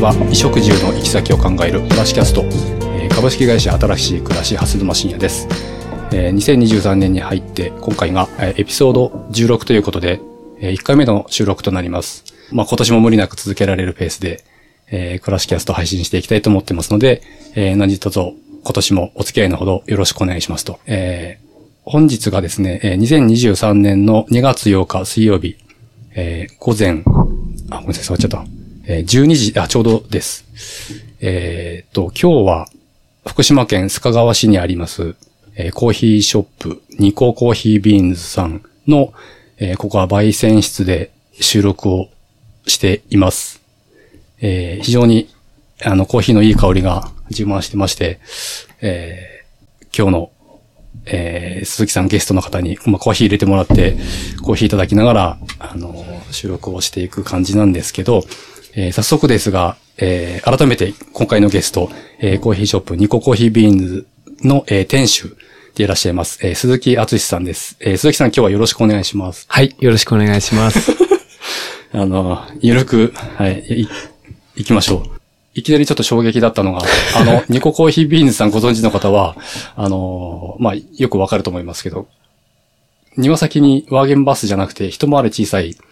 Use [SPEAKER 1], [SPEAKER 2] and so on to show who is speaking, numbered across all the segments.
[SPEAKER 1] は衣食住の行き先を考える暮らしキャスト、えー株式会社新しい暮らし蓮沼信也です、えー2023年に入って今回が、えーエピソード16ということで、え1回目の収録となります、まあ、今年も無理なく続けられるペースで、えー暮らしキャスト配信していきたいと思ってますので、えー何卒今年もお付き合いのほどよろしくお願いしますと、えー本日がですね、えー2023年の2月8日水曜日、えー午前、あ、ごめんなさい、触っちゃった。えー12時、あ、ちょうどです。えーっと、今日は、福島県須賀川市にあります、えーコーヒーショップ、ニココーヒービーンズさんの、えーここは焙煎室で収録をしています。えー非常に、あの、コーヒーのいい香りが充満してまして、えー今日のえー鈴木さんゲストの方に、まあ、コーヒー入れてもらって、コーヒーいただきながら、あの、収録をしていく感じなんですけど、えー早速ですが、えー改めて今回のゲスト、えーコーヒーショップニココーヒービーンズの、えー店主でいらっしゃいます、えー鈴木敦さんです。えー鈴木さん今日はよろしくお願いします。
[SPEAKER 2] はい、よろしくお願いします。
[SPEAKER 1] あの、ゆるく、はい、い、行きましょう。いきなりちょっと衝撃だった のが、あの、ニココーヒービーンズさんご存知の方は、あの、まあ、よくわかると思いますけど、庭先にワーゲンバスじゃなくて一回り小さい、こ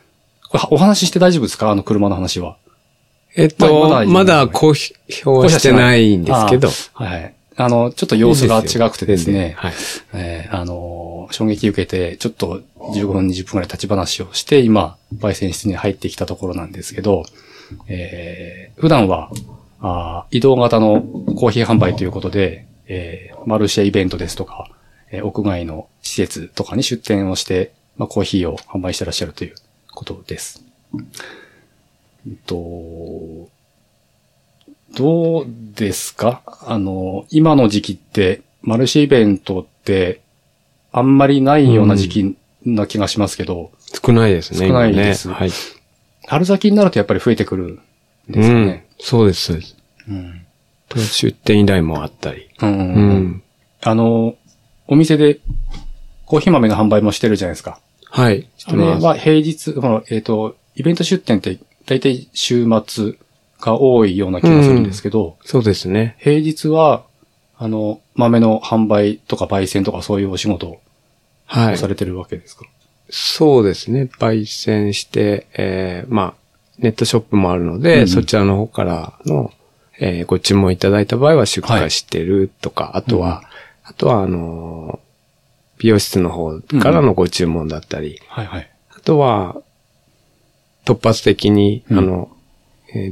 [SPEAKER 1] れお話しして大丈夫ですかあの車の話は。
[SPEAKER 2] えっと、
[SPEAKER 1] まあまだ
[SPEAKER 2] まだ公表してないんですけど。
[SPEAKER 1] あーはい。あの、ちょっと様子が違くてです
[SPEAKER 2] いい
[SPEAKER 1] ね
[SPEAKER 2] で、すよ
[SPEAKER 1] えーあのー衝撃受けて、ちょっと15分、20分ぐらい立ち話をして、今、焙煎室に入ってきたところなんですけど、えー普段はあー移動型のコーヒー販売ということで、えーマルシェイベントですとか、えー屋外の施設とかに出店をして、まあ、コーヒーを販売してらっしゃるということです。えっと、どうですかあの、今の時期って、マルシェイベントって、あんまりないような時期な気がしますけど、
[SPEAKER 2] はい少ないですね。
[SPEAKER 1] 少ないです
[SPEAKER 2] 今ねはい。
[SPEAKER 1] 春先になるとやっぱり増えてくるんですよね。
[SPEAKER 2] うん。そうです、そうです。
[SPEAKER 1] うん。
[SPEAKER 2] 出店依頼もあったり。
[SPEAKER 1] うんうん
[SPEAKER 2] う
[SPEAKER 1] うん
[SPEAKER 2] ん。
[SPEAKER 1] あの、お店でコーヒー豆の販売もしてるじゃないですか。
[SPEAKER 2] はい。知っ
[SPEAKER 1] あ
[SPEAKER 2] て
[SPEAKER 1] れ
[SPEAKER 2] ます
[SPEAKER 1] は平日、このえっ、と、イベント出店って大体週末が多いような気がするんですけど、
[SPEAKER 2] そうですね。
[SPEAKER 1] 平日は、あの、豆の販売とか焙煎とかそういうお仕事を
[SPEAKER 2] はい
[SPEAKER 1] さ。れてるわけですか、
[SPEAKER 2] そうですね。焙煎して、えー、まあ、ネットショップもあるの
[SPEAKER 1] うん
[SPEAKER 2] で、
[SPEAKER 1] うん
[SPEAKER 2] そちらの方からの、えーご注文いただいた場合は出荷してるとか、あとは、
[SPEAKER 1] う
[SPEAKER 2] あとは、あのー美容室の方からのご注文だったり、
[SPEAKER 1] はい、はいはい
[SPEAKER 2] あとは、突発的に、
[SPEAKER 1] うん
[SPEAKER 2] あの、えー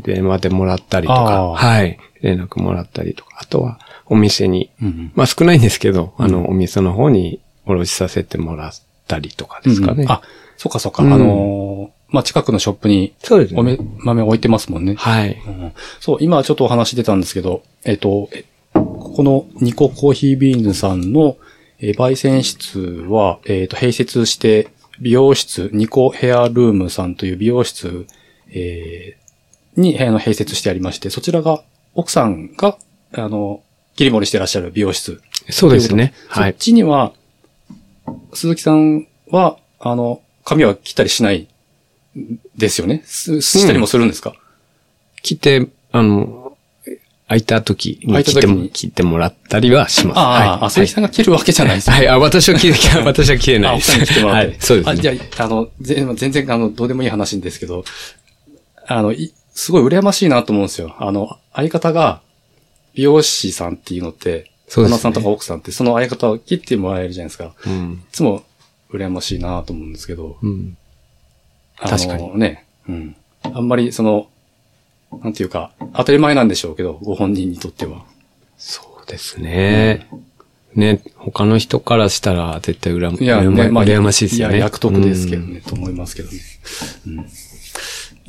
[SPEAKER 2] 電話でもらったりと
[SPEAKER 1] あ
[SPEAKER 2] か、
[SPEAKER 1] ー
[SPEAKER 2] はい、連絡もらったりとか、あとは、お店に、
[SPEAKER 1] うんうん。
[SPEAKER 2] まあ少ないんですけど、あの、お店の方におろしさせてもらったりとかですかね。
[SPEAKER 1] うんあ、そっかそっか。
[SPEAKER 2] うん
[SPEAKER 1] あのーまあ、近くのショップに
[SPEAKER 2] そうですね
[SPEAKER 1] おめ、豆置いてますもんね。
[SPEAKER 2] はい。
[SPEAKER 1] うんそう、今ちょっとお話出たんですけど、えっ、と、えここのニココーヒービーンズさんの、えー焙煎室は、えっ、と、併設して、美容室、ニコヘアルームさんという美容室、えーに、あの、併設してありまして、そちらが、奥さんが、あの、切り盛りしてらっしゃる美容室
[SPEAKER 2] そうですね。
[SPEAKER 1] そ
[SPEAKER 2] は
[SPEAKER 1] っ
[SPEAKER 2] い。
[SPEAKER 1] ちには、鈴木さんは、あの、髪は切ったりしない、ですよね。す、したりもするんですか、
[SPEAKER 2] 来て、あの、空いた時
[SPEAKER 1] 空
[SPEAKER 2] に
[SPEAKER 1] いた
[SPEAKER 2] 来
[SPEAKER 1] 時
[SPEAKER 2] て
[SPEAKER 1] に
[SPEAKER 2] も、来てもらったりはします。
[SPEAKER 1] ああ、
[SPEAKER 2] はい
[SPEAKER 1] あ、鈴木さんが切るわけじゃないですよ
[SPEAKER 2] はい、あ、私は切れ、 私は切れ
[SPEAKER 1] あ、
[SPEAKER 2] ない
[SPEAKER 1] お
[SPEAKER 2] で
[SPEAKER 1] 二人に
[SPEAKER 2] す。
[SPEAKER 1] 来てもら
[SPEAKER 2] は
[SPEAKER 1] って。
[SPEAKER 2] い、そうです
[SPEAKER 1] あ、
[SPEAKER 2] ね。
[SPEAKER 1] じゃあ、あの、全全然、あの、どうでもいい話ですけど、あの、いすごい羨ましいなと思うんですよ。あの、相方が、美容師さんっていうのって、
[SPEAKER 2] そうです
[SPEAKER 1] 旦那
[SPEAKER 2] ね
[SPEAKER 1] さんとか奥さんって、その相方を切ってもらえるじゃないですか。い
[SPEAKER 2] うん。
[SPEAKER 1] つも、羨ましいなと思うんですけど、
[SPEAKER 2] うん。
[SPEAKER 1] あの
[SPEAKER 2] 確かに
[SPEAKER 1] ね、うん。あんまり、その、なんていうか、当たり前なんでしょうけど、ご本人にとっては。
[SPEAKER 2] そうですね。ね、他の人からしたら絶対うら
[SPEAKER 1] いや、
[SPEAKER 2] 羨ま
[SPEAKER 1] ねまあ
[SPEAKER 2] 羨ましいですよね。
[SPEAKER 1] や、役得ですけど
[SPEAKER 2] うん
[SPEAKER 1] ね、と思いますけどね。うん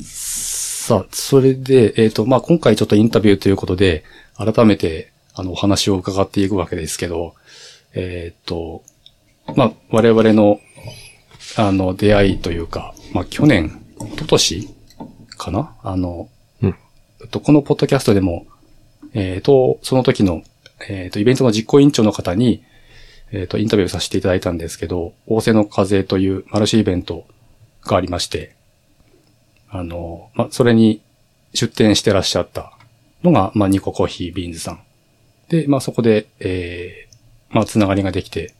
[SPEAKER 1] さあ、それで、えっ、と、まあ、今回ちょっとインタビューということで、改めて、あの、お話を伺っていくわけですけど、えっ、と、まあ、我々の、あの、出会いというか、まあ、去年、一昨年かなあの、
[SPEAKER 2] うん
[SPEAKER 1] えっとこのポッドキャストでも、えっ、と、その時の、えっ、と、イベントの実行委員長の方に、えっ、と、インタビューさせていただいたんですけど、大勢の風というマルシェイベントがありまして、あの、ま、それに、出店してらっしゃったのが、まあ、ニココーヒービーンズさん。で、まあ、そこで、えー、まあ、つながりができて、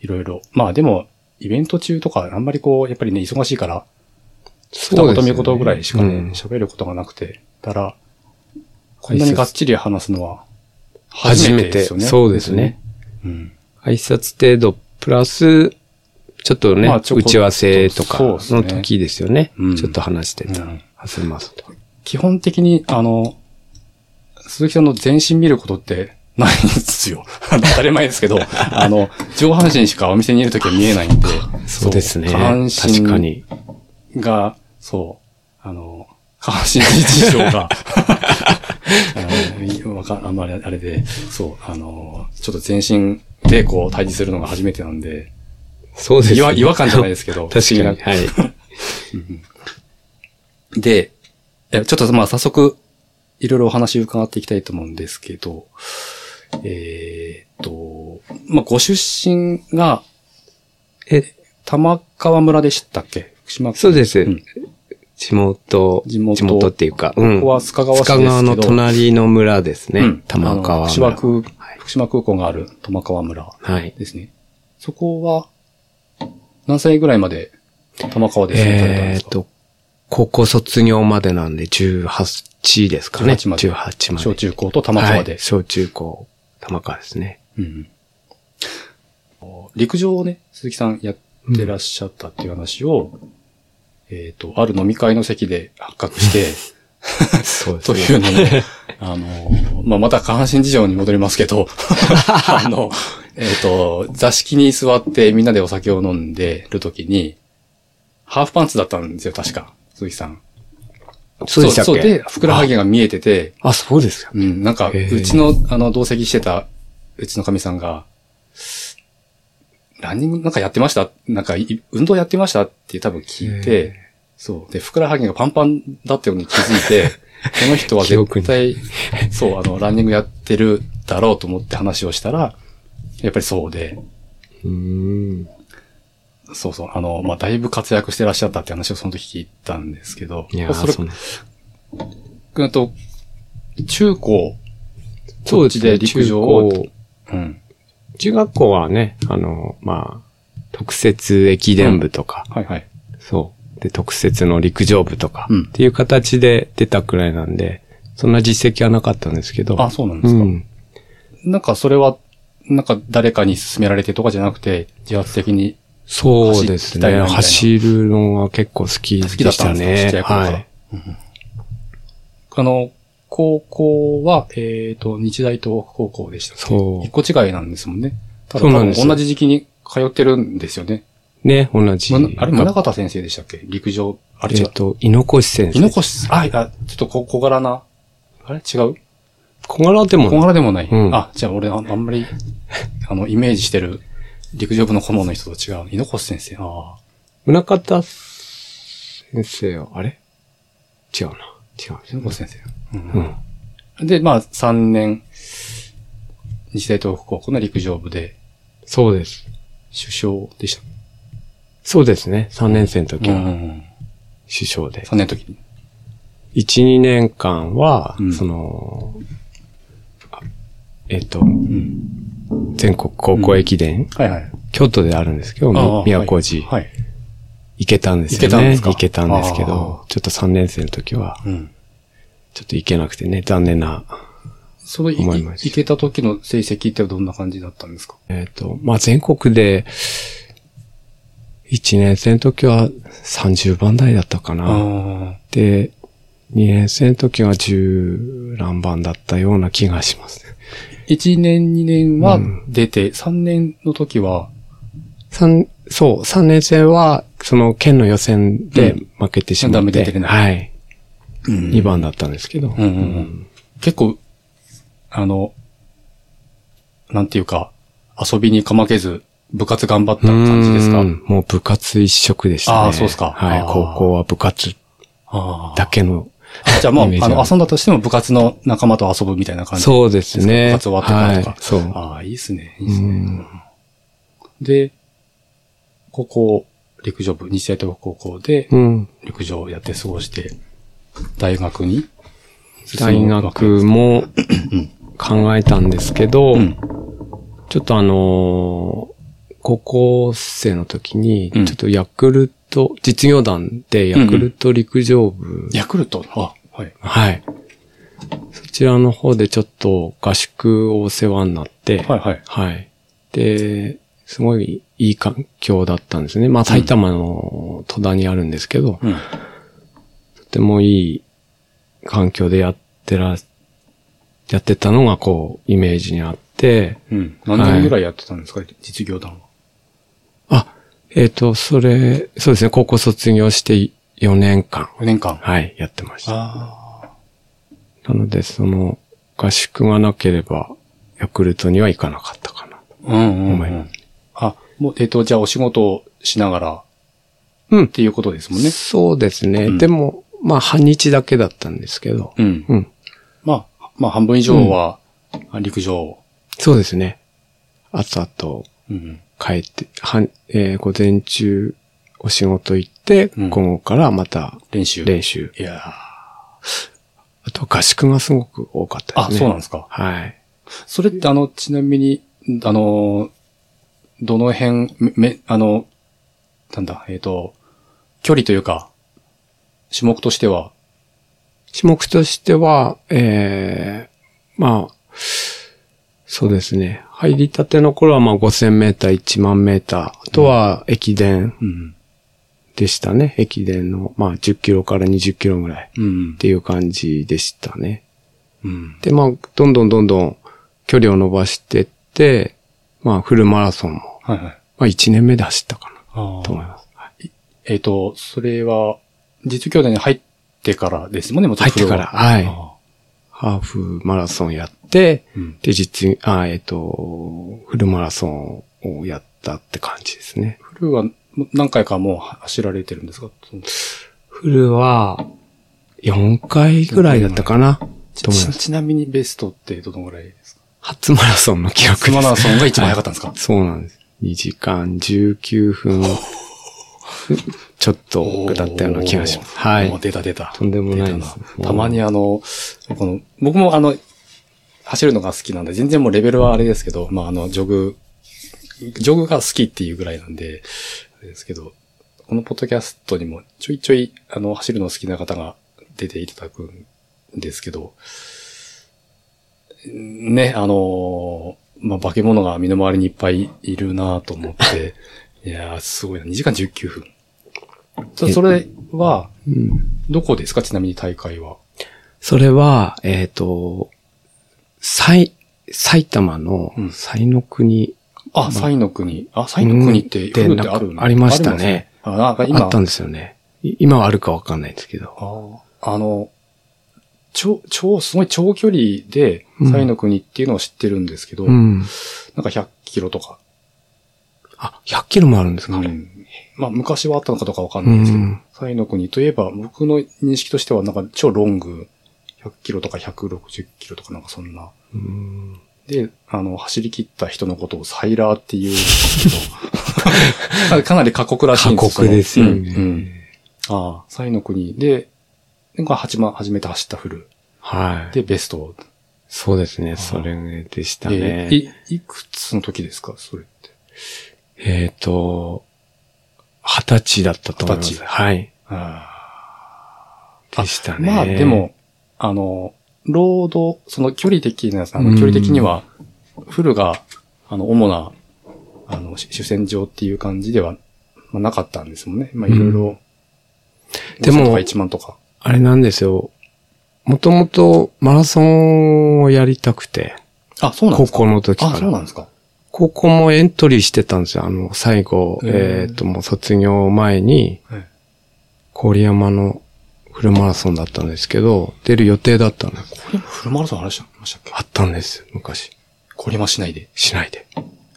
[SPEAKER 1] いろいろ。まあ、でも、イベント中とか、あんまりこう、やっぱりね、忙しいから、二
[SPEAKER 2] そうです
[SPEAKER 1] 言
[SPEAKER 2] ね
[SPEAKER 1] 三言ぐらいしか
[SPEAKER 2] うん
[SPEAKER 1] ね、喋、ることがなくて、たら、こんなにがっちり話すのは、初
[SPEAKER 2] 初
[SPEAKER 1] め
[SPEAKER 2] め
[SPEAKER 1] て
[SPEAKER 2] て
[SPEAKER 1] で。すよね。
[SPEAKER 2] そうですね。
[SPEAKER 1] うん。
[SPEAKER 2] 挨拶程度、プラス、ちょっとね、
[SPEAKER 1] まあちょこ
[SPEAKER 2] 打ち合わせとか
[SPEAKER 1] そうですね
[SPEAKER 2] の時ですよね。
[SPEAKER 1] うん
[SPEAKER 2] ちょっと話してた。
[SPEAKER 1] うん
[SPEAKER 2] はすまさんと。
[SPEAKER 1] 基本的に、あの、鈴木さんの全身見ることってないんですよ。 当たり前ですけ ど、あの、上半身しかお店にいるときは見えないんで。
[SPEAKER 2] そうですね。
[SPEAKER 1] 下半身
[SPEAKER 2] 確かに。
[SPEAKER 1] が、そう、あの、下半身事情 が、あのわかあんまりあれで、そう、あの、ちょっと全身でこう対峙するのが初めてなんで、
[SPEAKER 2] そうです
[SPEAKER 1] 違
[SPEAKER 2] ね
[SPEAKER 1] 和違和感じゃないですけど
[SPEAKER 2] 確かに。
[SPEAKER 1] 不
[SPEAKER 2] は
[SPEAKER 1] 思
[SPEAKER 2] い
[SPEAKER 1] 議。で、えちょっとまあ早速、いろいろお話伺っていきたいと思うんですけど、えーっと、まあご出身が
[SPEAKER 2] え、
[SPEAKER 1] 玉川村でしたっけ福島県
[SPEAKER 2] そうです。
[SPEAKER 1] ん
[SPEAKER 2] 地元
[SPEAKER 1] 地元
[SPEAKER 2] っていうか、う
[SPEAKER 1] こ
[SPEAKER 2] ん。
[SPEAKER 1] こは須賀川市ですけど
[SPEAKER 2] 須賀川の隣の村ですね。
[SPEAKER 1] うん
[SPEAKER 2] 玉
[SPEAKER 1] あの
[SPEAKER 2] 川
[SPEAKER 1] 福島
[SPEAKER 2] 村。
[SPEAKER 1] 空、福島空港がある玉川村
[SPEAKER 2] はい。
[SPEAKER 1] ですね。そこは、何歳ぐらいまで玉川で住んでたんで
[SPEAKER 2] え
[SPEAKER 1] す
[SPEAKER 2] っ
[SPEAKER 1] か、
[SPEAKER 2] と、高校卒業までなんで18ですかね。
[SPEAKER 1] 18まで
[SPEAKER 2] 18まで
[SPEAKER 1] 小中高と玉川で、
[SPEAKER 2] はい小中高、玉川ですね。
[SPEAKER 1] うん陸上をね、鈴木さんやってらっしゃったっていう話を、えっ、と、ある飲み会の席で発覚して、
[SPEAKER 2] そう
[SPEAKER 1] という のね、あの、まあ、また下半身事情に戻りますけ ど、あの、えっ、と、座敷に座ってみんなでお酒を飲んでるときに、ハーフパンツだったんですよ、確か、鈴木さん。
[SPEAKER 2] そうでしたっけ
[SPEAKER 1] そうで、ふくらはぎが見えてて、
[SPEAKER 2] あ、そうですか。
[SPEAKER 1] うん、なんか、
[SPEAKER 2] へー
[SPEAKER 1] うちの、あの、同席してた、うちのかみさんが、ランニングなんかやってましたなんかい、運動やってましたって多分聞い
[SPEAKER 2] へ
[SPEAKER 1] て、そう。で、ふくらはぎがパンパンだったように気づい て、この人は
[SPEAKER 2] 記憶
[SPEAKER 1] 絶
[SPEAKER 2] に
[SPEAKER 1] 対、そう、あの、ランニングやってるだろうと思って話をしたら、やっぱりそうで、
[SPEAKER 2] うーん。
[SPEAKER 1] そうそう、あの、まあ、だいぶ活躍してらっしゃったって話をその時聞いたんですけど、
[SPEAKER 2] いやー
[SPEAKER 1] それ
[SPEAKER 2] そうなん
[SPEAKER 1] うんと、中高、
[SPEAKER 2] そうですね。
[SPEAKER 1] こっちで陸上を
[SPEAKER 2] 中
[SPEAKER 1] う
[SPEAKER 2] 高
[SPEAKER 1] ん、
[SPEAKER 2] 中学校はね、あの、まあ、特設駅伝部とか、
[SPEAKER 1] はいはい。
[SPEAKER 2] そう。で、特設の陸上部とか、
[SPEAKER 1] うん
[SPEAKER 2] っていう形で出たくらいなんで、そんな実績はなかったんですけど。
[SPEAKER 1] あ、そうなんで
[SPEAKER 2] う
[SPEAKER 1] すか。
[SPEAKER 2] ん。
[SPEAKER 1] なんかそれは、なんか誰かに勧められてとかじゃなくて、自発的に。
[SPEAKER 2] そうですね。
[SPEAKER 1] 走
[SPEAKER 2] 走るのは結構好きで
[SPEAKER 1] 好きだっ
[SPEAKER 2] したた
[SPEAKER 1] んですか、ちっちゃ
[SPEAKER 2] ね。
[SPEAKER 1] い頃から。
[SPEAKER 2] はい。
[SPEAKER 1] うんあの、高校は、えっ、と、日大東北高校でしたっけ
[SPEAKER 2] そう
[SPEAKER 1] 一個違いなんですもんね。ただ
[SPEAKER 2] そう
[SPEAKER 1] 多
[SPEAKER 2] なん
[SPEAKER 1] 分
[SPEAKER 2] です
[SPEAKER 1] 同じ時期に通ってるんですよね。
[SPEAKER 2] ね、同じ。
[SPEAKER 1] むあれ、宗方先生でしたっけ陸上。あれ
[SPEAKER 2] え
[SPEAKER 1] 違
[SPEAKER 2] っ
[SPEAKER 1] う。
[SPEAKER 2] と、猪越先生。
[SPEAKER 1] 猪越、あ、あ、ちょっとこ小柄な。あれ違う
[SPEAKER 2] 小柄でも
[SPEAKER 1] 小柄でもない。
[SPEAKER 2] うん
[SPEAKER 1] あ、じゃあ俺あ、あんまり、あの、イメージしてる陸上部の顧問の人と違う。猪越先生。ああ。
[SPEAKER 2] 宗方先生は、あれ違うな。違う。
[SPEAKER 1] 猪越先生。うん
[SPEAKER 2] うん。
[SPEAKER 1] で、まあ、3年、日大東北高校の陸上部で、
[SPEAKER 2] そうです。
[SPEAKER 1] 首相でした。
[SPEAKER 2] そうですね。3年生の時は、
[SPEAKER 1] ん。
[SPEAKER 2] 首相で。
[SPEAKER 1] 3年の時に。
[SPEAKER 2] 1、2年間は、
[SPEAKER 1] うん
[SPEAKER 2] その、あえっ、と、
[SPEAKER 1] うん。
[SPEAKER 2] 全国高校駅伝、
[SPEAKER 1] はいはい。
[SPEAKER 2] 京都であるんですけど、
[SPEAKER 1] ああ
[SPEAKER 2] み都寺、
[SPEAKER 1] はい。はい
[SPEAKER 2] 行けたんですよ
[SPEAKER 1] 行
[SPEAKER 2] ね。
[SPEAKER 1] けたんですか
[SPEAKER 2] 行けたんですけど
[SPEAKER 1] あ、
[SPEAKER 2] ちょっと3年生の時は、
[SPEAKER 1] うん。
[SPEAKER 2] ちょっと行けなくてね、残念な。
[SPEAKER 1] その、い
[SPEAKER 2] 思いました
[SPEAKER 1] 行けた時の成績ってどんな感じだったんですか
[SPEAKER 2] えっ、と、まあ、全国で、1年生の時は30番台だったか
[SPEAKER 1] あ
[SPEAKER 2] な。で、2年生の時は10何番だったような気がします。
[SPEAKER 1] 1年、2年は
[SPEAKER 2] うん
[SPEAKER 1] 出て、3年の時は、
[SPEAKER 2] 三、そう、三年生は、その県の予選で
[SPEAKER 1] うん
[SPEAKER 2] 負けてしまっ
[SPEAKER 1] ダメ
[SPEAKER 2] て、
[SPEAKER 1] 出てない
[SPEAKER 2] はい。
[SPEAKER 1] うん
[SPEAKER 2] 2番だったんですけど、
[SPEAKER 1] うんうんうん結構、あの、なんていうか、遊びにかまけず、部活頑張った感じですか
[SPEAKER 2] うんもう部活一色でしたね。
[SPEAKER 1] ああそうっすか
[SPEAKER 2] はい
[SPEAKER 1] あ、あ
[SPEAKER 2] 高校は部活
[SPEAKER 1] あ
[SPEAKER 2] だけの。
[SPEAKER 1] じゃあもう、
[SPEAKER 2] イメージ
[SPEAKER 1] あ
[SPEAKER 2] ある
[SPEAKER 1] の、遊んだとしても部活の仲間と遊ぶみたいな感じ。
[SPEAKER 2] そうですね。
[SPEAKER 1] 部活終わってからとか
[SPEAKER 2] はい、そう。
[SPEAKER 1] ああ、いいですね。いいです
[SPEAKER 2] う
[SPEAKER 1] ね。
[SPEAKER 2] ん
[SPEAKER 1] で、高校、陸上部、日大東北高校で
[SPEAKER 2] うん。
[SPEAKER 1] 陸上をやって過ごして、大学に
[SPEAKER 2] 大
[SPEAKER 1] 進むわけ
[SPEAKER 2] 学も考えたんですけど、
[SPEAKER 1] うん。
[SPEAKER 2] ちょっとあのー高校生の時に、
[SPEAKER 1] うん
[SPEAKER 2] ちょっとヤクルト、実業団でヤクルト陸上部、
[SPEAKER 1] ヤクルトあ、はい。
[SPEAKER 2] はい。そちらの方でちょっと合宿をお世話になって、
[SPEAKER 1] はいはい。
[SPEAKER 2] はい。で、すごいいい環境だったんですね。まあ埼玉の戸田にあるんですけど、
[SPEAKER 1] うん。
[SPEAKER 2] とてもいい環境でやってら、やってたのがこう、イメージにあって、
[SPEAKER 1] うん。何年ぐらいやってたんですか、実業団は。
[SPEAKER 2] あ、えっ、と、それ、そうですね、高校卒業して4年間、
[SPEAKER 1] 4年間。
[SPEAKER 2] はい、やってました。
[SPEAKER 1] ああ。
[SPEAKER 2] なので、その、合宿がなければ、ヤクルトには行かなかったかな。
[SPEAKER 1] うんうん、
[SPEAKER 2] 思
[SPEAKER 1] う
[SPEAKER 2] いま
[SPEAKER 1] ん
[SPEAKER 2] す。
[SPEAKER 1] あ、もう、えっ、と、じゃあお仕事をしながら
[SPEAKER 2] うん
[SPEAKER 1] っていうことですもんね。
[SPEAKER 2] そうですね。
[SPEAKER 1] うん
[SPEAKER 2] でも、まあ、半日だけだったんですけど、
[SPEAKER 1] うん。
[SPEAKER 2] うん。
[SPEAKER 1] まあ、まあ、半分以上は陸上。
[SPEAKER 2] そうですね。朝と
[SPEAKER 1] うん。
[SPEAKER 2] 帰って、はん、えー午前中お仕事行って、
[SPEAKER 1] うん
[SPEAKER 2] 午後からまた
[SPEAKER 1] 練習。
[SPEAKER 2] 練習。
[SPEAKER 1] いやー
[SPEAKER 2] あと合宿がすごく多かった
[SPEAKER 1] あ、
[SPEAKER 2] ですね。
[SPEAKER 1] そうなんですか。
[SPEAKER 2] はい。
[SPEAKER 1] それって、あの、ちなみに、あの、どの辺、め、めあの、なんだ、えっ、と、距離というか、種目としては、
[SPEAKER 2] 種目としては、えー、まあ、そうですね。入りたての頃は、まあ、5000メーター、1万メーター、あとは駅伝
[SPEAKER 1] うん。
[SPEAKER 2] でしたね。駅伝の、まあ、10キロから20キロぐらいっ
[SPEAKER 1] うん。
[SPEAKER 2] ていう感じでしたね。
[SPEAKER 1] うん。
[SPEAKER 2] で、まあ、どんどんどんどん距離を伸ばしてって、まあ、フルマラソンも、
[SPEAKER 1] はいはい。
[SPEAKER 2] まあ、1年目で走ったか
[SPEAKER 1] あ
[SPEAKER 2] なと
[SPEAKER 1] ー
[SPEAKER 2] 思います。はい
[SPEAKER 1] えっ、と、それは、実業団に入ってからですもんね、もちろん
[SPEAKER 2] 入っ
[SPEAKER 1] それ
[SPEAKER 2] て
[SPEAKER 1] は。
[SPEAKER 2] から、はい。
[SPEAKER 1] あ
[SPEAKER 2] ハーフマラソンやって、
[SPEAKER 1] ーうん。
[SPEAKER 2] で、実、あ、えっ、と、フルマラソンをやったって感じですね。
[SPEAKER 1] フルは何回かもう走られてるんですかそのち
[SPEAKER 2] フルは、4回ぐらいだったかなと思い
[SPEAKER 1] ち
[SPEAKER 2] ます。
[SPEAKER 1] ちなみにベストってどのぐらいですか
[SPEAKER 2] 初マラソンの記録です。
[SPEAKER 1] 初マラソンが一番早かったんですか
[SPEAKER 2] はいそうなんです。2時間19分、ちょっとだったような気がします。は
[SPEAKER 1] もう
[SPEAKER 2] い。
[SPEAKER 1] 出た出た。
[SPEAKER 2] とんでもない
[SPEAKER 1] 出
[SPEAKER 2] で
[SPEAKER 1] た
[SPEAKER 2] す
[SPEAKER 1] な。たまにあの、この、僕もあの、走るのが好きなんで、全然もうレベルはあれですけど、まああの、ジョグ、ジョグが好きっていうぐらいなんで、あれですけど、このポッドキャストにもちょいちょい、あの、走るの好きな方が出ていただくんですけど、ね、あの、まあ、化け物が身の回りにいっぱいいるなと思って、いやー、すごいな。2時間19分。そそれは、
[SPEAKER 2] うん
[SPEAKER 1] どこですかちなみに大会は。
[SPEAKER 2] それは、えっ、と、埼、埼玉の
[SPEAKER 1] うん
[SPEAKER 2] 埼の国、
[SPEAKER 1] あ、サイの国。あ、サイの国って、
[SPEAKER 2] うん
[SPEAKER 1] フルってある
[SPEAKER 2] なんかありましたね
[SPEAKER 1] ありますあ、なんか今、
[SPEAKER 2] あったんですよね。い今はあるかわかんないですけど。
[SPEAKER 1] ああの、超、超、すごい長距離で
[SPEAKER 2] う、ん
[SPEAKER 1] サイの国っていうのを知ってるんですけど、
[SPEAKER 2] うん。
[SPEAKER 1] なんか100キロとか、
[SPEAKER 2] あ、100キロもあるんですか、あれ
[SPEAKER 1] うんまあ昔はあったのかどうかわかんないですけど、
[SPEAKER 2] うん
[SPEAKER 1] サイの国といえば、僕の認識としてはなんか超ロング、100キロとか160キロとかなんかそんな。
[SPEAKER 2] うん
[SPEAKER 1] で、あの、走り切った人のことをサイラーっていうんですけ ど、かなり過酷らしい
[SPEAKER 2] 過
[SPEAKER 1] んです
[SPEAKER 2] 酷ですよ
[SPEAKER 1] そのうんうん
[SPEAKER 2] ね。
[SPEAKER 1] ああ、サイの国で、なんか始ま、初めて走ったフル。
[SPEAKER 2] はい。
[SPEAKER 1] で、ベスト。
[SPEAKER 2] そうですね。
[SPEAKER 1] あ
[SPEAKER 2] それでした
[SPEAKER 1] え
[SPEAKER 2] ね。
[SPEAKER 1] ーい、いくつの時ですかそれって。
[SPEAKER 2] えっ、と、二十歳だったと思いま
[SPEAKER 1] 二
[SPEAKER 2] す。
[SPEAKER 1] 十歳
[SPEAKER 2] はい。
[SPEAKER 1] あ
[SPEAKER 2] でした
[SPEAKER 1] あ
[SPEAKER 2] ね。
[SPEAKER 1] まあ、で、も、あの、ロード、その距離的な、あ
[SPEAKER 2] う
[SPEAKER 1] の、
[SPEAKER 2] ん
[SPEAKER 1] 距離的には、フルが、あの、主な、あの、し主戦場っていう感じでは、まあ、なかったんですもんね。まあ、いろいろ。
[SPEAKER 2] でも
[SPEAKER 1] 5,000とか1万とか。
[SPEAKER 2] あれなんですよ。もともとマラソンをやりたくて、
[SPEAKER 1] あ、そうなんで
[SPEAKER 2] 高
[SPEAKER 1] すか
[SPEAKER 2] 校の時
[SPEAKER 1] あ、
[SPEAKER 2] か
[SPEAKER 1] そうなん
[SPEAKER 2] ら。
[SPEAKER 1] ですか
[SPEAKER 2] 高校もエントリーしてたんですよ。あの、最後、
[SPEAKER 1] へー
[SPEAKER 2] えっ、と、もう卒業前に、
[SPEAKER 1] はい
[SPEAKER 2] 郡山のフルマラソンだったんですけど、出る予定だったんです。
[SPEAKER 1] これもフルマラソン話してましたっけ
[SPEAKER 2] あったんです、昔。
[SPEAKER 1] これもしないで。
[SPEAKER 2] しないで。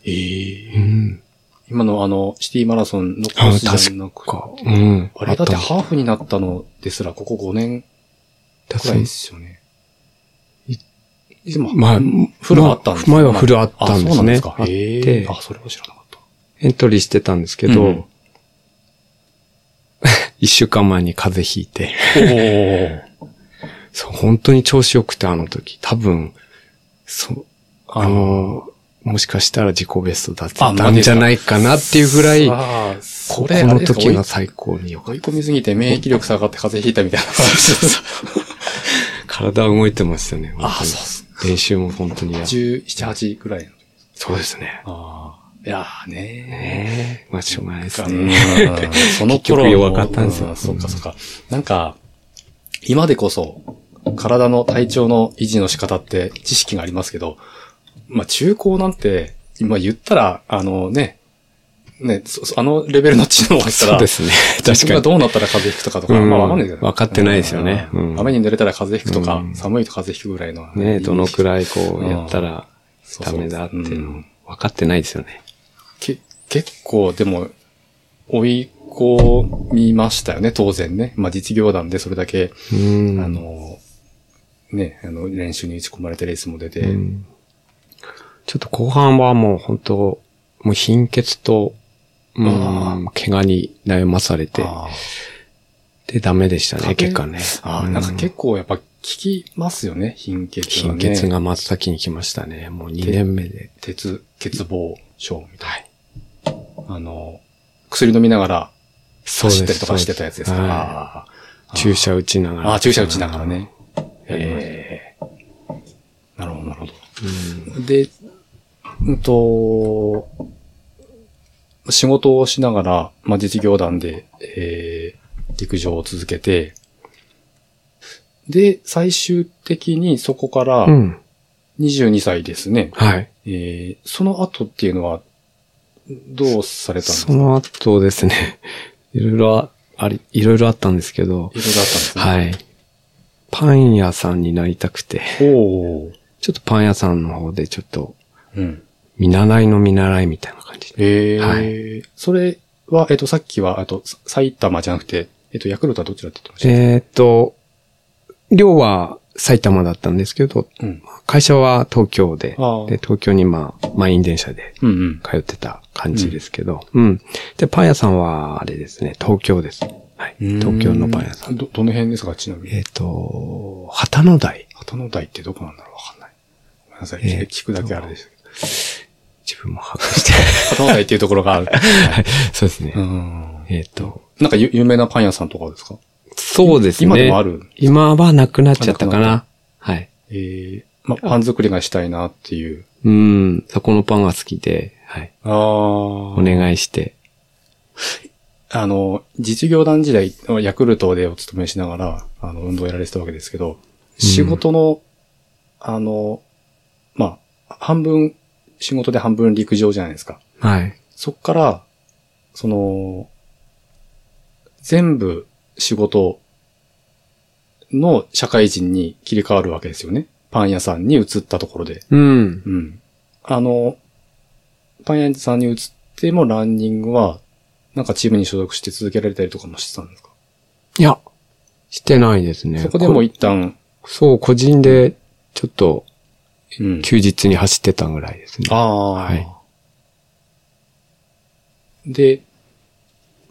[SPEAKER 1] ええ
[SPEAKER 2] うん。
[SPEAKER 1] 今のあの、シティマラソンのコー
[SPEAKER 2] あ
[SPEAKER 1] スじゃ
[SPEAKER 2] 確
[SPEAKER 1] なく
[SPEAKER 2] か。うん。
[SPEAKER 1] あれだって
[SPEAKER 2] あっ
[SPEAKER 1] ハーフになったのですら、ここ5年
[SPEAKER 2] た
[SPEAKER 1] くらいですよね。
[SPEAKER 2] い
[SPEAKER 1] でも
[SPEAKER 2] まあ
[SPEAKER 1] フルあったんです
[SPEAKER 2] まあ前はフルあったんですね
[SPEAKER 1] あ、そうなんですか
[SPEAKER 2] あ。って
[SPEAKER 1] へえ。あ、それは知らなかった。
[SPEAKER 2] エントリーしてたんですけど、
[SPEAKER 1] うん
[SPEAKER 2] 一週間前に風邪ひいて、
[SPEAKER 1] お
[SPEAKER 2] そう、本当に調子良くて、あの時。多分、そう、あの、もしかしたら自己ベストだった
[SPEAKER 1] あマジ
[SPEAKER 2] ん
[SPEAKER 1] で
[SPEAKER 2] じゃないかなっていうぐらい、こ
[SPEAKER 1] さあそ
[SPEAKER 2] こ
[SPEAKER 1] れ、あれ
[SPEAKER 2] の時が
[SPEAKER 1] ですか
[SPEAKER 2] 最高に良か
[SPEAKER 1] 追
[SPEAKER 2] っ
[SPEAKER 1] い込みすぎて免疫力下がって風邪ひいたみたいな。
[SPEAKER 2] た。体動いてましたね。本当 に
[SPEAKER 1] あそうっす
[SPEAKER 2] 練習も本当にやっ
[SPEAKER 1] 17、8ぐらいの。
[SPEAKER 2] そうですね。
[SPEAKER 1] ああ。いやーね
[SPEAKER 2] ねえまあ、しょうがないで
[SPEAKER 1] ー。
[SPEAKER 2] すね。
[SPEAKER 1] うんその頃
[SPEAKER 2] 結局
[SPEAKER 1] の
[SPEAKER 2] 弱かったんですよ
[SPEAKER 1] うそうかそうか。なんか、今でこそ、体の体調の維持の仕方って知識がありますけど、まあ中高なんて、今言ったら、あのね、ね、そそあのレベルの知能がした
[SPEAKER 2] そう
[SPEAKER 1] ら
[SPEAKER 2] で、すね。
[SPEAKER 1] 自
[SPEAKER 2] 確か
[SPEAKER 1] 分が
[SPEAKER 2] に。
[SPEAKER 1] どうなったら風邪ひくとかとか、
[SPEAKER 2] うん
[SPEAKER 1] まあわかんないですよね。
[SPEAKER 2] わかってないですよね
[SPEAKER 1] うん
[SPEAKER 2] うん
[SPEAKER 1] 雨に濡れたら風邪ひくとか、
[SPEAKER 2] うん
[SPEAKER 1] 寒いと風邪ひくぐらいの。
[SPEAKER 2] ねどのく
[SPEAKER 1] い
[SPEAKER 2] らいこう、やったら
[SPEAKER 1] そう
[SPEAKER 2] ダ
[SPEAKER 1] そう
[SPEAKER 2] メだっていう
[SPEAKER 1] う
[SPEAKER 2] の
[SPEAKER 1] ん、
[SPEAKER 2] 分かってないですよね。
[SPEAKER 1] け結構、でも、追い込みましたよね、当然ね。まあ実業団でそれだけ、
[SPEAKER 2] うん
[SPEAKER 1] あ、の、ね、あの、練習に打ち込まれてレースも出て、
[SPEAKER 2] うんちょっと後半はもう本当、もう貧血と、うん
[SPEAKER 1] あ
[SPEAKER 2] 怪我に悩まされて、
[SPEAKER 1] あ
[SPEAKER 2] で、ダメでした
[SPEAKER 1] 壁
[SPEAKER 2] ね、結果ね。
[SPEAKER 1] あ
[SPEAKER 2] う
[SPEAKER 1] ー、
[SPEAKER 2] ん
[SPEAKER 1] なんか結構やっぱ効きますよね、貧血が
[SPEAKER 2] 貧
[SPEAKER 1] ね。
[SPEAKER 2] 血。が真っ先に来ましたね。もう2年目で。
[SPEAKER 1] 鉄、欠乏症みたい
[SPEAKER 2] はい。
[SPEAKER 1] な。あの、薬飲みながら
[SPEAKER 2] そう
[SPEAKER 1] 走った
[SPEAKER 2] です。
[SPEAKER 1] りとかしてたやつですか。
[SPEAKER 2] はい
[SPEAKER 1] あー
[SPEAKER 2] 注射打ちながら。
[SPEAKER 1] ああ、注射打ちながらね。
[SPEAKER 2] やりまし
[SPEAKER 1] ええなるほど、なるほ
[SPEAKER 2] う
[SPEAKER 1] ど。
[SPEAKER 2] ん。
[SPEAKER 1] で、うんと、仕事をしながら、まあ、実業団で、えー、陸上を続けて、で、最終的にそこから
[SPEAKER 2] うん。
[SPEAKER 1] 22歳ですね。
[SPEAKER 2] はい。
[SPEAKER 1] えー、その後っていうのは、どうされたんです
[SPEAKER 2] そ
[SPEAKER 1] か
[SPEAKER 2] の後ですね、 いろいろああり、いろいろあったんですけど、
[SPEAKER 1] いろいろあったんですね。い。
[SPEAKER 2] はい。パン屋さんになりたくて、
[SPEAKER 1] おー
[SPEAKER 2] ちょっとパン屋さんの方でちょっと、
[SPEAKER 1] うん。
[SPEAKER 2] 見習いの見習いみたいな感じで。
[SPEAKER 1] ええ
[SPEAKER 2] は
[SPEAKER 1] それは、えっ、と、さっきは、あと、さ埼玉じゃなくて、えっ、と、ヤクルトはどちらって言ってました
[SPEAKER 2] えーっと、寮は埼玉だったんですけど、
[SPEAKER 1] うん。
[SPEAKER 2] 会社は東京で、
[SPEAKER 1] ああ
[SPEAKER 2] で東京にまあ、満員電車で
[SPEAKER 1] うんうん。
[SPEAKER 2] 通ってた感じですけど、うん、で、パン屋さんは、あれですね、東京です。はい。東京のパン屋さん。
[SPEAKER 1] ん。ど、どの辺ですか、ちなみに。
[SPEAKER 2] えーっ、と、旗の台。
[SPEAKER 1] 旗の台ってどこなんだろうわかんない。ごめんなさい。
[SPEAKER 2] えー
[SPEAKER 1] 聞くだけあれでしたけど。
[SPEAKER 2] 自分も把握して。
[SPEAKER 1] 旗の台っていうところがある。はい
[SPEAKER 2] そうですね。
[SPEAKER 1] うん。
[SPEAKER 2] えっ、と、
[SPEAKER 1] なんかゆ、有名なパン屋さんとかですか
[SPEAKER 2] そうですね。
[SPEAKER 1] 今でもある。
[SPEAKER 2] 今はなくなっちゃったかな。
[SPEAKER 1] な
[SPEAKER 2] はい。
[SPEAKER 1] ええま、パン作りがしたいなっていう。
[SPEAKER 2] うん、そこのパンが好きで、はい。
[SPEAKER 1] ああ
[SPEAKER 2] お願いして。
[SPEAKER 1] あの、実業団時代、ヤクルトでお勤めしながら、あの、運動をやられてたわけですけど、仕事の、あの、まあ、半分、仕事で半分陸上じゃないですか。
[SPEAKER 2] はい。
[SPEAKER 1] そっから、その、全部仕事の社会人に切り替わるわけですよね。パン屋さんに移ったところで。
[SPEAKER 2] うん。
[SPEAKER 1] うん。あの、パン屋さんに移ってもランニングは、なんかチームに所属して続けられたりとかもしてたんですか、
[SPEAKER 2] いや、してないですね。
[SPEAKER 1] そこでも
[SPEAKER 2] こ
[SPEAKER 1] 一旦、
[SPEAKER 2] そう、個人で、ちょっと、
[SPEAKER 1] うん。
[SPEAKER 2] 休日に走ってたぐらいですね。
[SPEAKER 1] ああ、
[SPEAKER 2] はい
[SPEAKER 1] で、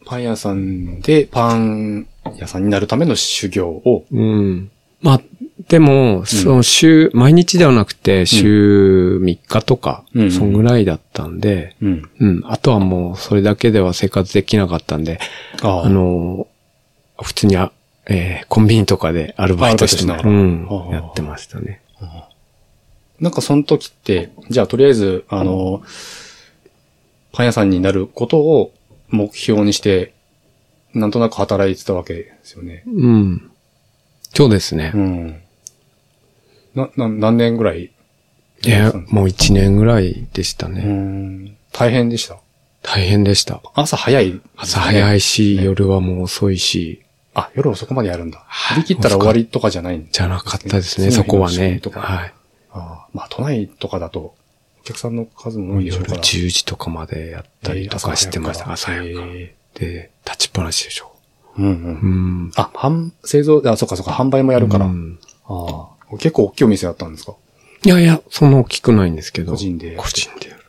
[SPEAKER 1] パン屋さんで、パン屋さんになるための修行を、
[SPEAKER 2] うん。まあ、でも、その週、毎日ではなくて、週3日とか、
[SPEAKER 1] うん
[SPEAKER 2] そんぐらいだったんで、
[SPEAKER 1] うん。
[SPEAKER 2] うん。あとはもう、それだけでは生活できなかったんで、
[SPEAKER 1] あ
[SPEAKER 2] あ、の、普通にあ、えーコンビニとかでアルバイトして
[SPEAKER 1] アル
[SPEAKER 2] う
[SPEAKER 1] バイト
[SPEAKER 2] ん
[SPEAKER 1] はあ、
[SPEAKER 2] やってましたね。
[SPEAKER 1] なんかその時って、じゃあとりあえず、あの、パン屋さんになることを目標にして、なんとなく働いてたわけですよね。
[SPEAKER 2] うん。そうですね
[SPEAKER 1] う。ん。な、な、何年ぐらい
[SPEAKER 2] えーもう一年ぐらいでした
[SPEAKER 1] う
[SPEAKER 2] ね。
[SPEAKER 1] ん。大変でした。
[SPEAKER 2] 大変でした。
[SPEAKER 1] 朝早い、
[SPEAKER 2] 朝早
[SPEAKER 1] い。
[SPEAKER 2] いし、夜はもう遅いし、
[SPEAKER 1] あ、夜遅くまでやるんだ。
[SPEAKER 2] は
[SPEAKER 1] 振
[SPEAKER 2] い
[SPEAKER 1] り切ったら終わりとかじゃないんだ
[SPEAKER 2] じゃなかったですね、
[SPEAKER 1] 次の
[SPEAKER 2] そ
[SPEAKER 1] 日
[SPEAKER 2] こ
[SPEAKER 1] の
[SPEAKER 2] は
[SPEAKER 1] 仕事
[SPEAKER 2] ね
[SPEAKER 1] と。か
[SPEAKER 2] はい。
[SPEAKER 1] ああまあ、都内とかだと、お客さんの数も多いでしょ
[SPEAKER 2] 夜
[SPEAKER 1] うから。
[SPEAKER 2] 10時とかまでやったりとかしてました。朝早くから
[SPEAKER 1] え
[SPEAKER 2] で、立ちっぱなしでしょ。
[SPEAKER 1] ーうんうん
[SPEAKER 2] う。ん。
[SPEAKER 1] あ、販、製造、あ、そっかそっか、販売もやるから。
[SPEAKER 2] うん
[SPEAKER 1] ああ。結構大きいお店だったんですか
[SPEAKER 2] いやいや、そんな大きくないんですけど。
[SPEAKER 1] 個人で
[SPEAKER 2] 個人でやる。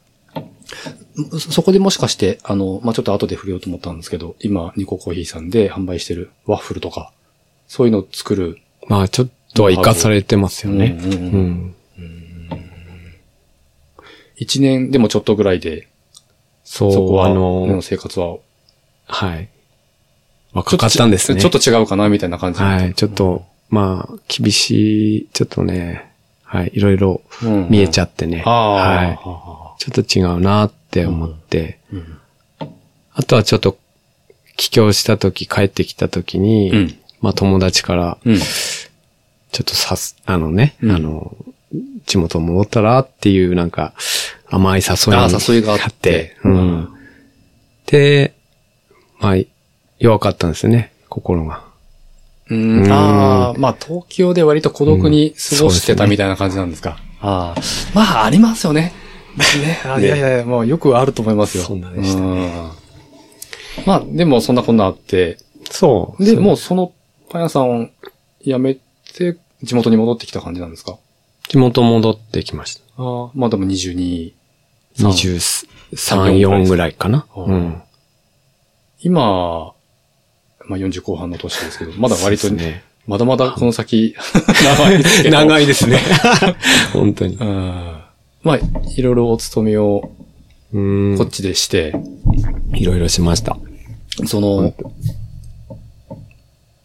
[SPEAKER 1] そそこでもしかして、あの、まあ、ちょっと後で触れようと思ったんですけど、今、ニココーヒーさんで販売してるワッフルとか、そういうのを作る。
[SPEAKER 2] まあ、ちょっとは生かされてますよね。
[SPEAKER 1] うんうんうん
[SPEAKER 2] うん。
[SPEAKER 1] 一年でもちょっとぐらいで、
[SPEAKER 2] そ、
[SPEAKER 1] そうこは、
[SPEAKER 2] あ
[SPEAKER 1] の
[SPEAKER 2] の、
[SPEAKER 1] 生活は。
[SPEAKER 2] はい。若かったんですね。
[SPEAKER 1] ちょっと違うかな、みたいな感じ。
[SPEAKER 2] はい、ちょっと、まあ、厳しい、ちょっとね、はい、いろいろ
[SPEAKER 1] うん
[SPEAKER 2] 見えちゃ
[SPEAKER 1] っ
[SPEAKER 2] ってね。
[SPEAKER 1] ああ。
[SPEAKER 2] はい。ちょっと違うなって思って、
[SPEAKER 1] うん
[SPEAKER 2] あとはちょっと、帰郷した時、帰ってきた時に、
[SPEAKER 1] うん
[SPEAKER 2] まあ友達から、
[SPEAKER 1] うん。
[SPEAKER 2] ちょっとさす、あのね、
[SPEAKER 1] うん
[SPEAKER 2] あの、地元戻ったらっていうなんか、甘い誘い
[SPEAKER 1] ああ誘いがあって
[SPEAKER 2] う
[SPEAKER 1] うん
[SPEAKER 2] ん。で、まあ、弱かったんですよね、心が。
[SPEAKER 1] うん
[SPEAKER 2] うん
[SPEAKER 1] ああ、まあ東京で割と孤独に過ごしてたみたいな感じなんですか。ああ、まあありますよね。ね、あいやいやいや、もうよくあると思いますよ。
[SPEAKER 2] そんなでした
[SPEAKER 1] うんまあでもそんなこんなあって、
[SPEAKER 2] そう。
[SPEAKER 1] で、
[SPEAKER 2] そう
[SPEAKER 1] もうそのパン屋さんを辞めて地元に戻ってきた感じなんですか
[SPEAKER 2] 地元戻ってきました。
[SPEAKER 1] ああ、まあでも22。
[SPEAKER 2] 23、
[SPEAKER 1] 4
[SPEAKER 2] 4ぐらいかな。
[SPEAKER 1] うん
[SPEAKER 2] うん。
[SPEAKER 1] 今、まあ40後半の年ですけど、まだ割と、
[SPEAKER 2] そうですね。
[SPEAKER 1] まだまだこの先、 長いですけど。
[SPEAKER 2] 長いですね。 本当に
[SPEAKER 1] う。んまあ、いろいろお勤めを
[SPEAKER 2] うん
[SPEAKER 1] こっちでして、
[SPEAKER 2] いろいろしました。
[SPEAKER 1] その、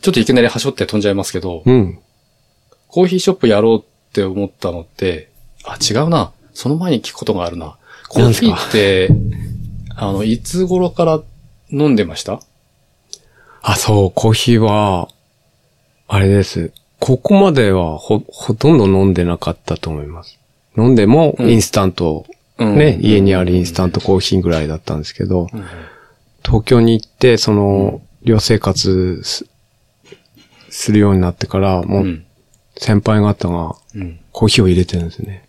[SPEAKER 1] ちょっといきなり端折って飛んじゃいますけど、
[SPEAKER 2] うん。
[SPEAKER 1] コーヒーショップやろうって思ったのって、あ、違うな。その前に聞くことがあるな。コーヒーって、あの、いつ頃から飲んでました
[SPEAKER 2] あ、そう、コーヒーは、あれです。ここまではほ、ほとんど飲んでなかったと思います。飲んでも、
[SPEAKER 1] うん
[SPEAKER 2] インスタント、
[SPEAKER 1] うん
[SPEAKER 2] ね、家にあるインスタントコーヒーぐらいだったんですけど、
[SPEAKER 1] うん
[SPEAKER 2] 東京に行って、その、寮生活す、するようになってから、
[SPEAKER 1] う。
[SPEAKER 2] もうん先輩方が
[SPEAKER 1] うん。
[SPEAKER 2] コーヒーを入れてるんですね。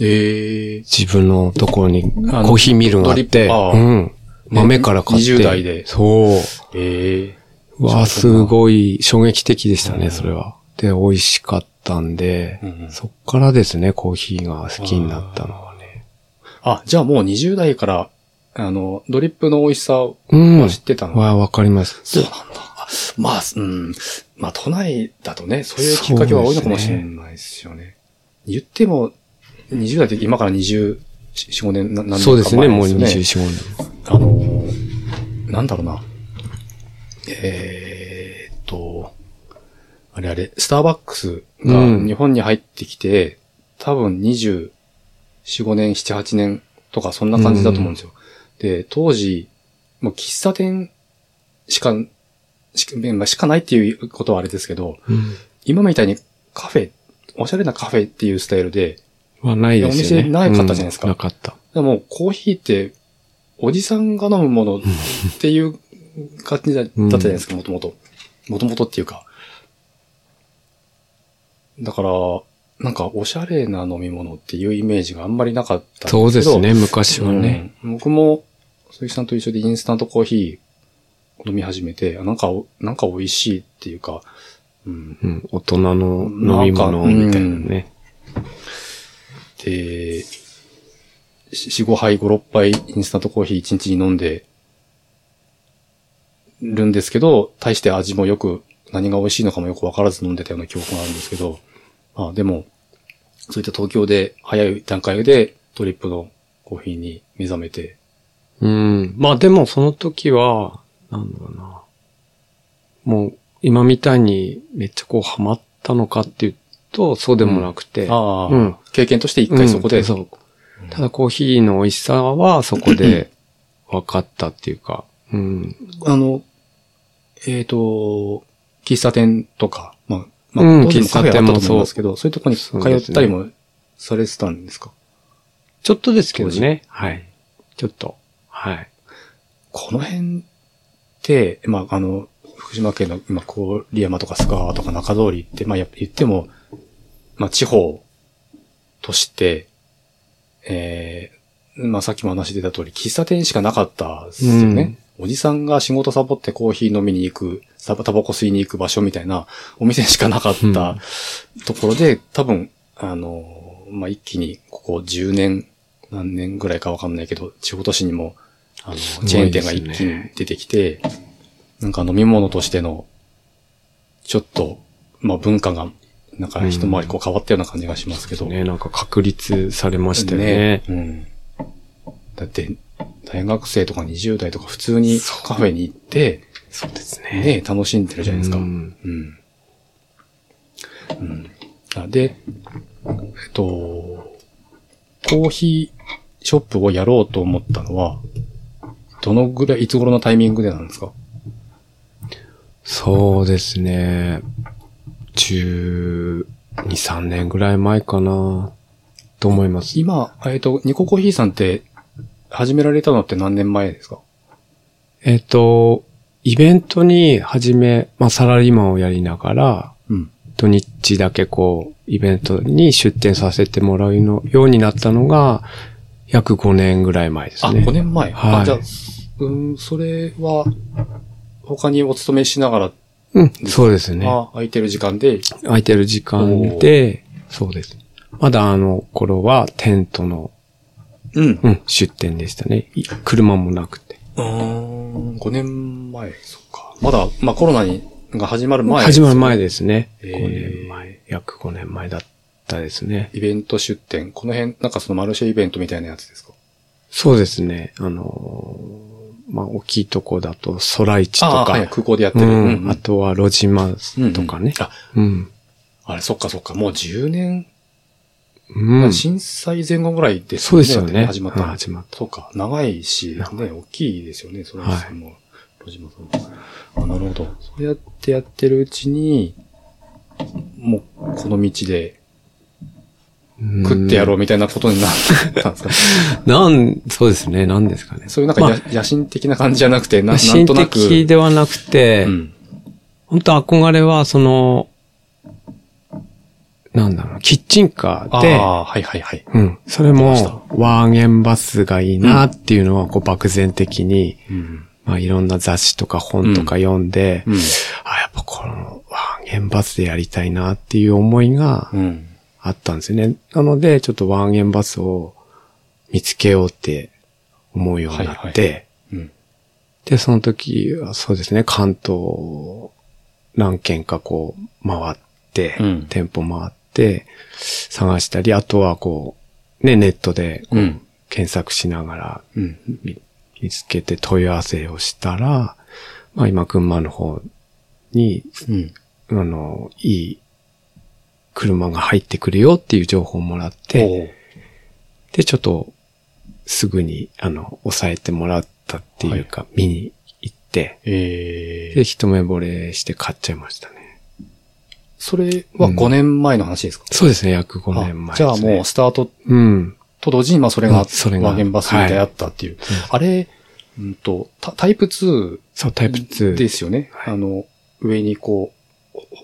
[SPEAKER 1] ええ
[SPEAKER 2] 自分のところにコ
[SPEAKER 1] あの
[SPEAKER 2] ーヒーミルがあ
[SPEAKER 1] ド
[SPEAKER 2] っ
[SPEAKER 1] リッ
[SPEAKER 2] て、
[SPEAKER 1] プああ
[SPEAKER 2] うん。豆から買って。
[SPEAKER 1] 20代で
[SPEAKER 2] そう。
[SPEAKER 1] ええ
[SPEAKER 2] わあ、すごい衝撃的でしたね、それは。で、美味しかったんで、
[SPEAKER 1] うんうん
[SPEAKER 2] そっからですね、コーヒーが好きになったのはね。
[SPEAKER 1] あ、じゃあもう20代から、あの、ドリップの美味しさを
[SPEAKER 2] うん。
[SPEAKER 1] 知ってたの、
[SPEAKER 2] わ、わかります。
[SPEAKER 1] そうなんだ。まあ、うん。まあ、都内だとね、そういうきっかけは多いのかもしれないですよね。言っても、20代って今から24、5年、な何年か前
[SPEAKER 2] そうですね、もう
[SPEAKER 1] です
[SPEAKER 2] 24
[SPEAKER 1] ね、
[SPEAKER 2] 年。
[SPEAKER 1] あのー、なんだろうな。えーっと、あれあれ、スターバックスが
[SPEAKER 2] うん
[SPEAKER 1] 日本に入ってきて、多分24、5年、7、8年とかそんな感じだと思うんですよ。で、当時、もう喫茶店しか、しか、まあしかないっていうことはあれですけど、
[SPEAKER 2] うん。
[SPEAKER 1] 今みたいにカフェ、おしゃれなカフェっていうスタイルで、
[SPEAKER 2] はないですよね。
[SPEAKER 1] お店なかったじゃないですか
[SPEAKER 2] うんなかった。
[SPEAKER 1] でもコーヒーって、おじさんが飲むものっていう感じだだったじゃないですか、もともと。もともとっていうか。だから、なんかおしゃれな飲み物っていうイメージがあんまりなかったんけど
[SPEAKER 2] そうですね、昔はね。
[SPEAKER 1] うん僕も、鈴木さんと一緒でインスタントコーヒー飲み始めて、あなんかお、なんか美味しいっていうか、うん、
[SPEAKER 2] うん、大人の飲み物みたいなね。
[SPEAKER 1] で、4、5杯、5、6杯インスタントコーヒー1日に飲んでるんですけど、大して味もよく、何が美味しいのかもよくわからず飲んでたような記憶があるんですけど、まあでも、そういった東京で早い段階でトリップのコーヒーに目覚めて、
[SPEAKER 2] うん。まあでもその時は、なんだろうな。もう今みたいにめっちゃこうハマったのかっていうと、そうでもなくて。
[SPEAKER 1] ああ、
[SPEAKER 2] うん
[SPEAKER 1] 経験として一回そこで、
[SPEAKER 2] うんそうただコーヒーの美味しさはそこで分かったっていうか。うん。
[SPEAKER 1] あの、えっ、と、喫茶店とか、まあ、ま
[SPEAKER 2] う
[SPEAKER 1] あ、
[SPEAKER 2] ん
[SPEAKER 1] 当時もカフェあったと思いますけど、そういうとこに通
[SPEAKER 2] そうですね
[SPEAKER 1] ったりもされてたんですか
[SPEAKER 2] ちょっとですけどね。はい。ちょっと。はい。
[SPEAKER 1] この辺って、まあ、あの、福島県の、今、郡山とか須賀川とか中通りって、まあ、やっぱ言っても、まあ、地方として、えー、まあ、さっきも話してた通り、喫茶店しかなかったですよね。おじさんが仕事サボってコーヒー飲みに行く、タバタバコ吸いに行く場所みたいなお店しかなかったところで、多分、あの、まあ、一気にここ10年、何年ぐらいかわかんないけど、地方都市にも、あの、
[SPEAKER 2] ごいですね
[SPEAKER 1] チェーン店が一気に出てきて、なんか飲み物としての、ちょっと、まあ、文化がなんか一回りこう変わったような感じがしますけど。
[SPEAKER 2] ね、なんか確立されましたよね。
[SPEAKER 1] うん。だって、大学生とか20代とか普通にカフェに行って、
[SPEAKER 2] そうですね。
[SPEAKER 1] ね、楽しんでるじゃないですか。
[SPEAKER 2] う
[SPEAKER 1] うん。
[SPEAKER 2] ん
[SPEAKER 1] うん。あで、えっと、コーヒーショップをやろうと思ったのは、どのぐらい、いつ頃のタイミングでなんですか
[SPEAKER 2] そうですね。12、3年ぐらい前かな、と思います。
[SPEAKER 1] 今、えっと、ニココーヒーさんって、始められたのって何年前ですか
[SPEAKER 2] えっ、と、イベントに始め、まあサラリーマンをやりながら、
[SPEAKER 1] うん。
[SPEAKER 2] 土日だけこう、イベントに出店させてもらうのようになったのが、約5年ぐらい前です
[SPEAKER 1] あ、
[SPEAKER 2] ね。
[SPEAKER 1] 5年前。
[SPEAKER 2] はい
[SPEAKER 1] あじゃあ、うん、それは、他にお勤めしながら、
[SPEAKER 2] うん、そうですね。
[SPEAKER 1] あ空いてる時間で、
[SPEAKER 2] 空いてる時間で、そうです。まだあの頃はテントの、
[SPEAKER 1] うん。
[SPEAKER 2] うん、出店でしたね。い車もなくて。
[SPEAKER 1] うん、5年前、そっか。まだ、まあコロナにが始まる前、
[SPEAKER 2] 始まる前ですね。
[SPEAKER 1] え
[SPEAKER 2] 5
[SPEAKER 1] ー
[SPEAKER 2] 年前、約5年前だったですね。
[SPEAKER 1] イベント出店。この辺、なんかそのマルシェイベントみたいなやつですか
[SPEAKER 2] そうですね。あのーまあ、大きいとこだと、空市と
[SPEAKER 1] あ
[SPEAKER 2] か、
[SPEAKER 1] はい、空港でやって
[SPEAKER 2] う
[SPEAKER 1] る。
[SPEAKER 2] ん、あとは路地マスとかね。
[SPEAKER 1] あ、
[SPEAKER 2] うん。
[SPEAKER 1] あれ、そっかそっか。もう10年、
[SPEAKER 2] うん。
[SPEAKER 1] 震災前後ぐらいです
[SPEAKER 2] そうですよね。
[SPEAKER 1] 始まった
[SPEAKER 2] うん
[SPEAKER 1] の。
[SPEAKER 2] 始まっ
[SPEAKER 1] そうか、長いし、ね、大きいですよね、それは。
[SPEAKER 2] はい
[SPEAKER 1] その、ロジマさん。あ、なるほど。そうやってやってるうちに、もう、この道で
[SPEAKER 2] た。
[SPEAKER 1] 食ってやろ
[SPEAKER 2] う
[SPEAKER 1] うみたいなことになったんですか、
[SPEAKER 2] ん。なん、そうですね。なんですかね。
[SPEAKER 1] そういうなんか、
[SPEAKER 2] まあ
[SPEAKER 1] や野心的な感じじゃなくて、な
[SPEAKER 2] まあ
[SPEAKER 1] なん
[SPEAKER 2] 心
[SPEAKER 1] となく。
[SPEAKER 2] 的ではなくて、
[SPEAKER 1] うん。
[SPEAKER 2] 本当憧れは、その、なんだろう、キッチンカ
[SPEAKER 1] あ
[SPEAKER 2] ーで、
[SPEAKER 1] あ、はいはいはい。
[SPEAKER 2] うん。それ
[SPEAKER 1] 出ま
[SPEAKER 2] も、ワーゲンバスがいいなっていうのは、こう、漠然的に、
[SPEAKER 1] うん。
[SPEAKER 2] まあ、いろんな雑誌とか本とか読んで、
[SPEAKER 1] うん。
[SPEAKER 2] あ、やっぱこの、ワーゲンバスでやりたいなっていう思いが
[SPEAKER 1] うん。
[SPEAKER 2] あったんですよね。なので、ちょっとワーゲンバスを見つけようって思うようになって、
[SPEAKER 1] はいはうん。
[SPEAKER 2] で、その時は、そうですね、関東、何軒かこう、回って、
[SPEAKER 1] うん
[SPEAKER 2] 店舗回って、探したり、あとはこう、ね、ネットでこう
[SPEAKER 1] うん
[SPEAKER 2] 検索しながら
[SPEAKER 1] うん。
[SPEAKER 2] 見見つけて問い合わせをしたら、まあ今、群馬の方に、
[SPEAKER 1] うん。
[SPEAKER 2] あの、いい車が入ってくるよっていう情報をもらって、
[SPEAKER 1] おう
[SPEAKER 2] で、ちょっと、すぐに、あの、抑えてもらったっていうか、見に行って、
[SPEAKER 1] え
[SPEAKER 2] で、
[SPEAKER 1] ー、
[SPEAKER 2] 一目惚れして買っちゃいましたね。
[SPEAKER 1] それは
[SPEAKER 2] うん
[SPEAKER 1] 5年前の話ですか、
[SPEAKER 2] そうですね、約5年
[SPEAKER 1] あ
[SPEAKER 2] 前
[SPEAKER 1] じ
[SPEAKER 2] で
[SPEAKER 1] ゃあ
[SPEAKER 2] す、ね。
[SPEAKER 1] もう、スタート
[SPEAKER 2] う、うん。
[SPEAKER 1] と同時に、まあ、それ
[SPEAKER 2] う
[SPEAKER 1] が、
[SPEAKER 2] んそれが
[SPEAKER 1] ワーゲンバスに出会ったっていう。あれ、うんと、タタイプ2
[SPEAKER 2] そう、タイプ2。
[SPEAKER 1] ですよね。
[SPEAKER 2] はい
[SPEAKER 1] あの、上にこ、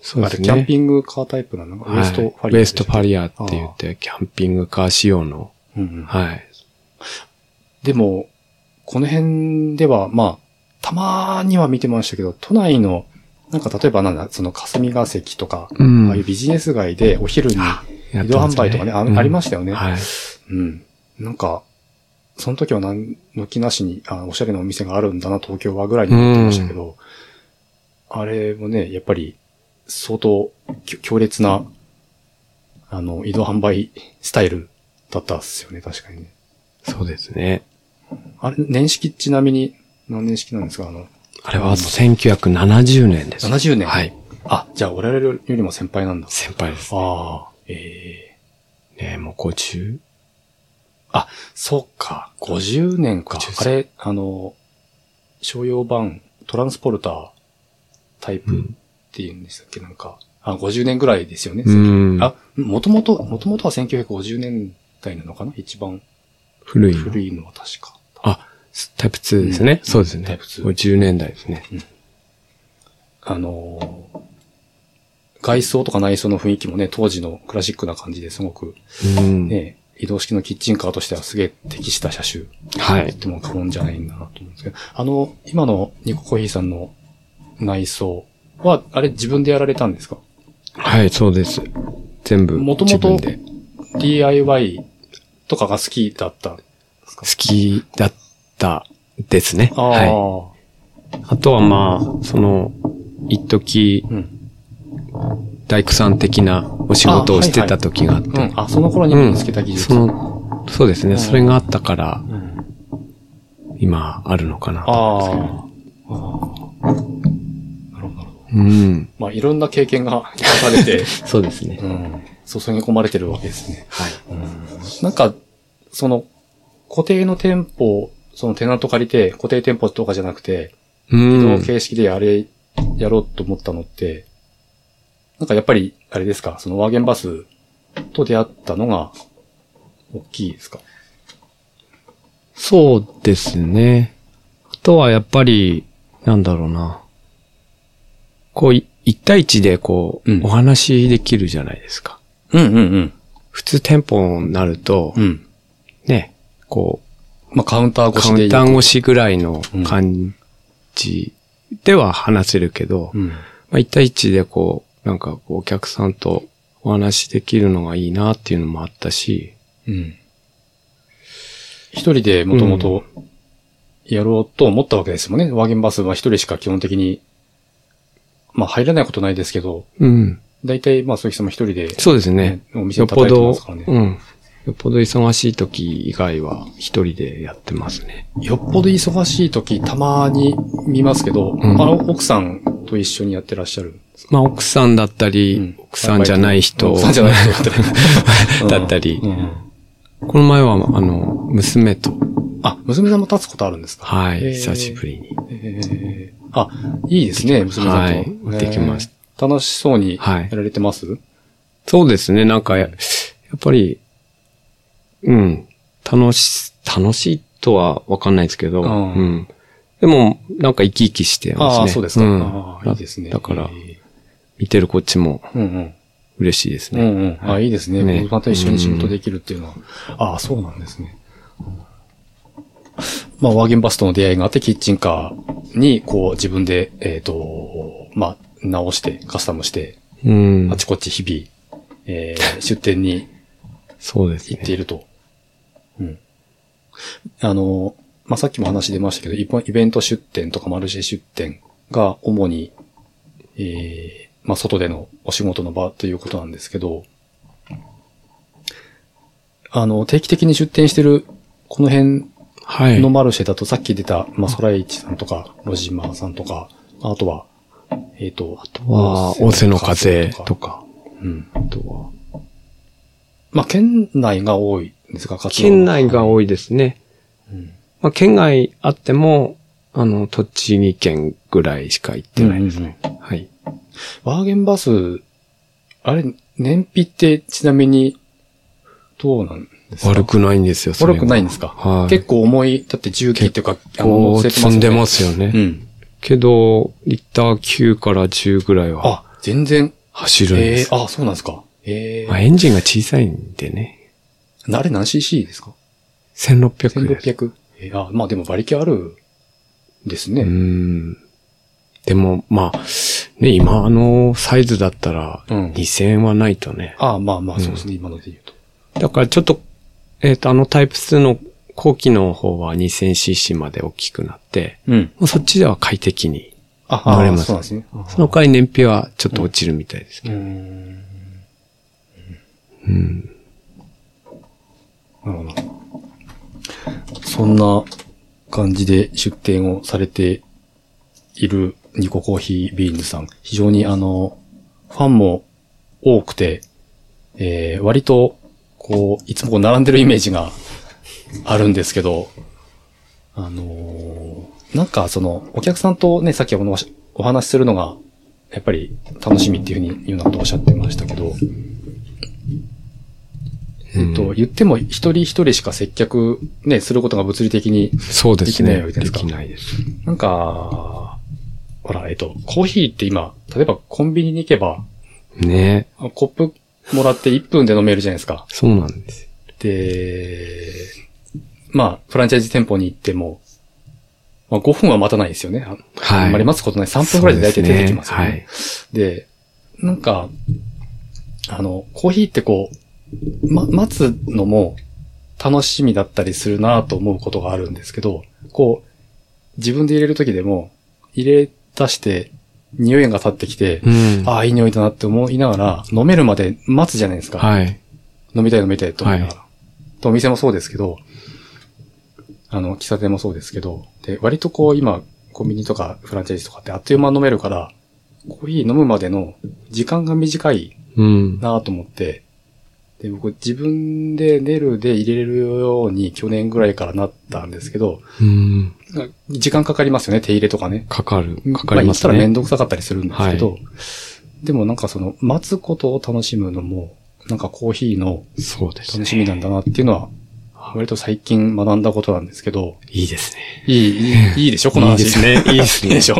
[SPEAKER 2] そうう
[SPEAKER 1] あれ、
[SPEAKER 2] です
[SPEAKER 1] キ
[SPEAKER 2] ね。
[SPEAKER 1] ャンピングカータイプなのか、ウエストファ
[SPEAKER 2] は
[SPEAKER 1] リア
[SPEAKER 2] いウ
[SPEAKER 1] で
[SPEAKER 2] エ
[SPEAKER 1] し
[SPEAKER 2] ス
[SPEAKER 1] た
[SPEAKER 2] ト
[SPEAKER 1] っけ。
[SPEAKER 2] パリアって言って、キャンピングカー仕様の。
[SPEAKER 1] うんうん
[SPEAKER 2] はい。
[SPEAKER 1] でも、この辺では、まあ、たまには見てましたけど、都内の、なんか例えばなんだ、その霞が関とか、
[SPEAKER 2] うん
[SPEAKER 1] ああいうビジネス街でお昼に
[SPEAKER 2] やっ
[SPEAKER 1] 移
[SPEAKER 2] て
[SPEAKER 1] 動
[SPEAKER 2] ます
[SPEAKER 1] 販売とかね、あ
[SPEAKER 2] うん
[SPEAKER 1] ありましたよね。
[SPEAKER 2] はい。
[SPEAKER 1] うん。なんか、その時は何の気なしに、あおしゃれなお店があるんだな、東京はぐらいに思ってましたけど、あれもね、やっぱり、相当きょ強烈な、あの、移動販売スタイルだったっすよね、確かにね。
[SPEAKER 2] そうですね。
[SPEAKER 1] あれ、年式ちなみに、何年式なんですかあの、
[SPEAKER 2] あれは1970年です。
[SPEAKER 1] 70年。
[SPEAKER 2] はい。。
[SPEAKER 1] あ、じゃあ我々よりも先輩なんだ。
[SPEAKER 2] 先輩です。
[SPEAKER 1] ああ、ええ
[SPEAKER 2] ねもう50。
[SPEAKER 1] そっか、50年か。
[SPEAKER 2] 50
[SPEAKER 1] あれ、あの、商用版、トランスポルタータイプっ。ていうんでしたっけ、なんか。あ、50年ぐらいですよね。
[SPEAKER 2] うん。
[SPEAKER 1] あ、もともと、もともとは1950年代なのかな一番
[SPEAKER 2] 古い。
[SPEAKER 1] 古いのは確か。
[SPEAKER 2] あ、タイプ2ですね。
[SPEAKER 1] うん
[SPEAKER 2] そうですね。
[SPEAKER 1] タイプ2
[SPEAKER 2] 50年代ですね。
[SPEAKER 1] あのー外装とか内装の雰囲気もね、当時のクラシックな感じですごく、
[SPEAKER 2] うん。
[SPEAKER 1] ね、移動式のキッチンカーとしてはすげえ適した車種。
[SPEAKER 2] はい
[SPEAKER 1] と。言っても過言じゃないんだなと思うんですけど、あの、今のニココーヒーさんの内装は、あれ自分でやられたんですか
[SPEAKER 2] はい、そうです。全部。
[SPEAKER 1] もとも
[SPEAKER 2] 自分
[SPEAKER 1] と
[SPEAKER 2] で
[SPEAKER 1] DIY とかが好きだったんですか
[SPEAKER 2] 好きだったですね。
[SPEAKER 1] ああ、
[SPEAKER 2] はい。あとはまあ、その、一時
[SPEAKER 1] うん。
[SPEAKER 2] 大工さん的なお仕事をしてた時があって。
[SPEAKER 1] うん。あ、その頃に
[SPEAKER 2] うん
[SPEAKER 1] 身につけた技術。
[SPEAKER 2] その、そうですね、
[SPEAKER 1] うん
[SPEAKER 2] それがあったから、
[SPEAKER 1] うん
[SPEAKER 2] 今あるのかな
[SPEAKER 1] あ
[SPEAKER 2] と。
[SPEAKER 1] あ。ああなるほどなるほど。
[SPEAKER 2] うん。
[SPEAKER 1] まあ、いろんな経験が生かされて、
[SPEAKER 2] そうですね。
[SPEAKER 1] うん、注ぎ込まれてるわけですね。
[SPEAKER 2] はい。
[SPEAKER 1] なんか、その、固定の店舗、そのテナント借りて、固定店舗とかじゃなくて、
[SPEAKER 2] う
[SPEAKER 1] 移動
[SPEAKER 2] ん。
[SPEAKER 1] 形式でやれ、やろうと思ったのって、なんかやっぱり、あれですか、そのワーゲンバスと出会ったのが、大きいですか。
[SPEAKER 2] そうですね。あとはやっぱり、なんだろうな。こう、い一対一でこう、
[SPEAKER 1] うん
[SPEAKER 2] お話しできるじゃないですか。
[SPEAKER 1] うんうんうん。
[SPEAKER 2] 普通店舗になると、
[SPEAKER 1] うん。
[SPEAKER 2] ね、こ
[SPEAKER 1] まあ、カウンター
[SPEAKER 2] う、
[SPEAKER 1] 越
[SPEAKER 2] カ
[SPEAKER 1] し
[SPEAKER 2] ウ
[SPEAKER 1] で
[SPEAKER 2] ン
[SPEAKER 1] 言
[SPEAKER 2] タ
[SPEAKER 1] う
[SPEAKER 2] ー越しぐらいの感じでは話せるけど、
[SPEAKER 1] うん。
[SPEAKER 2] まあ、一対一でこう、なんかこうお客さんとお話しできるのがいいなっていうのもあったし、
[SPEAKER 1] うん。一人でもともとやろうと思ったわけですもんね。ワーゲンバスは一人しか基本的に、まあ入らないことないですけど、
[SPEAKER 2] うん。
[SPEAKER 1] 大体まあ鈴木さんも一人で、
[SPEAKER 2] そうですね。
[SPEAKER 1] お店
[SPEAKER 2] よっ
[SPEAKER 1] 叩
[SPEAKER 2] ぽ
[SPEAKER 1] いてま
[SPEAKER 2] ど
[SPEAKER 1] すから、
[SPEAKER 2] う
[SPEAKER 1] ね。
[SPEAKER 2] ん。よっぽど忙しい時以外は一人でやってますね。
[SPEAKER 1] よっぽど忙しい時たまに見ますけど、
[SPEAKER 2] ん
[SPEAKER 1] あの奥さんと一緒にやってらっしゃる。
[SPEAKER 2] まあ奥さんだったり、
[SPEAKER 1] うん
[SPEAKER 2] 奥さんじゃない人
[SPEAKER 1] 奥さんじゃない人 だったり。うん
[SPEAKER 2] だったり
[SPEAKER 1] うん
[SPEAKER 2] この前は、あの、娘と、
[SPEAKER 1] あ、娘さんも立つことあるんですか
[SPEAKER 2] はい、
[SPEAKER 1] へー
[SPEAKER 2] 久しぶりに。
[SPEAKER 1] えーあ、いいですね、娘さんと。
[SPEAKER 2] はいできまし
[SPEAKER 1] えー楽しそうに
[SPEAKER 2] は
[SPEAKER 1] や
[SPEAKER 2] い
[SPEAKER 1] られてます、
[SPEAKER 2] そうですね、なんかや、やっぱり、うん、楽し、楽しいとはわかんないですけど、
[SPEAKER 1] うん
[SPEAKER 2] うん。でも、なんか生き生きしてますね。
[SPEAKER 1] ああ、そうですか。
[SPEAKER 2] ん
[SPEAKER 1] ああ、いいですね。
[SPEAKER 2] だから
[SPEAKER 1] え、ー
[SPEAKER 2] 見てるこっちも
[SPEAKER 1] うんうん。
[SPEAKER 2] 嬉しいです
[SPEAKER 1] う
[SPEAKER 2] ね。
[SPEAKER 1] んうん。あいいですね。
[SPEAKER 2] ね
[SPEAKER 1] 子供と一緒に仕事できるっていうのは。ああ、そうなんですね。まあ、ワーゲンバスとの出会いがあって、キッチンカーに、こう、自分で、えっ、と、まあ、直して、カスタムして、
[SPEAKER 2] うん。
[SPEAKER 1] あちこち日々、えー出店に
[SPEAKER 2] そうです
[SPEAKER 1] 行って
[SPEAKER 2] ね。
[SPEAKER 1] いると。うん。あの、まあ、さっきも話出ましたけど、一般イベント出店とかマルシェ出店が主に、ええまあ、外でのお仕事の場ということなんですけど、あの、定期的に出店してる、この辺
[SPEAKER 2] はい。
[SPEAKER 1] のマルシェだと、さっき出た、まあ、ソライチさんとか、ロジマーさんとか、あとは、えっ、と、あと
[SPEAKER 2] は、大瀬の風
[SPEAKER 1] と
[SPEAKER 2] と
[SPEAKER 1] か、
[SPEAKER 2] か。
[SPEAKER 1] うん。
[SPEAKER 2] あとは、
[SPEAKER 1] まあ、県内が多いんですか、活動は
[SPEAKER 2] 県内が多いですね。
[SPEAKER 1] うん
[SPEAKER 2] まあ、県外あっても、あの、栃木県ぐらいしか行ってないですね。はい。
[SPEAKER 1] ワーゲンバス、あれ、燃費ってちなみに、どうなんですか
[SPEAKER 2] 悪くないんですよ、それ
[SPEAKER 1] 悪
[SPEAKER 2] は
[SPEAKER 1] くないんですか
[SPEAKER 2] はい。
[SPEAKER 1] 結構重い、だって重機っていうか、あの
[SPEAKER 2] 構
[SPEAKER 1] 乗せて
[SPEAKER 2] 積んでますすよ
[SPEAKER 1] よ
[SPEAKER 2] ね。
[SPEAKER 1] ね。うん。
[SPEAKER 2] けど、リッター9から10ぐらいは
[SPEAKER 1] あ、全然。
[SPEAKER 2] 走るんで
[SPEAKER 1] え
[SPEAKER 2] す。
[SPEAKER 1] ー、あ、そうなんですか。え
[SPEAKER 2] まあ、
[SPEAKER 1] ー、
[SPEAKER 2] エンジンが小さいんでね。
[SPEAKER 1] あれ何 cc ですか
[SPEAKER 2] 1600です。
[SPEAKER 1] ?1600。えー、あ、まあでも馬力あるですね。
[SPEAKER 2] うーん。でも、まあ、ね、今あのサイズだったら、
[SPEAKER 1] うん
[SPEAKER 2] 2000円はないとね。
[SPEAKER 1] あまあまあ、そうですね、今ので言うと。
[SPEAKER 2] だからちょっと、えっ、と、あのタイプ2の後期の方は 2000cc まで大きくなって、
[SPEAKER 1] うん。
[SPEAKER 2] もうそっちでは快適に。
[SPEAKER 1] あ、
[SPEAKER 2] 乗れ
[SPEAKER 1] あ
[SPEAKER 2] ます
[SPEAKER 1] そうなんですね。
[SPEAKER 2] その代わり燃費はちょっと落ちるみたいです
[SPEAKER 1] う
[SPEAKER 2] ね。
[SPEAKER 1] ーん。
[SPEAKER 2] うん。
[SPEAKER 1] なるほど。そんな感じで出店をされているニココーヒービーンズさん。非常にあの、ファンも多くて、えー、割と、こう、いつもこう並んでるイメージがあるんですけど、あのーなんかその、お客さんとね、さっきおのお話しするのが、やっぱり楽しみっていうふうに言うようなことをおっしゃってましたけど、えっと、言っても一人一人しか接客ね、することが物理的に、
[SPEAKER 2] そうです
[SPEAKER 1] でき
[SPEAKER 2] ね。
[SPEAKER 1] ないわけです
[SPEAKER 2] で
[SPEAKER 1] か
[SPEAKER 2] きないです。
[SPEAKER 1] なんか、ほら、えっと、コーヒーって今、例えばコンビニに行けば、
[SPEAKER 2] ね
[SPEAKER 1] あコップもらって1分で飲めるじゃないですか。
[SPEAKER 2] そうなんですよ。
[SPEAKER 1] で、まあ、フランチャイズ店舗に行っても、まあ5分は待たないですよね。あ
[SPEAKER 2] はい。
[SPEAKER 1] あんまり待つことない。3分くらいで大体出てきますよね。
[SPEAKER 2] そうで
[SPEAKER 1] で、なんか、あの、コーヒーってこう、ま、待つのも楽しみだったりするなと思うことがあるんですけど、こう、自分で入れるときでも、入れ出して、匂いが立ってきて、
[SPEAKER 2] うん。
[SPEAKER 1] ああ、いい匂いだなって思いながら、飲めるまで待つじゃないですか。
[SPEAKER 2] はい。
[SPEAKER 1] 飲みたい飲みたいと思いながら。とお店もそうですけど、あの、喫茶店もそうですけど、で、割とこう今、コンビニとかフランチャイズとかってあっという間に飲めるから、コーヒー飲むまでの時間が短い
[SPEAKER 2] うん。
[SPEAKER 1] なぁと思って、で、僕自分でネルで入れれるように去年ぐらいからなったんですけど、
[SPEAKER 2] うん。
[SPEAKER 1] 時間かかりますよね、手入れとかね。
[SPEAKER 2] かかる。かかります
[SPEAKER 1] あ言ったらめん
[SPEAKER 2] ね。
[SPEAKER 1] どくさかったりするんですけど、でもなんかその、待つことを楽しむのも、なんかコーヒーの
[SPEAKER 2] そうです
[SPEAKER 1] 楽
[SPEAKER 2] ね。
[SPEAKER 1] しみなんだなっていうのは、割と最近学んだことなんですけど、
[SPEAKER 2] いいですね。
[SPEAKER 1] いい、いい、いいでしょこの
[SPEAKER 2] いい
[SPEAKER 1] 話。
[SPEAKER 2] ですね。いいです
[SPEAKER 1] い
[SPEAKER 2] ね。
[SPEAKER 1] いで しょ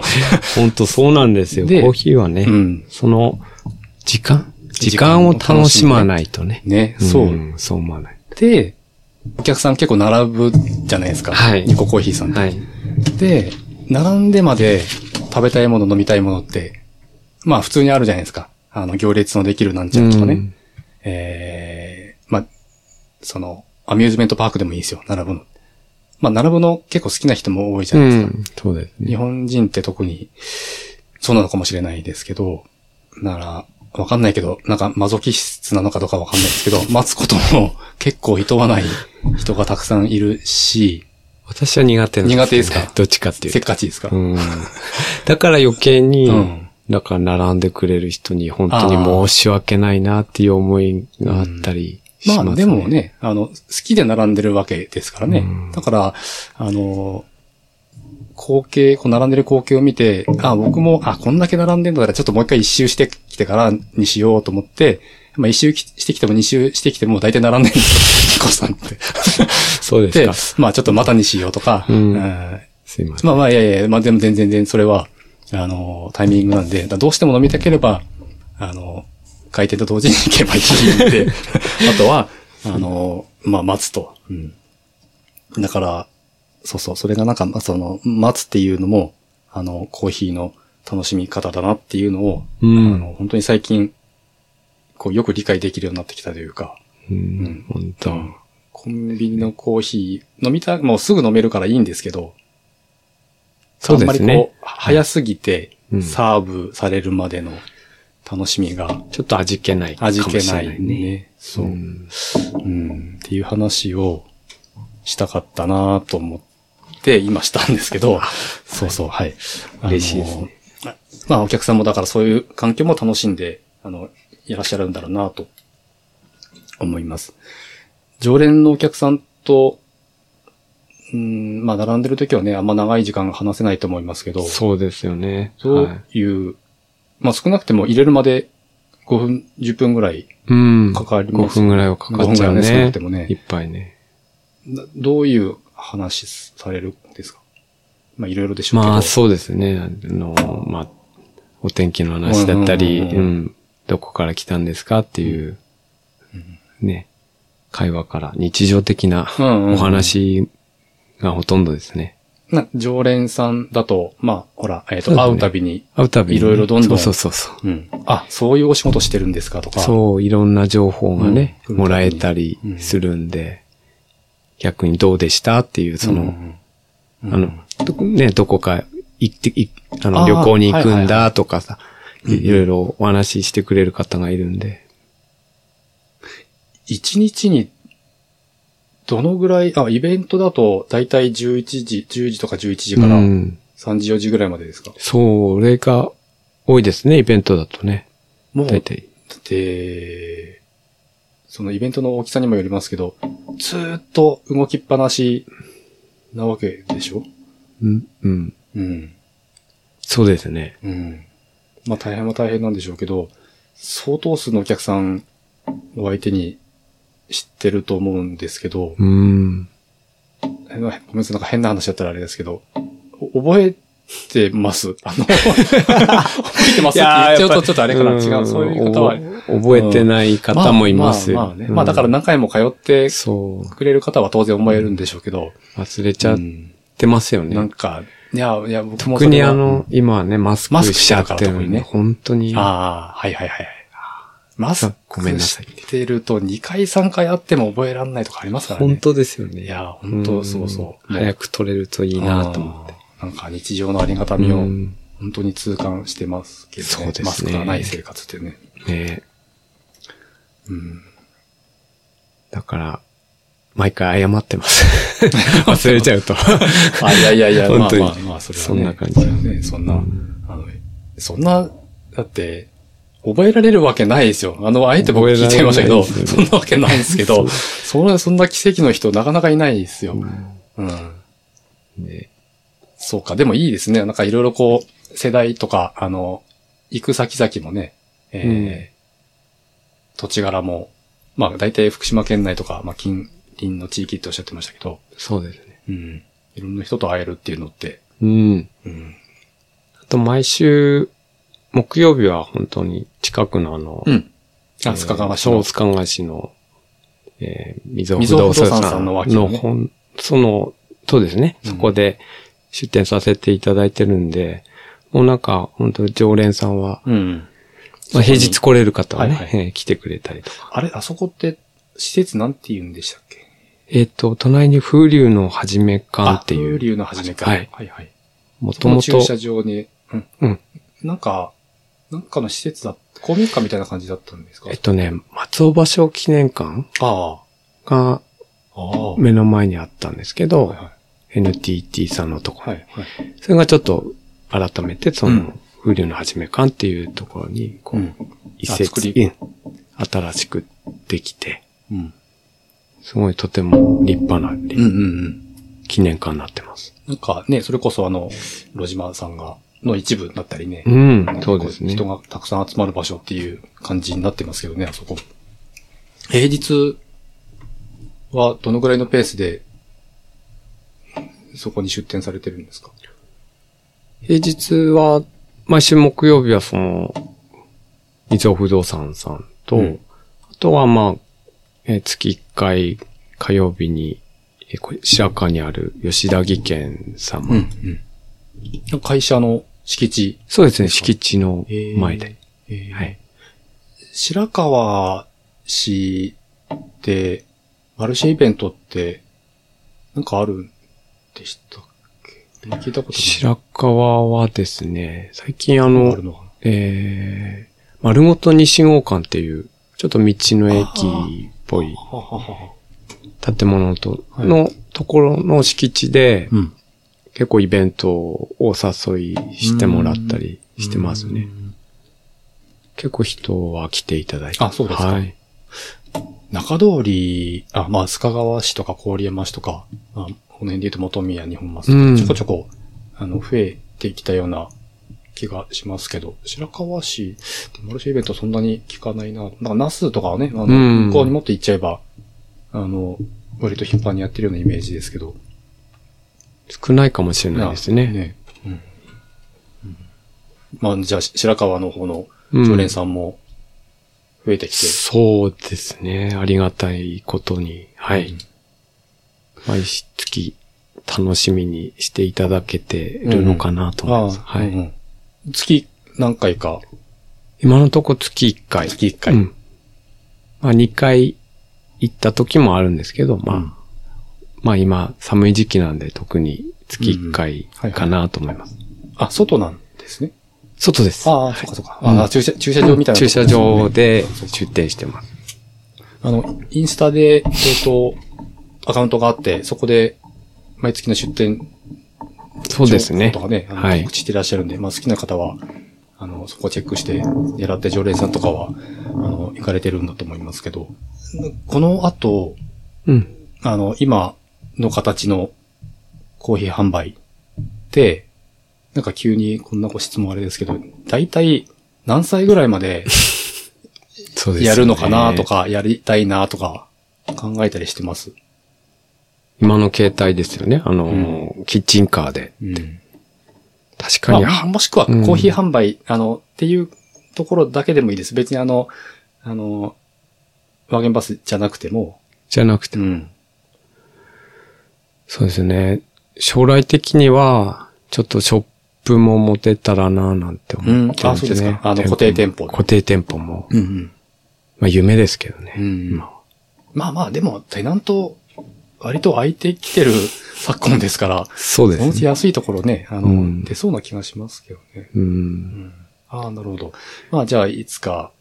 [SPEAKER 2] 本当そうなんですよ。コ
[SPEAKER 1] で
[SPEAKER 2] ーヒーはね、
[SPEAKER 1] うん。
[SPEAKER 2] その、時間時間を楽しまないとね。
[SPEAKER 1] ね、そう。
[SPEAKER 2] んそう思わない。
[SPEAKER 1] で、お客さん結構並ぶじゃないですか。
[SPEAKER 2] はい
[SPEAKER 1] ニココーヒーさんって。
[SPEAKER 2] はい。
[SPEAKER 1] で、並んでまで食べたいもの、飲みたいものって、まあ普通にあるじゃないですか。あの、行列のできるなんちゃらとかね。
[SPEAKER 2] うん
[SPEAKER 1] ええまあ、その、アミューズメントパークでもいいですよ、並ぶの。まあ、並ぶの結構好きな人も多いじゃ
[SPEAKER 2] う
[SPEAKER 1] ないですか。
[SPEAKER 2] ん。そうですね。
[SPEAKER 1] 日本人って特に、そうなのかもしれないですけど、なら、わかんないけど、なんかマゾキ質なのかどうかわかんないですけ ど、待つことも結構厭わない人がたくさんいるし、
[SPEAKER 2] 私は苦手なん
[SPEAKER 1] 苦手ですか
[SPEAKER 2] どっちかっていう
[SPEAKER 1] せ
[SPEAKER 2] と
[SPEAKER 1] っかちですか、
[SPEAKER 2] うん。 だから余計に、
[SPEAKER 1] うん
[SPEAKER 2] だから並んでくれる人に本当に申し訳ないなっていう思いがあったりします、ね
[SPEAKER 1] まあでも。ね、あの、好きで並んでるわけですからね。
[SPEAKER 2] うん
[SPEAKER 1] だから、あの、光景、こう並んでる光景を見て、あ、僕も、あ、こんだけ並んでんだから、ちょっともう一回一周してきてからにしようと思って、まあ一周きしてきても二周してきても大体並んでるんですよ、 ヒコさんって。
[SPEAKER 2] そうです
[SPEAKER 1] で
[SPEAKER 2] か。、
[SPEAKER 1] まあちょっとまたにしようとか、
[SPEAKER 2] うん
[SPEAKER 1] うん
[SPEAKER 2] すいません。
[SPEAKER 1] まあまあいやいや、まあでも全然全然それは、あの、タイミングなんで、だからどうしても飲みたければ、あの、開店と同時に行けばいいんで、あとは、あの、まあ待つと。うんだから、そうそう、それがなんか、まあその、待つっていうのも、あの、コーヒーの楽しみ方だなっていうのを、
[SPEAKER 2] うん
[SPEAKER 1] あの本当に最近、こう、よく理解できるようになってきたというか、
[SPEAKER 2] うん、本当。
[SPEAKER 1] コンビニのコーヒー、飲みた、もうすぐ飲めるからいいんですけど、
[SPEAKER 2] そう
[SPEAKER 1] あ
[SPEAKER 2] です
[SPEAKER 1] んまり
[SPEAKER 2] ね
[SPEAKER 1] こう、。早すぎて
[SPEAKER 2] う、ん
[SPEAKER 1] サーブされるまでの楽しみが
[SPEAKER 2] ちょっと味気ないかもし
[SPEAKER 1] 味気
[SPEAKER 2] れ
[SPEAKER 1] な
[SPEAKER 2] ない
[SPEAKER 1] ね。
[SPEAKER 2] いね。
[SPEAKER 1] そう、
[SPEAKER 2] う
[SPEAKER 1] うん
[SPEAKER 2] ん
[SPEAKER 1] っていう話をしたかったなと思って、今したんですけど、そうそう、はい。あの
[SPEAKER 2] 嬉しいですね。
[SPEAKER 1] まあ、お客さんもだからそういう環境も楽しんで、あの、いらっしゃるんだろうなと思います。常連のお客さんと、うん、まあ、並んでる時はね、あんま長い時間話せないと思いますけど、
[SPEAKER 2] そうですよね。
[SPEAKER 1] そういう、まあ少なくても入れるまで5分、10分ぐらい、
[SPEAKER 2] うん。
[SPEAKER 1] かかり
[SPEAKER 2] 5
[SPEAKER 1] ます
[SPEAKER 2] 分ぐらいはかかっちゃ
[SPEAKER 1] 5
[SPEAKER 2] う
[SPEAKER 1] 分ぐらいはね少な
[SPEAKER 2] ね
[SPEAKER 1] くてもね。
[SPEAKER 2] いっぱいね。
[SPEAKER 1] などういう話されるんですかまあいろいろでしょうけど。
[SPEAKER 2] まあ、そうですね。あの、まあ、お天気の話だったり、
[SPEAKER 1] うんうんう
[SPEAKER 2] う
[SPEAKER 1] んうん
[SPEAKER 2] ん。どこから来たんですかっていう、ね、会話から日常的な
[SPEAKER 1] うんうんうん
[SPEAKER 2] お話がほとんどですね。
[SPEAKER 1] な常連さんだと、まあほら、えっ、
[SPEAKER 2] そ
[SPEAKER 1] と、
[SPEAKER 2] うですね
[SPEAKER 1] 会うたびに、
[SPEAKER 2] 会うたびに
[SPEAKER 1] いろいろどんどん
[SPEAKER 2] そうそうそうそう。
[SPEAKER 1] うん。あ、そういうお仕事してるんですかとか。
[SPEAKER 2] そう、いろんな情報がね、
[SPEAKER 1] うん
[SPEAKER 2] もらえたりするんで、逆にどうでしたっていう、その、
[SPEAKER 1] うんうん
[SPEAKER 2] あの、どこね、どこか行って、いあの、
[SPEAKER 1] あー
[SPEAKER 2] 旅行に行くん
[SPEAKER 1] はいはい
[SPEAKER 2] だとかさ、いいろいろお話ししてくれる方がいるんで、
[SPEAKER 1] 一日に、どのぐらい、あ、イベントだと、だいたい11時、10時とか11時から
[SPEAKER 2] うん
[SPEAKER 1] 3時、4時ぐらいまでですか、
[SPEAKER 2] それが多いですね、イベントだとね。
[SPEAKER 1] もう
[SPEAKER 2] 大体。
[SPEAKER 1] で、そのイベントの大きさにもよりますけど、ずーっと動きっぱなしなわけでしょ
[SPEAKER 2] うん、うん。
[SPEAKER 1] うん。
[SPEAKER 2] そうですね。
[SPEAKER 1] うん。まあ大変は大変なんでしょうけど、相当数のお客さんを相手に知ってると思うんですけど、
[SPEAKER 2] うん。
[SPEAKER 1] えごめんなさい、なんか変な話だったらあれですけど、お覚えてますあ の、覚えてますって言っちゃうとちょっとあれかな。違う、そういう方は。
[SPEAKER 2] お覚えてない方もいますよ。
[SPEAKER 1] まあまあまあね。まあだから
[SPEAKER 2] な、
[SPEAKER 1] 何回も通って
[SPEAKER 2] そう。
[SPEAKER 1] くれる方は当然思えるんでしょうけど、
[SPEAKER 2] 忘れちゃっ
[SPEAKER 1] うん
[SPEAKER 2] てますよ
[SPEAKER 1] なん
[SPEAKER 2] ね。
[SPEAKER 1] か、いや、いや、僕もそ
[SPEAKER 2] 特
[SPEAKER 1] れは
[SPEAKER 2] にあ、の、今はね、マス
[SPEAKER 1] マ
[SPEAKER 2] ク
[SPEAKER 1] スクし
[SPEAKER 2] してちゃ
[SPEAKER 1] るから
[SPEAKER 2] ってるの
[SPEAKER 1] 特に
[SPEAKER 2] に
[SPEAKER 1] ね
[SPEAKER 2] ね、本当に。
[SPEAKER 1] ああ、はいはいはいはい。マス
[SPEAKER 2] ごめん
[SPEAKER 1] ク
[SPEAKER 2] なさい
[SPEAKER 1] してると2回3回あっても覚えらんないとかありますからね。
[SPEAKER 2] 本当ですよね。
[SPEAKER 1] いや、本当そうそう。
[SPEAKER 2] 早く取れるとい
[SPEAKER 1] い
[SPEAKER 2] いなと思って。
[SPEAKER 1] て。なんか日常のありがたみを
[SPEAKER 2] うん
[SPEAKER 1] 本当に痛感してますけどね。
[SPEAKER 2] そうですね
[SPEAKER 1] マスクがない生活ってね。
[SPEAKER 2] ね
[SPEAKER 1] うん。
[SPEAKER 2] だから、毎回謝ってます。 忘れちゃうと。
[SPEAKER 1] あ、いやいやいや、
[SPEAKER 2] 本当に
[SPEAKER 1] まあまあまあ、それはね。
[SPEAKER 2] そんな感じ
[SPEAKER 1] それはね、そんな、あの、そんな、だって、覚えられるわけないですよ。あの、あえて僕聞いちゃいましたけど、
[SPEAKER 2] 覚えられないです
[SPEAKER 1] そ
[SPEAKER 2] よ
[SPEAKER 1] んなわけないん ですけど、そんな、そんな奇跡の人なかなかいないですよ。うん。
[SPEAKER 2] ね
[SPEAKER 1] そうか、でもいいですね。なんかいろいろこう、世代とか、あの、行く先々もね、えー
[SPEAKER 2] うん
[SPEAKER 1] 土地柄も、まあ大体福島県内とか、まあ近隣の地域っておっしゃってましたけど、
[SPEAKER 2] そうですね。
[SPEAKER 1] うん。いろんな人と会えるっていうのって、
[SPEAKER 2] うん。
[SPEAKER 1] うん。
[SPEAKER 2] あと、毎週、木曜日は本当に近くのあの、
[SPEAKER 1] うん。あ、
[SPEAKER 2] えー
[SPEAKER 1] 須賀川市
[SPEAKER 2] そう、
[SPEAKER 1] の。
[SPEAKER 2] 須賀川市の、えー、みぞ
[SPEAKER 1] みぞ
[SPEAKER 2] 不動
[SPEAKER 1] 不動産
[SPEAKER 2] 産
[SPEAKER 1] さ
[SPEAKER 2] さ
[SPEAKER 1] ん
[SPEAKER 2] ん
[SPEAKER 1] の
[SPEAKER 2] の
[SPEAKER 1] 脇のね
[SPEAKER 2] 本、その、そうですね。
[SPEAKER 1] うん
[SPEAKER 2] そこで出店させていただいてるんで、もうなんか、本当常連さんは、
[SPEAKER 1] うん。
[SPEAKER 2] まあ、平日来れる方はね、
[SPEAKER 1] はいはい
[SPEAKER 2] えー来てくれたりとか。
[SPEAKER 1] あれ、あそこって、施設なんて言うんでしたっけ
[SPEAKER 2] えっ、と、隣に風流のはじめ館って
[SPEAKER 1] あ風
[SPEAKER 2] いう、
[SPEAKER 1] 流の始めか。
[SPEAKER 2] はい
[SPEAKER 1] はいはい。
[SPEAKER 2] も
[SPEAKER 1] そ
[SPEAKER 2] と
[SPEAKER 1] の
[SPEAKER 2] も
[SPEAKER 1] 駐
[SPEAKER 2] と、
[SPEAKER 1] 車場に、うん。
[SPEAKER 2] うん
[SPEAKER 1] なんか、なんかの施設だ、公民館みたいな感じだったんですか
[SPEAKER 2] えっとね、松尾芭蕉記念館
[SPEAKER 1] ああ。
[SPEAKER 2] が
[SPEAKER 1] ああ。
[SPEAKER 2] 目の前にあったんですけど、
[SPEAKER 1] はいはい
[SPEAKER 2] NTT さんのところ、
[SPEAKER 1] はい。
[SPEAKER 2] それがちょっと改めて、その、
[SPEAKER 1] うん
[SPEAKER 2] 風流の始め館っていうところに、こう、
[SPEAKER 1] うん
[SPEAKER 2] 一
[SPEAKER 1] あ作
[SPEAKER 2] 節、
[SPEAKER 1] り
[SPEAKER 2] うん新しくできて、
[SPEAKER 1] うん。
[SPEAKER 2] すごいとても立派な
[SPEAKER 1] うんうんうん。
[SPEAKER 2] 記念館になってます。
[SPEAKER 1] なんかね、それこそあの、ロジマさんが、の一部だったりね。
[SPEAKER 2] うん、そうですね
[SPEAKER 1] 人。がたくさん集まる場所っていう感じになってますけどね、あそこ。平日はどのぐらいのペースで、そこに出店されてるんですか
[SPEAKER 2] 平日は、毎週木曜日はその、伊豆不動産さんと、
[SPEAKER 1] うん
[SPEAKER 2] あとはまあ、えー月1回火曜日に、えーこれ白川にある吉田義賢様、
[SPEAKER 1] うん。会社の敷地。
[SPEAKER 2] そうですね、敷地の前で。
[SPEAKER 1] えー
[SPEAKER 2] はい。
[SPEAKER 1] 白川市で、マルシェイベントって、なんかあるんでしたっけ聞いたことない。
[SPEAKER 2] 白川はですね、最近あ
[SPEAKER 1] あ
[SPEAKER 2] の
[SPEAKER 1] る、のかな
[SPEAKER 2] えー、丸ごと西号館っていう、ちょっと道の駅っぽい
[SPEAKER 1] はははは。
[SPEAKER 2] 建物と、
[SPEAKER 1] はい
[SPEAKER 2] のところの敷地で、
[SPEAKER 1] うん。
[SPEAKER 2] 結構イベントをお誘いしてもらったりしてますね。。結構人は来ていただいて。
[SPEAKER 1] あそうですか
[SPEAKER 2] はい。
[SPEAKER 1] 中通り、あ、まあ、須賀川市とか郡山市とか、まあ、この辺で言うと元宮日本松とか、
[SPEAKER 2] うん
[SPEAKER 1] ちょこちょこ、あの、増えてきたような気がしますけど、白川市、マルシェイベントそんなに聞かないな。なんか、ナスとかはね、あの、
[SPEAKER 2] うん
[SPEAKER 1] 向こうにもっと行っちゃえば、あの、割と頻繁にやってるようなイメージですけど。
[SPEAKER 2] 少ないかもしれないですね。
[SPEAKER 1] うん。うんまあ、じゃあ、白川の方の
[SPEAKER 2] うん
[SPEAKER 1] 常連さんも増えてきて、
[SPEAKER 2] そうですね。ありがたいことに。はい。
[SPEAKER 1] うん
[SPEAKER 2] 毎月楽しみにしていただけてるのかなと思います。
[SPEAKER 1] ああ
[SPEAKER 2] はい、
[SPEAKER 1] うんうん月何回か、
[SPEAKER 2] 今のとこ月1回。
[SPEAKER 1] 月1回。
[SPEAKER 2] うん。まあ2回行った時もあるんですけど、まあ、
[SPEAKER 1] うん
[SPEAKER 2] まあ今寒い時期なんで特に月1回かなと思います。
[SPEAKER 1] あ、外なんですね。
[SPEAKER 2] 外です。
[SPEAKER 1] ああ、そっかそっか。あ
[SPEAKER 2] うん
[SPEAKER 1] あ駐車駐車場みたいな、
[SPEAKER 2] 駐車。場で出店してます。
[SPEAKER 1] あの、インスタで、えっ、と、アカウントがあって、そこで、毎月の出店
[SPEAKER 2] そうですね
[SPEAKER 1] と。かね、あの
[SPEAKER 2] はい
[SPEAKER 1] 告知してらっしゃるんで、まあ好きな方は、あの、そこをチェックして、狙って常連さんとかは、あの、行かれてるんだと思いますけど、この後、
[SPEAKER 2] うん。
[SPEAKER 1] あの、今の形のコーヒー販売で、なんか急にこんなご質問あれですけど、大体何歳ぐらいまで
[SPEAKER 2] そうです、ね。
[SPEAKER 1] やるのかなと。か、やりたいなとか、考えたりしてます。
[SPEAKER 2] 今の携帯ですよね。あのー、キッチンカーで。
[SPEAKER 1] うん。
[SPEAKER 2] 確か
[SPEAKER 1] ま
[SPEAKER 2] に。
[SPEAKER 1] あ、もしくはコ
[SPEAKER 2] うん
[SPEAKER 1] ーヒー販売、あの、っていうところだけでもいいです。別にあの、あの、ワーゲンバスじゃなくても。
[SPEAKER 2] じゃなくて、
[SPEAKER 1] ん。
[SPEAKER 2] そうですね。将来的には、ちょっとショップも持てたらなぁなんて思ってるんで
[SPEAKER 1] う
[SPEAKER 2] す
[SPEAKER 1] ん
[SPEAKER 2] ね。
[SPEAKER 1] あそうですかあの固定店舗
[SPEAKER 2] 固定店舗も。
[SPEAKER 1] うんうん。
[SPEAKER 2] まあ夢ですけどね。
[SPEAKER 1] うん
[SPEAKER 2] 今は
[SPEAKER 1] まあまあ、でも、テナント、割と空いてきてる 昨今ですから、
[SPEAKER 2] そうで
[SPEAKER 1] そのう
[SPEAKER 2] す
[SPEAKER 1] ち
[SPEAKER 2] ね。
[SPEAKER 1] 安いところね、あの、
[SPEAKER 2] うん
[SPEAKER 1] 出そうな気がしますけどね。
[SPEAKER 2] う。
[SPEAKER 1] うんん、ああ、なるほど。まあ、じゃあ、いつか、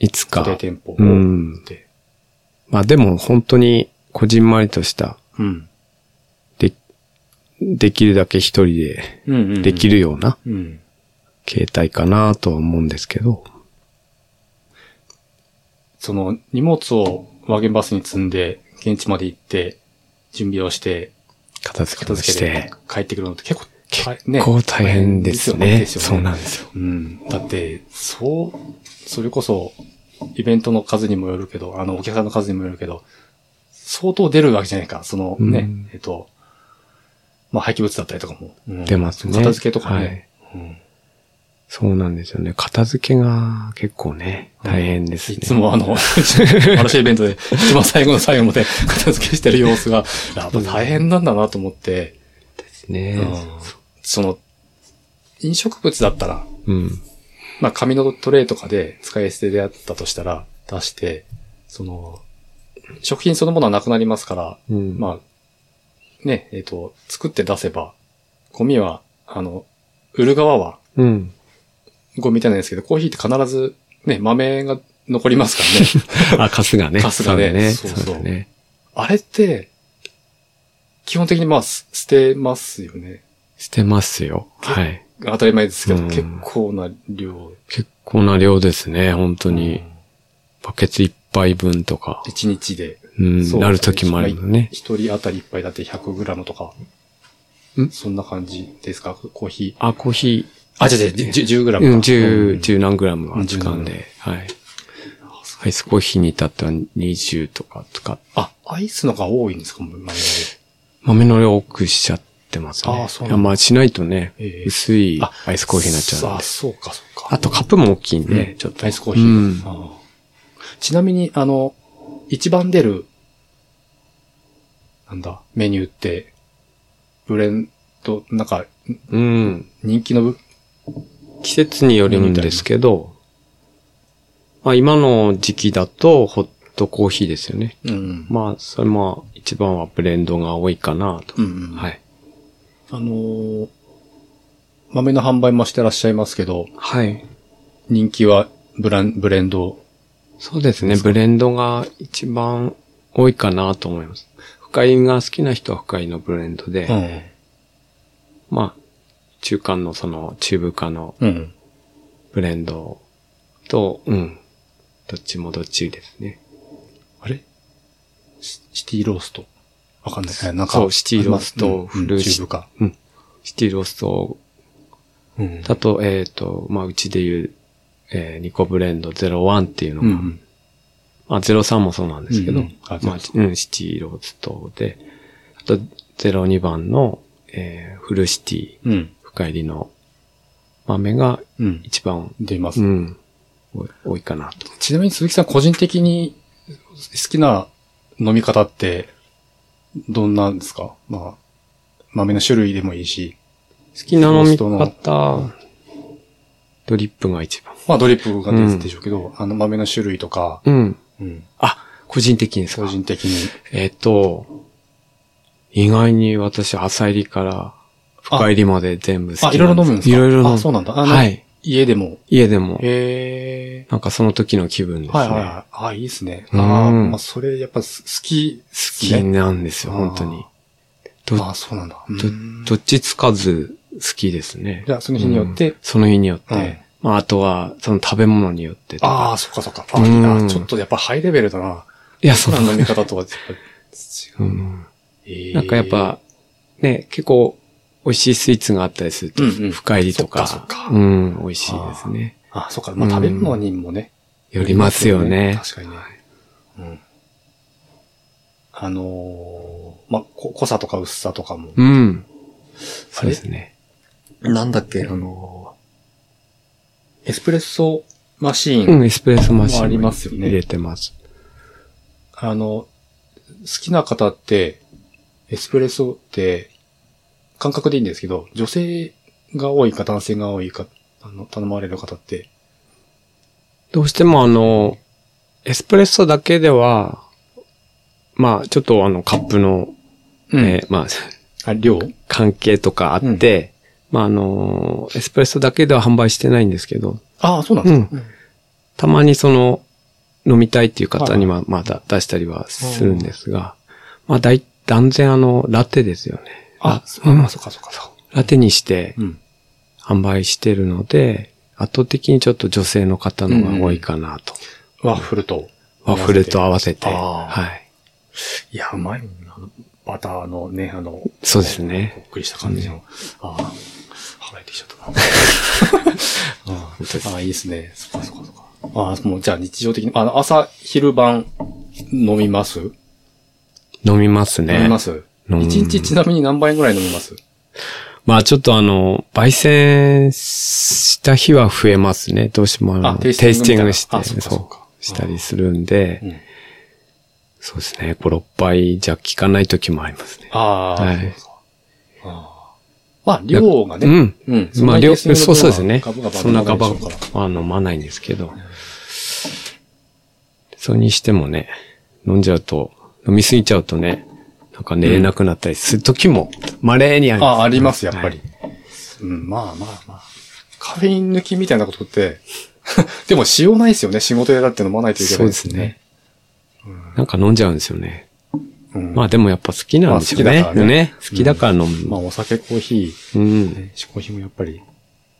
[SPEAKER 2] いつ
[SPEAKER 1] 固
[SPEAKER 2] か。
[SPEAKER 1] 定店舗を、
[SPEAKER 2] うん
[SPEAKER 1] で、
[SPEAKER 2] まあでも本当に、こじんまりとした、
[SPEAKER 1] うん。
[SPEAKER 2] で、できるだけ一人で
[SPEAKER 1] うん、うん。
[SPEAKER 2] でき。るような
[SPEAKER 1] うん。
[SPEAKER 2] 形態かなとは思うんですけど。
[SPEAKER 1] その、荷物をワーゲンバスに積んで、現地まで行って、準備をして、
[SPEAKER 2] 片付け
[SPEAKER 1] 片
[SPEAKER 2] と
[SPEAKER 1] 付
[SPEAKER 2] し
[SPEAKER 1] けて
[SPEAKER 2] て。
[SPEAKER 1] 帰ってくるのって結構、
[SPEAKER 2] 結
[SPEAKER 1] ね
[SPEAKER 2] 構大変ですね。
[SPEAKER 1] ですよね
[SPEAKER 2] そうなんですよ。
[SPEAKER 1] うん。だって、そう、それこそ、イベントの数にもよるけど、あの、お客さんの数にもよるけど、相当出るわけじゃないか。そのね、
[SPEAKER 2] うん
[SPEAKER 1] えっと、まあ、廃棄物だったりとかも。うん
[SPEAKER 2] 出ますね。
[SPEAKER 1] 片付けとかね。
[SPEAKER 2] はい。そうなんですよね。片付けが結構ね、
[SPEAKER 1] うん
[SPEAKER 2] 大変ですね。
[SPEAKER 1] いつもあ の、嵐イベントで、一番最後の最後まで 片付けしてる様子が、やっぱ大変なんだなと思って、
[SPEAKER 2] ね。
[SPEAKER 1] うんその、飲食物だったら、
[SPEAKER 2] うん。
[SPEAKER 1] まあ、紙のトレイとかで使い捨てであったとしたら、出して、その、食品そのものはなくなりますから、
[SPEAKER 2] うん。
[SPEAKER 1] まあ、ね、えっ、と、作って出せば、ゴミは、あの、売る側は、
[SPEAKER 2] うん。
[SPEAKER 1] ゴミみたいなんですけど、コーヒーって必ず、ね、豆が残ります からね。
[SPEAKER 2] あ、カスがね。
[SPEAKER 1] カスがね
[SPEAKER 2] そ
[SPEAKER 1] そうう
[SPEAKER 2] だ
[SPEAKER 1] そう
[SPEAKER 2] ね。そうだね。
[SPEAKER 1] あれって、基本的にまあ、す捨てますよね。
[SPEAKER 2] 捨てますよ。はい。
[SPEAKER 1] 当たり前ですけど、
[SPEAKER 2] うん
[SPEAKER 1] 結構な量。
[SPEAKER 2] 結構な量ですね、本当に。バケツ一杯分とか
[SPEAKER 1] うん。一日で。
[SPEAKER 2] うん、
[SPEAKER 1] そう
[SPEAKER 2] なる時もあるのね。
[SPEAKER 1] 一人当たり一杯だって100グラムとか。
[SPEAKER 2] ん
[SPEAKER 1] そんな感じですかコーヒー。
[SPEAKER 2] あ、コーヒ
[SPEAKER 1] あ、違う違う、10 10グラ
[SPEAKER 2] ー。
[SPEAKER 1] ムか。
[SPEAKER 2] うん、十、
[SPEAKER 1] うん
[SPEAKER 2] 十何グラムは使うん
[SPEAKER 1] うん
[SPEAKER 2] で。はい。アイスコーヒーに至っては20とか使って。
[SPEAKER 1] あ、アイスのが多いんですかもう前々
[SPEAKER 2] 豆の量多くしちゃってますね。
[SPEAKER 1] あそうなんだ
[SPEAKER 2] いやまあしないとね、
[SPEAKER 1] ええ
[SPEAKER 2] 薄いアイスコーヒーになっちゃうん
[SPEAKER 1] あ、
[SPEAKER 2] で。
[SPEAKER 1] そうか、そうか。
[SPEAKER 2] あとカップも大きいんで、
[SPEAKER 1] ね、
[SPEAKER 2] ちょっと。
[SPEAKER 1] アイスコーヒー。
[SPEAKER 2] うん
[SPEAKER 1] ああちなみに、あの、一番出る、なんだ、メニューって、ブレンド、なんか、
[SPEAKER 2] うん。
[SPEAKER 1] 人気の部、
[SPEAKER 2] 季節によるんですけど、まあ今の時期だとホットコーヒーですよね。
[SPEAKER 1] うん。
[SPEAKER 2] まあそれも一番はブレンドが多いかなと。
[SPEAKER 1] うんうん。
[SPEAKER 2] はい。
[SPEAKER 1] あのー豆の販売もしてらっしゃいますけど、
[SPEAKER 2] はい。
[SPEAKER 1] 人気はブラン、ブレンド。
[SPEAKER 2] そうですね。ブレンドが一番多いかなと思います。深いが好きな人は深いのブレンドで、
[SPEAKER 1] うん。
[SPEAKER 2] まあ中間のその中部化の
[SPEAKER 1] うん。
[SPEAKER 2] ブレンドと、うん。どっちもどっちですね。
[SPEAKER 1] あれシシティロースト。わかんない。えなんか。
[SPEAKER 2] そう、シティロースト、
[SPEAKER 1] フ
[SPEAKER 2] フ
[SPEAKER 1] ル
[SPEAKER 2] ル
[SPEAKER 1] ー
[SPEAKER 2] ー
[SPEAKER 1] チュ
[SPEAKER 2] シ
[SPEAKER 1] ーブか。
[SPEAKER 2] うん。シティロースト
[SPEAKER 1] うん
[SPEAKER 2] だと、えっ、と、まあ、うちで言う、えー、ニコブレンド01っていうの
[SPEAKER 1] う
[SPEAKER 2] が、
[SPEAKER 1] ん。
[SPEAKER 2] まあ、03もそうなんですけど、
[SPEAKER 1] うんうんあ
[SPEAKER 2] まあ、うん、シティローストで、あと、02番の、えー、フルシティ、
[SPEAKER 1] うん。
[SPEAKER 2] 深入りの豆が
[SPEAKER 1] うん。
[SPEAKER 2] 一番、
[SPEAKER 1] 出ます
[SPEAKER 2] う。ん、多い多いかなと。
[SPEAKER 1] ちなみに鈴木さん個人的に好きな飲み方ってどんなんですかまあ、豆の種類でもいいし。
[SPEAKER 2] 好きな飲み
[SPEAKER 1] ロース
[SPEAKER 2] 方、ドリップが一番。
[SPEAKER 1] まあドリップが
[SPEAKER 2] う
[SPEAKER 1] 出
[SPEAKER 2] ん
[SPEAKER 1] てでしょうけど、あの豆の種類とか、
[SPEAKER 2] うん。
[SPEAKER 1] うん。
[SPEAKER 2] あ、個人的にです
[SPEAKER 1] 個
[SPEAKER 2] か
[SPEAKER 1] 人的に。
[SPEAKER 2] えっ、と、意外に私、朝入りから深入りまで全部好きなん
[SPEAKER 1] あ、いろいろ飲むんですか
[SPEAKER 2] いろいろ飲む。
[SPEAKER 1] あ、そうなんだ。あの、
[SPEAKER 2] はい。
[SPEAKER 1] 家でも。
[SPEAKER 2] 家でも、
[SPEAKER 1] へえ。
[SPEAKER 2] なんかその時の気分ですね。
[SPEAKER 1] はいはいはい。あ、いいですね。あ
[SPEAKER 2] うん
[SPEAKER 1] あ、まあそれやっぱ好き、好
[SPEAKER 2] 好
[SPEAKER 1] ね。
[SPEAKER 2] きなんですよ、
[SPEAKER 1] あー
[SPEAKER 2] 本当に。ど
[SPEAKER 1] ああ、そうなんだ。
[SPEAKER 2] ど
[SPEAKER 1] うん
[SPEAKER 2] どっちつかず好きですね。
[SPEAKER 1] じゃあその日によって
[SPEAKER 2] うんその日によって。
[SPEAKER 1] うん
[SPEAKER 2] まあ、あとは、その食べ物によってと
[SPEAKER 1] あ
[SPEAKER 2] か。
[SPEAKER 1] あ、そっかそっか。あいいな
[SPEAKER 2] うん
[SPEAKER 1] ちょっとやっぱハイレベルだな。
[SPEAKER 2] いや、そう
[SPEAKER 1] 普
[SPEAKER 2] な
[SPEAKER 1] 段
[SPEAKER 2] ん
[SPEAKER 1] の飲み方とはやっぱ
[SPEAKER 2] う
[SPEAKER 1] 違う。
[SPEAKER 2] ん
[SPEAKER 1] えー
[SPEAKER 2] なんかやっ、ぱ、ね、結構、美味しいスイーツがあったりすると、
[SPEAKER 1] うんうん
[SPEAKER 2] 深入りとか
[SPEAKER 1] そっかそっか
[SPEAKER 2] うん、美味しいですね。
[SPEAKER 1] あ、そっか。まあ食べ物にもね。
[SPEAKER 2] よりますよね。
[SPEAKER 1] 確かにね。うん。あのー、まあ、こ濃さとか薄さとかも。
[SPEAKER 2] うん。そうですね。
[SPEAKER 1] なんだっけ、あのー、エスプレッソマシーン。
[SPEAKER 2] うん、エスプレッソマシン。
[SPEAKER 1] ありますよね
[SPEAKER 2] 入れてます。
[SPEAKER 1] あの、好きな方って、エスプレッソって、感覚でいいんですけど、女性が多いか男性が多いか、あの、頼まれる方って。
[SPEAKER 2] どうしてもあの、エスプレッソだけでは、まあ、ちょっとあの、カップの、
[SPEAKER 1] う
[SPEAKER 2] えーまあ、
[SPEAKER 1] あ、量
[SPEAKER 2] 関係とかあって、まあ、あの、エスプレッソだけでは販売してないんですけど、
[SPEAKER 1] ああ、そうなんですか。
[SPEAKER 2] たまにその、飲みたいっていう方にはまだ出したりはするんですが、まあ、だい、断然あの、ラテですよね。
[SPEAKER 1] あ、そ
[SPEAKER 2] うん
[SPEAKER 1] うそうか、そうか、そ
[SPEAKER 2] ラテにして
[SPEAKER 1] う。うん。
[SPEAKER 2] 販売してるので、圧倒的にちょっと女性の方の方が多いかなと。
[SPEAKER 1] ワッフルと。
[SPEAKER 2] ワッフルと。合わせて。
[SPEAKER 1] あー
[SPEAKER 2] はい。
[SPEAKER 1] いや、うまいもんな。バターのね、あの、
[SPEAKER 2] そうですね
[SPEAKER 1] び。っくりした感じの。ああ、腹減ってきちゃっ たな。あ
[SPEAKER 2] 当です
[SPEAKER 1] あああ、いいですね。そっかそっかそっか。ああ、もうじゃあ日常的に、あの、朝、昼晩、飲みます、
[SPEAKER 2] 飲みますね。
[SPEAKER 1] 飲みます
[SPEAKER 2] 飲む
[SPEAKER 1] 一日ちなみに何杯ぐらい飲みます
[SPEAKER 2] まあちょっとあの、焙煎した日は増えますね。どうしてもあの
[SPEAKER 1] あテ
[SPEAKER 2] テ
[SPEAKER 1] イ
[SPEAKER 2] イ
[SPEAKER 1] スティング
[SPEAKER 2] スティング
[SPEAKER 1] み
[SPEAKER 2] して、
[SPEAKER 1] たいなあそうかそうか
[SPEAKER 2] したりするんで、
[SPEAKER 1] うん
[SPEAKER 2] そうですね。5、6杯じゃ効かない時もありますね。
[SPEAKER 1] ああ、
[SPEAKER 2] はい
[SPEAKER 1] そうそう。ああまあ、量がね。
[SPEAKER 2] うん。
[SPEAKER 1] うん。
[SPEAKER 2] まあ、量、
[SPEAKER 1] そんな
[SPEAKER 2] そう
[SPEAKER 1] に
[SPEAKER 2] そうですね
[SPEAKER 1] ガブガ。バ
[SPEAKER 2] そんなガバ
[SPEAKER 1] 飲まいでしょうから
[SPEAKER 2] は飲まないんですけど。それにしてもね、飲んじゃうと、飲みすぎちゃうとね、なんか寝れなくなったりする時も、稀にあります、
[SPEAKER 1] ああ、あります、やっぱり
[SPEAKER 2] は。
[SPEAKER 1] うん、まあまあまあ。カフェイン抜きみたいなことって、 でもしようないですよね。仕事でだって飲まないと
[SPEAKER 2] い。
[SPEAKER 1] いけ
[SPEAKER 2] そ
[SPEAKER 1] な
[SPEAKER 2] う
[SPEAKER 1] い
[SPEAKER 2] で
[SPEAKER 1] ですす
[SPEAKER 2] ね
[SPEAKER 1] ね。。
[SPEAKER 2] なんか飲んじゃうんですよね。
[SPEAKER 1] うん
[SPEAKER 2] まあでもやっぱ好きなんですよ
[SPEAKER 1] まあ好きだか
[SPEAKER 2] ね。
[SPEAKER 1] らね
[SPEAKER 2] 好きだから飲む。
[SPEAKER 1] まあ、お酒、コーヒ
[SPEAKER 2] うん
[SPEAKER 1] ー、。ね、嗜好品もやっぱり、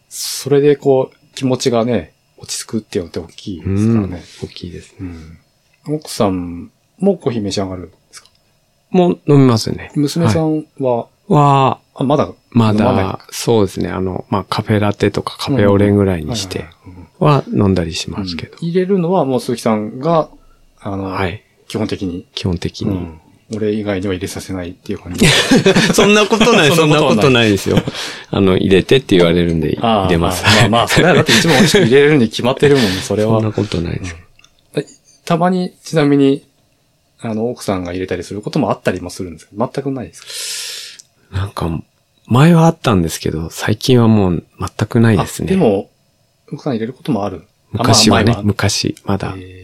[SPEAKER 1] それでこう、気持ちがね、落ち着くっていうのって大きいで
[SPEAKER 2] う
[SPEAKER 1] すから
[SPEAKER 2] ん
[SPEAKER 1] ね。。
[SPEAKER 2] 大きいですね。
[SPEAKER 1] うん。奥さんもコーヒー召し上がるんですか
[SPEAKER 2] もう飲みますね。
[SPEAKER 1] 娘さ
[SPEAKER 2] はい
[SPEAKER 1] んは、
[SPEAKER 2] は、
[SPEAKER 1] あ、まだ、
[SPEAKER 2] ま
[SPEAKER 1] 飲ない
[SPEAKER 2] だ、そうですね。あの、まあカフェラテとかカフェオレぐらいにして
[SPEAKER 1] はいはいはいうん
[SPEAKER 2] は飲んだりしますけど。
[SPEAKER 1] 入れるのはもう鈴木さんが、あの、
[SPEAKER 2] はい。
[SPEAKER 1] 基本的に、
[SPEAKER 2] 基本的
[SPEAKER 1] う
[SPEAKER 2] に。
[SPEAKER 1] ん、俺以外には入れさせないっていう感じ。
[SPEAKER 2] そんなことない、
[SPEAKER 1] そ
[SPEAKER 2] そ
[SPEAKER 1] ん
[SPEAKER 2] ん
[SPEAKER 1] な
[SPEAKER 2] な
[SPEAKER 1] ことない
[SPEAKER 2] ことないですよ。あの、入れてって言われるんで、入れます。
[SPEAKER 1] ああまあまあ、それはだって一番美味しく入れるに決まってるもん、それ
[SPEAKER 2] そんな
[SPEAKER 1] は。
[SPEAKER 2] ことないです。
[SPEAKER 1] たまに、ちなみに、あの、奥さんが入れたりすることもあったりもするんですけど、全くないですか
[SPEAKER 2] なんか、前はあったんですけど、最近はもう全くないです
[SPEAKER 1] あ
[SPEAKER 2] ね。
[SPEAKER 1] でも、奥さん入れることもある。
[SPEAKER 2] 昔は
[SPEAKER 1] あ、ま
[SPEAKER 2] ね
[SPEAKER 1] あ前
[SPEAKER 2] 昔、まだ。
[SPEAKER 1] えー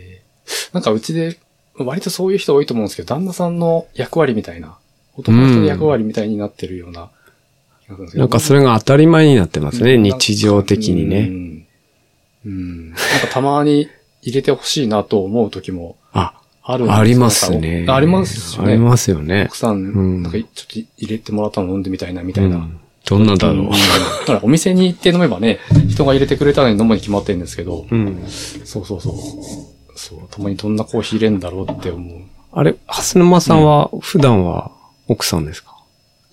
[SPEAKER 1] なんかうちで、割とそういう人多いと思うんですけど、旦那さんの役割みたいな、男の人の役割みたいになってるような気がするですけど、
[SPEAKER 2] なんかそれが当たり前になってますね、
[SPEAKER 1] うん
[SPEAKER 2] 日常的に
[SPEAKER 1] う
[SPEAKER 2] ね。
[SPEAKER 1] ん。うん。なんかたまに入れてほしいなと思う時も
[SPEAKER 2] あ、
[SPEAKER 1] あるんですよ
[SPEAKER 2] ありますね
[SPEAKER 1] なん。かありますよね。
[SPEAKER 2] ありますよね
[SPEAKER 1] 奥。さん、
[SPEAKER 2] ん
[SPEAKER 1] なんかちょっと入れてもらったの飲んでみたいな、みたいな。
[SPEAKER 2] うんどんなだろ
[SPEAKER 1] ん
[SPEAKER 2] う。
[SPEAKER 1] だからお店に行って飲めばね、人が入れてくれたのに飲むに決まってるんですけど、
[SPEAKER 2] うん。
[SPEAKER 1] そうそうそう。そう、たまにどんなコーヒー入れんだろうって思う。
[SPEAKER 2] あれ、蓮沼さんは、普段は奥さんですか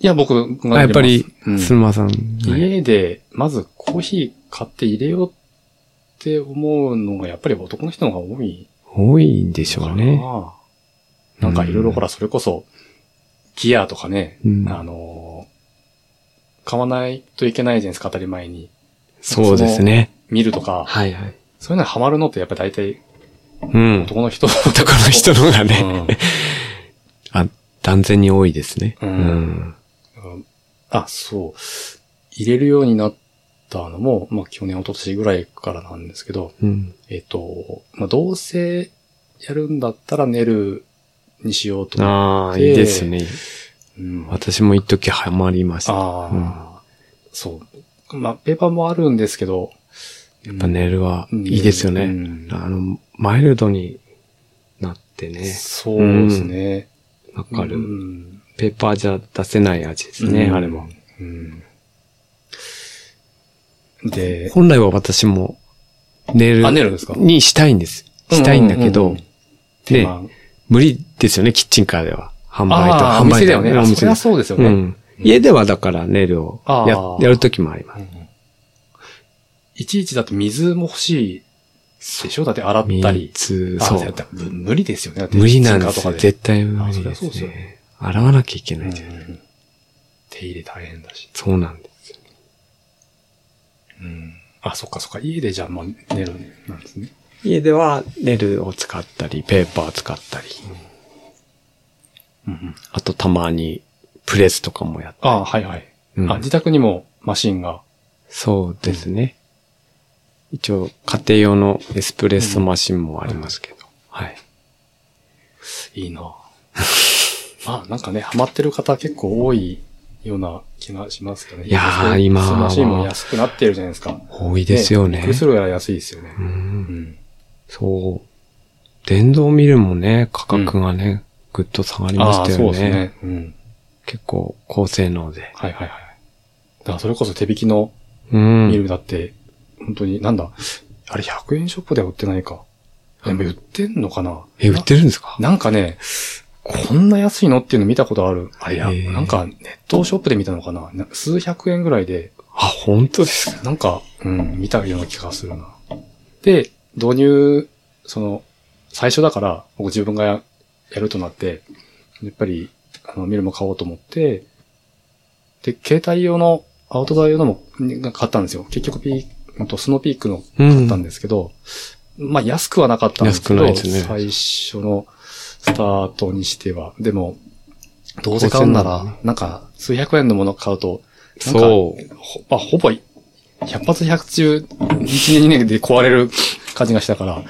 [SPEAKER 1] いや、僕が入れます
[SPEAKER 2] あやっぱり、
[SPEAKER 1] うん
[SPEAKER 2] 蓮沼さん。はい
[SPEAKER 1] 家で、まずコーヒー買って入れようって思うのが、やっぱり男の人の方が多い
[SPEAKER 2] 多いんでしょ
[SPEAKER 1] か
[SPEAKER 2] う
[SPEAKER 1] な。
[SPEAKER 2] ね。
[SPEAKER 1] なんかいろいろほ
[SPEAKER 2] ら、
[SPEAKER 1] ら、それこそ、ギアとかね、
[SPEAKER 2] うん
[SPEAKER 1] あのー買わないといけないじゃないですか、当たり前に。
[SPEAKER 2] そうですね。
[SPEAKER 1] 見るとか、
[SPEAKER 2] はいはい。
[SPEAKER 1] そういうのにハマるのってやっぱ大体
[SPEAKER 2] うん。
[SPEAKER 1] 男の人。
[SPEAKER 2] 男
[SPEAKER 1] 男
[SPEAKER 2] の人のがね、
[SPEAKER 1] うん
[SPEAKER 2] あ、断然に多いですね。
[SPEAKER 1] う
[SPEAKER 2] うんん。
[SPEAKER 1] あ、そう。入れるようになったのも、まあ去年、一昨年ぐらいからなんですけど、
[SPEAKER 2] うん。
[SPEAKER 1] えっと、まあどうせやるんだったら寝るにしようと。
[SPEAKER 2] ああ、
[SPEAKER 1] で
[SPEAKER 2] いいですね。
[SPEAKER 1] うん
[SPEAKER 2] 私も一時ハマりました。や
[SPEAKER 1] ああ、そう。まあ、ペーパーもあるんですけど。やっ
[SPEAKER 2] っぱ、ネイルは
[SPEAKER 1] うん
[SPEAKER 2] いいですよね。
[SPEAKER 1] うん
[SPEAKER 2] あの、マイルドになってね、
[SPEAKER 1] そうですね。
[SPEAKER 2] わかる、
[SPEAKER 1] うん
[SPEAKER 2] ペーパーじゃ出せない味ですね、
[SPEAKER 1] うん
[SPEAKER 2] あれも。
[SPEAKER 1] うんで、
[SPEAKER 2] 本来は私も、ネイル
[SPEAKER 1] あ、ネイルですか
[SPEAKER 2] にしたいんです。したいんだけ
[SPEAKER 1] う
[SPEAKER 2] ど、
[SPEAKER 1] んうんうん
[SPEAKER 2] で、
[SPEAKER 1] まあ
[SPEAKER 2] 無理ですよね、キッチンカーでは。販売と
[SPEAKER 1] あー、お
[SPEAKER 2] 販売
[SPEAKER 1] 店
[SPEAKER 2] と
[SPEAKER 1] だよね。
[SPEAKER 2] お
[SPEAKER 1] あ、そ
[SPEAKER 2] 店
[SPEAKER 1] り
[SPEAKER 2] で
[SPEAKER 1] ゃ
[SPEAKER 2] す
[SPEAKER 1] そうですよ
[SPEAKER 2] う
[SPEAKER 1] ね。
[SPEAKER 2] ん。家ではだからネイルを
[SPEAKER 1] あー
[SPEAKER 2] ややるときもあります。
[SPEAKER 1] うんいちいちだって水も欲しいでしょだって洗ったり。
[SPEAKER 2] 水
[SPEAKER 1] あ
[SPEAKER 2] そ
[SPEAKER 1] だっ
[SPEAKER 2] う
[SPEAKER 1] て。む無理ですよね。だって
[SPEAKER 2] 無理なんで
[SPEAKER 1] スー
[SPEAKER 2] す
[SPEAKER 1] パーとか
[SPEAKER 2] よ。
[SPEAKER 1] で
[SPEAKER 2] 絶対無理
[SPEAKER 1] あ
[SPEAKER 2] で
[SPEAKER 1] そ
[SPEAKER 2] す
[SPEAKER 1] りゃそうですよ
[SPEAKER 2] ね。洗わなきゃいけないじゃない。
[SPEAKER 1] うん手入れ大変だし。
[SPEAKER 2] そうなんですよ。
[SPEAKER 1] うんあ、そっかそっか。家でじゃあ、まあ、寝るなんですね。
[SPEAKER 2] 家ではネイルを使ったり、ペーパー使ったり、
[SPEAKER 1] うんうん
[SPEAKER 2] あとたまにプレスとかもやっ
[SPEAKER 1] あはいはい。
[SPEAKER 2] うん
[SPEAKER 1] あ、自宅にもマシンが。
[SPEAKER 2] そうですね。一応、家庭用のエスプレッソマシンもありますけど。はい。
[SPEAKER 1] いいなまあ、なんかね、ハマってる方結構多いような気がしますよね。
[SPEAKER 2] いやー今は
[SPEAKER 1] スマシンも安くなってるじゃないですか。
[SPEAKER 2] 多いですよ
[SPEAKER 1] び
[SPEAKER 2] ね
[SPEAKER 1] っく。りするぐらい安いですよね
[SPEAKER 2] う。ん
[SPEAKER 1] うん。
[SPEAKER 2] そう。電動ミルもね、価格がね、ぐっと下がりま
[SPEAKER 1] あ
[SPEAKER 2] し
[SPEAKER 1] あ、
[SPEAKER 2] た
[SPEAKER 1] そう
[SPEAKER 2] よ
[SPEAKER 1] です
[SPEAKER 2] ね。
[SPEAKER 1] ね。うん。
[SPEAKER 2] 結構高性能で。
[SPEAKER 1] はいはいはい。だからそれこそ手引きの
[SPEAKER 2] う
[SPEAKER 1] ミ
[SPEAKER 2] ん。
[SPEAKER 1] ルだって、本当になんだ、あれ100円ショップでは売ってないか。でも売ってんのかな
[SPEAKER 2] え、売ってるんですか
[SPEAKER 1] なんかね、こんな安いのっていうの見たことある。あれや、
[SPEAKER 2] へー
[SPEAKER 1] なんかネットショップで見たのかなな数百円ぐらいで、
[SPEAKER 2] あ、本当ですか
[SPEAKER 1] なんか、うん、見たような気がするな。で、導入、その、最初だから、僕自分がややるとなって、やっぱり、あの、ミルも買おうと思って、で、携帯用の、アウトドア用のもに買ったんですよ。結局ピー、あとスノーピークの
[SPEAKER 2] う
[SPEAKER 1] 買ったん
[SPEAKER 2] ん。
[SPEAKER 1] ですけど、まあ安くはなかったんですけど、
[SPEAKER 2] 安くないですね
[SPEAKER 1] 最初のスタートにしては。でも、どうせ買うな
[SPEAKER 2] 5000なの
[SPEAKER 1] ら、なんか数百円のもの買うと、なんか
[SPEAKER 2] そう。
[SPEAKER 1] ほまあ、ほぼ、100発100中、1年2年で壊れる感じがしたから、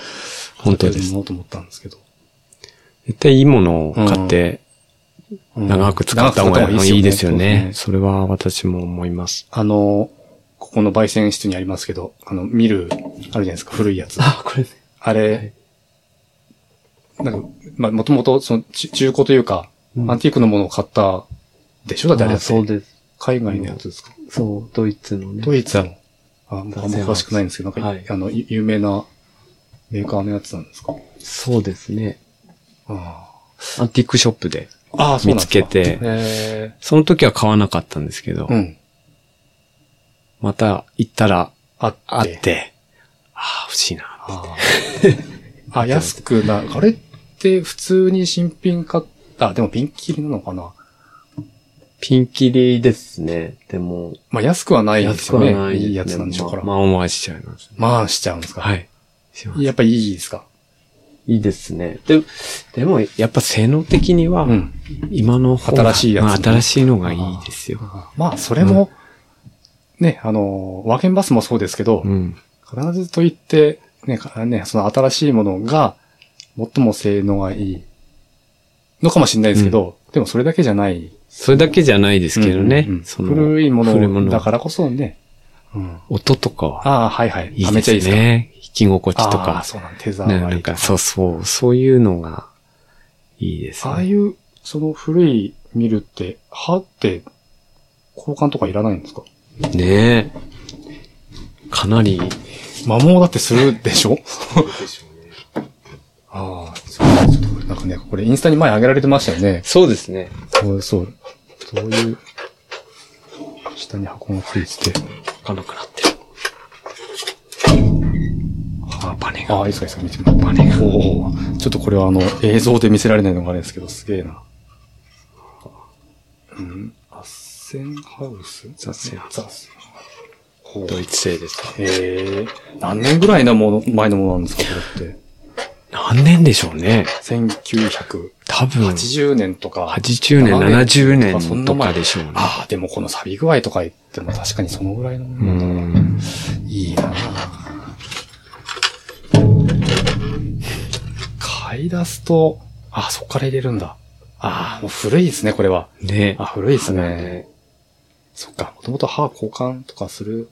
[SPEAKER 2] 本当です
[SPEAKER 1] 買おうと思ったんですけど。
[SPEAKER 2] 絶対いいものを買って、長く使った方がいいですよね。それは私も思います。
[SPEAKER 1] あの、ここの焙煎室にありますけど、あの、見る、あるじゃないですか、古いやつ。
[SPEAKER 2] あ、これね。
[SPEAKER 1] あれ、なんか、まあ、もともと、その、ち中古というか、
[SPEAKER 3] うん
[SPEAKER 1] アンティークのものを買ったでしょだってあれだ
[SPEAKER 3] あ
[SPEAKER 1] って
[SPEAKER 3] そうです。
[SPEAKER 1] 海外のやつですか
[SPEAKER 3] そう、ドイツのね。
[SPEAKER 1] ドイツの。あ、僕あんま
[SPEAKER 3] ダゼンハ
[SPEAKER 1] 詳
[SPEAKER 3] ウ
[SPEAKER 1] し
[SPEAKER 3] ス
[SPEAKER 1] くないんですけど、なんか、
[SPEAKER 3] はい
[SPEAKER 1] あの、ゆ有名なメーカーのやつなんですか
[SPEAKER 3] そうですね。
[SPEAKER 1] あ
[SPEAKER 2] アンティークショップで。
[SPEAKER 1] ーあー、そうなん
[SPEAKER 2] 見
[SPEAKER 1] で
[SPEAKER 2] つ
[SPEAKER 1] すか
[SPEAKER 2] け。て、
[SPEAKER 1] へ
[SPEAKER 2] その時は買わなかったんですけど
[SPEAKER 1] ーう、ん。
[SPEAKER 2] また行ったら
[SPEAKER 1] あって。
[SPEAKER 2] あって、ああ、欲しいな。
[SPEAKER 1] あーあ、安くな、あれって普通に新品買った、あでもピンキリなのかな
[SPEAKER 3] ピンキリですね。でも、
[SPEAKER 1] まあ安くはないですよ
[SPEAKER 3] 安くはな
[SPEAKER 1] ね。
[SPEAKER 3] いですね
[SPEAKER 1] いいやつなんでしょうから。
[SPEAKER 2] まあ、思わしちゃいます。
[SPEAKER 1] まあしちゃうんですか。
[SPEAKER 2] はい。します
[SPEAKER 1] やっぱいいですか。
[SPEAKER 3] いいですね。で、
[SPEAKER 2] でも、やっぱ性能的には、
[SPEAKER 1] うん。
[SPEAKER 2] 今の方が
[SPEAKER 1] 新しいやつ
[SPEAKER 2] まあ新しいのがいいですよ。
[SPEAKER 1] まあ、それも、ね、あの、ワーケンバスもそうですけど、
[SPEAKER 2] うん。
[SPEAKER 1] 必ずといって、ね、かね、その新しいものが、最も性能がいいのかもしれないですけど、でもそれだけじゃない。
[SPEAKER 2] それだけじゃないですけどね。
[SPEAKER 1] うんうんうん
[SPEAKER 2] その
[SPEAKER 1] 古いも
[SPEAKER 2] 古いも
[SPEAKER 1] の
[SPEAKER 2] の
[SPEAKER 1] だからこそね。うん、
[SPEAKER 2] 音とかは、
[SPEAKER 1] ああ、はいはい。
[SPEAKER 2] い
[SPEAKER 1] あ
[SPEAKER 2] い
[SPEAKER 1] め
[SPEAKER 2] で
[SPEAKER 1] っちゃいいです
[SPEAKER 2] す
[SPEAKER 1] か
[SPEAKER 2] ね。弾き心地
[SPEAKER 1] あ
[SPEAKER 2] と
[SPEAKER 1] あ
[SPEAKER 2] か。
[SPEAKER 1] そうなん、テザー
[SPEAKER 2] ね
[SPEAKER 1] 割
[SPEAKER 2] なん
[SPEAKER 1] りと
[SPEAKER 2] か、そうそう、そういうのが、いいです
[SPEAKER 1] ああ
[SPEAKER 2] ね。
[SPEAKER 1] いう、その古いミルって、歯って、交換とかいらないんですか
[SPEAKER 2] ねえ。かなり、
[SPEAKER 1] 摩耗だってするでしょああ、そうなんですよなんかね、これインスタに前上げられてましたよね。
[SPEAKER 2] そうですね。
[SPEAKER 1] そう、そう。そういう、下に箱がついてて。
[SPEAKER 2] かなくなってる。ああ、バネが。
[SPEAKER 1] ああ、いいですか、いいですか、見てみますおおーちょっとこれはあの、映像で見せられないのがあれですけど、すげえな。うん、アッセンハウス
[SPEAKER 2] ザセンハウス
[SPEAKER 1] ザセンハウスほう
[SPEAKER 2] ドイツ製ですね。
[SPEAKER 1] へえ、何年ぐらいのもの、前のものなんですか、これって。
[SPEAKER 2] 何年でしょうね。
[SPEAKER 1] 1980
[SPEAKER 2] 多分、
[SPEAKER 1] 年とか。
[SPEAKER 2] 80年、70
[SPEAKER 1] とかそん
[SPEAKER 2] 年
[SPEAKER 1] な
[SPEAKER 2] と
[SPEAKER 1] 前
[SPEAKER 2] かでしょうね。
[SPEAKER 1] ああ、でもこの錆び具合とか言っても確かにそのぐらいのも
[SPEAKER 2] う
[SPEAKER 1] のだな。
[SPEAKER 2] ん。
[SPEAKER 1] いいなあ買い出すと、あ、そっから入れるんだ。ああ、もう古いですね、これは。
[SPEAKER 2] ね
[SPEAKER 1] あ、古いですね。
[SPEAKER 2] ね。
[SPEAKER 1] そっか、もともと歯交換とかする。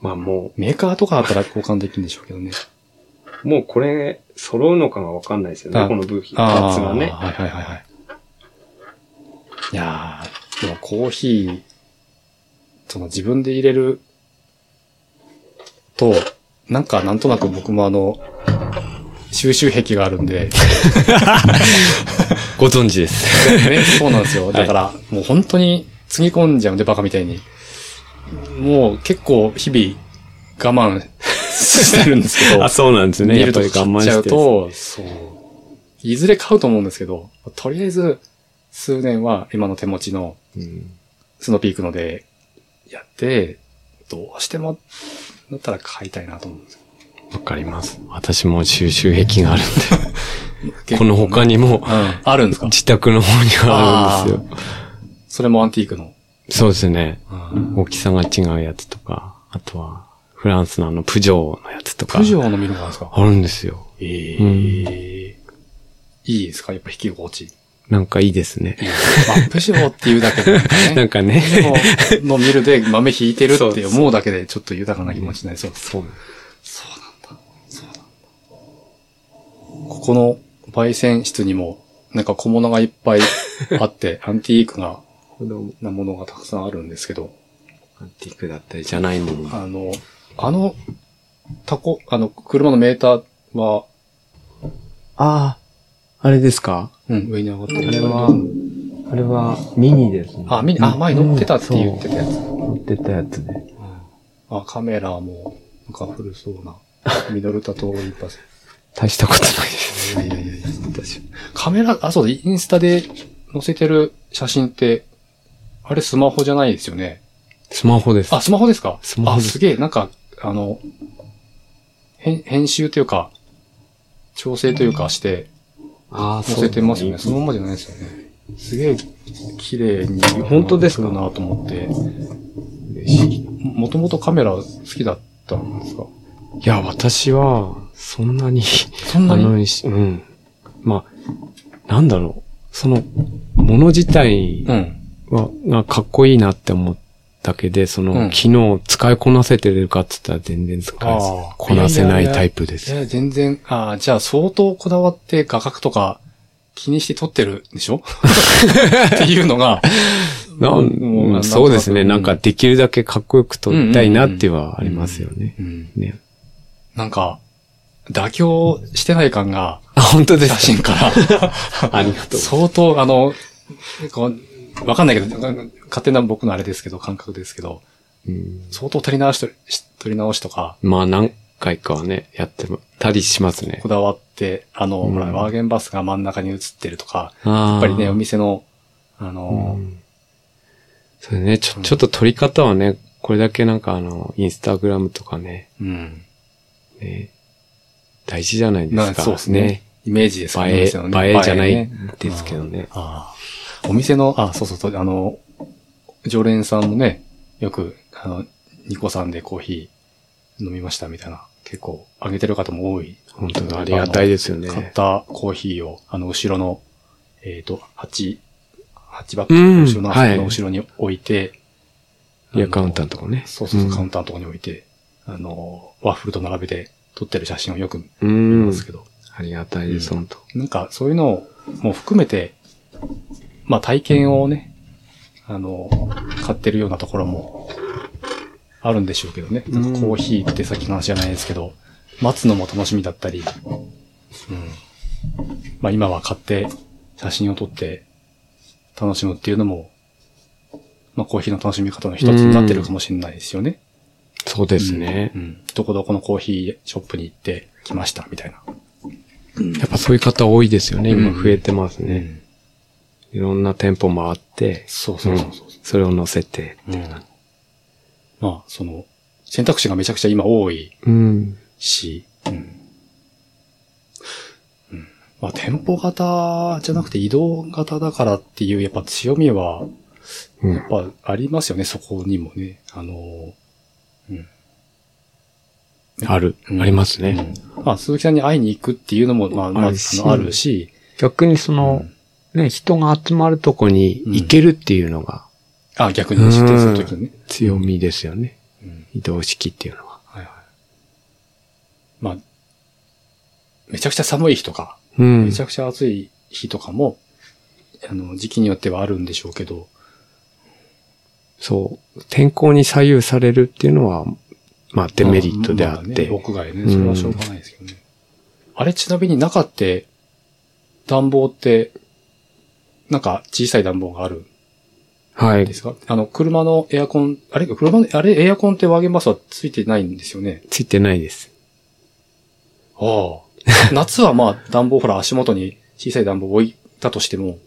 [SPEAKER 2] まあも
[SPEAKER 1] メーカーとかだったら交換できるんでしょうけどね。
[SPEAKER 2] う、もうこれ、揃うのかがわかんないですよ
[SPEAKER 1] あ
[SPEAKER 2] ね、この部品、
[SPEAKER 1] あ
[SPEAKER 2] パー
[SPEAKER 1] あ
[SPEAKER 2] ツがね。
[SPEAKER 1] はいはいはいはい。いやー、でもコーヒー、その自分で入れると、なんかなんとなく僕もあの、収集癖があるんで、
[SPEAKER 2] ご存知です。
[SPEAKER 1] ね、そうなんですよ。だから、もう本当につぎ込んじゃうんで、バカみたいに。もう結構日々我慢してるんですけど。
[SPEAKER 2] あ、そうなんです ね。
[SPEAKER 1] 見
[SPEAKER 2] やっ
[SPEAKER 1] る
[SPEAKER 2] ぱ
[SPEAKER 1] と
[SPEAKER 2] り我慢
[SPEAKER 1] 買っちゃ
[SPEAKER 2] し
[SPEAKER 1] う
[SPEAKER 2] て。
[SPEAKER 1] と、そう。いずれ買うと思うんですけど、とりあえず、数年は今の手持ちの
[SPEAKER 2] うん
[SPEAKER 1] スノーピークのでやって、どうしても、だったら買いたいなと思うんです
[SPEAKER 2] わかります。私も収集癖があるん
[SPEAKER 1] け ど。
[SPEAKER 2] で。この他にも、
[SPEAKER 1] うん。あるんですか
[SPEAKER 2] 自宅の方にあるんですよ。
[SPEAKER 1] それもアンティークの。
[SPEAKER 2] そうですね。
[SPEAKER 1] うん
[SPEAKER 2] 大きさが違うやつとか、あとは、フランスのあの、プジョーのやつとか。
[SPEAKER 1] プジョーのミルなんですか
[SPEAKER 2] あるんですよ。
[SPEAKER 1] ええ
[SPEAKER 2] うん
[SPEAKER 1] いいですかやっぱ引き心地。
[SPEAKER 2] なんかいいですね。
[SPEAKER 1] マップ賞っていうだけで、
[SPEAKER 2] な
[SPEAKER 1] ね
[SPEAKER 2] ん、かね。
[SPEAKER 1] でも、の見るで豆引いてるって思うだけで、ちょっと豊かな気持ちになりそうです。
[SPEAKER 2] そう。
[SPEAKER 1] そうなんだ。そうなんだ。ここの焙煎室にも、なんか小物がいっぱいあ って、アンティークが、
[SPEAKER 3] これも
[SPEAKER 1] なものがたくさんあるんですけど、
[SPEAKER 3] アンティークだったりじゃないもの。
[SPEAKER 1] あの、あの、タコ、あの、車のメーターは、
[SPEAKER 3] ああ、あれですか
[SPEAKER 1] うん、上に上がって
[SPEAKER 3] あ
[SPEAKER 1] る。
[SPEAKER 3] れは、あれはミニですね。
[SPEAKER 1] あ、見に、あ、前乗ってたって言ってたやつ。
[SPEAKER 3] 乗ってたやつで。
[SPEAKER 1] あ、カメラも、なんか古そうな。ミドルタと一発。
[SPEAKER 2] 大したことないです。
[SPEAKER 1] いやいやいやいや、カメラ、あ、そうだ、インスタで載せてる写真って、あれスマホじゃないですよね。
[SPEAKER 2] スマホです。
[SPEAKER 1] あ、スマホですか
[SPEAKER 2] スマホです
[SPEAKER 1] あ、すげえ、なんか、あの、編編集というか、調整というかして、
[SPEAKER 3] ああ、
[SPEAKER 1] 載せてますよね。そ
[SPEAKER 3] そう
[SPEAKER 1] の
[SPEAKER 3] だ
[SPEAKER 1] ままじゃないですよね。すげえ、綺麗に。
[SPEAKER 2] 本当ですか
[SPEAKER 1] なと思って。
[SPEAKER 3] 嬉しい。
[SPEAKER 1] もともとカメラ好きだったんですか
[SPEAKER 2] いや、私は、そんなに、
[SPEAKER 1] そんな
[SPEAKER 2] あ
[SPEAKER 1] に
[SPEAKER 2] の、しうん。まあ、なんだろう。その、もの自体
[SPEAKER 1] うん。
[SPEAKER 2] は、がかっこいいなって思ったけで、その、
[SPEAKER 1] うん
[SPEAKER 2] 機能使いこなせてるかって言ったら全然使い
[SPEAKER 1] あー
[SPEAKER 2] こなせないタイプで
[SPEAKER 1] い
[SPEAKER 2] す。
[SPEAKER 1] や、全然、ああ、じゃあ相当こだわって画角とか気にして撮ってるんでしょ っていうのが、
[SPEAKER 2] なん
[SPEAKER 1] もう
[SPEAKER 2] う
[SPEAKER 1] な
[SPEAKER 2] ん
[SPEAKER 1] んとなく
[SPEAKER 2] そうですね。
[SPEAKER 1] うん
[SPEAKER 2] なんかできるだけかっこよく撮りたいなってはありますよね。
[SPEAKER 1] うん
[SPEAKER 2] ね。
[SPEAKER 1] なんか、妥協してない感が、
[SPEAKER 2] あ、本当です
[SPEAKER 1] 写
[SPEAKER 2] か
[SPEAKER 1] 真から、
[SPEAKER 2] ありがとう。
[SPEAKER 1] 相当あの、こうわかんないけど、勝手な僕のあれですけど、感覚ですけど、
[SPEAKER 2] うん
[SPEAKER 1] 相当撮り直しと、し撮り直しとか、
[SPEAKER 2] まあ何回かはね、やってたりしますね
[SPEAKER 1] こ。だわって、あの、
[SPEAKER 2] うん
[SPEAKER 1] ほら、ワーゲンバスが真ん中に映ってるとか、
[SPEAKER 2] や
[SPEAKER 1] やっぱりね、お店の、あの、
[SPEAKER 2] それね、ち
[SPEAKER 1] う
[SPEAKER 2] ょ、
[SPEAKER 1] ん
[SPEAKER 2] ちょっと撮り方はね、これだけなんかあの、インスタグラムとかね、
[SPEAKER 1] うん。
[SPEAKER 2] ね大事じゃないで
[SPEAKER 1] な
[SPEAKER 2] すか。
[SPEAKER 1] そうですね。イメージですよね
[SPEAKER 2] 映
[SPEAKER 1] お
[SPEAKER 2] え、
[SPEAKER 1] 店のね
[SPEAKER 2] 映えじゃな
[SPEAKER 1] 映え
[SPEAKER 2] い
[SPEAKER 1] ね
[SPEAKER 2] ですけどね。
[SPEAKER 1] ああお店の、あ、そうそうそう、あの、常連さんもね、よく、あの、ニコさんでコーヒー飲みましたみたいな、結構、あげてる方も多い。
[SPEAKER 2] 本当だ、ありがたいですよ
[SPEAKER 1] あの買っ
[SPEAKER 2] ね。
[SPEAKER 1] たコーヒーを、あの、後ろの、えっ、と、8、8バッ
[SPEAKER 2] うん
[SPEAKER 1] グ、後ろの、
[SPEAKER 2] はい
[SPEAKER 1] の後ろに置いて、
[SPEAKER 2] いや、カウンタ
[SPEAKER 1] ー
[SPEAKER 2] ーのとこね。
[SPEAKER 1] そうそうそう、カウ
[SPEAKER 2] ン
[SPEAKER 1] ンターのとこに置いて、あの、ワッフルと並べて撮ってる写真をよく見
[SPEAKER 2] ター。う
[SPEAKER 1] ま
[SPEAKER 2] ん。
[SPEAKER 1] すけど、
[SPEAKER 2] ありがたいです、
[SPEAKER 1] うん
[SPEAKER 2] 本当。
[SPEAKER 1] なんかそういうのをもう含めて、まあ体験をね、あの、買ってるようなところもあるんでしょうけどね。なんかコーヒーってさっきの話じゃないですけど、待つのも楽しみだったり、うん。まあ今は買って写真を撮って楽しむっていうのも、まあコーヒーの楽しみ方の一つになってるかもしれないですよね。
[SPEAKER 2] そうですね
[SPEAKER 1] う。ん。どこどこのコーヒーショップに行ってきましたみたいな。
[SPEAKER 2] やっぱそういう方多いですよね。今
[SPEAKER 1] うん
[SPEAKER 2] 増えてますね。。いろんな店舗回って、
[SPEAKER 1] そうそうそうそう。
[SPEAKER 2] それを乗せて。
[SPEAKER 1] まあ、その、選択肢がめちゃくちゃ今多い
[SPEAKER 2] うん。
[SPEAKER 1] し、うん。うんまあ、店舗型じゃなくて移動型だからっていう、やっぱ強みは、
[SPEAKER 2] うん。
[SPEAKER 1] やっぱありますよね、そこにもね。あの、
[SPEAKER 2] ある
[SPEAKER 1] う。ん
[SPEAKER 2] ありますね。
[SPEAKER 1] うんまあ、鈴木さんに会いに行くっていうのも、まあ、まあ、
[SPEAKER 2] あ
[SPEAKER 1] あ
[SPEAKER 2] るし
[SPEAKER 1] のあるし、
[SPEAKER 2] 逆にその、ね、人が集まるとこに行けるっていうのが
[SPEAKER 1] あ、逆に出店するときにね。
[SPEAKER 2] 強みですよね。
[SPEAKER 1] うん
[SPEAKER 2] 移動式っていうのは。
[SPEAKER 1] はいはい。まあ、めちゃくちゃ寒い日とか、
[SPEAKER 2] うん
[SPEAKER 1] めちゃくちゃ暑い日とかも、あの、時期によってはあるんでしょうけど、
[SPEAKER 2] そう。天候に左右されるっていうのは、まあデメリットであっ
[SPEAKER 1] ま
[SPEAKER 2] て。
[SPEAKER 1] ね、屋外ね、それはしょうがないですけどね。あれ、ちなみに中って、暖房って、なんか小さい暖房がある
[SPEAKER 2] は
[SPEAKER 1] んで
[SPEAKER 2] い。
[SPEAKER 1] すかあの、車のエアコン、あれ車の、あれ、エアコンってワーゲンバスはついてないんですよね。
[SPEAKER 2] ついてないです。
[SPEAKER 1] ああ。夏はまあ、暖房、ほら、足元に小さい暖房置いたとしても、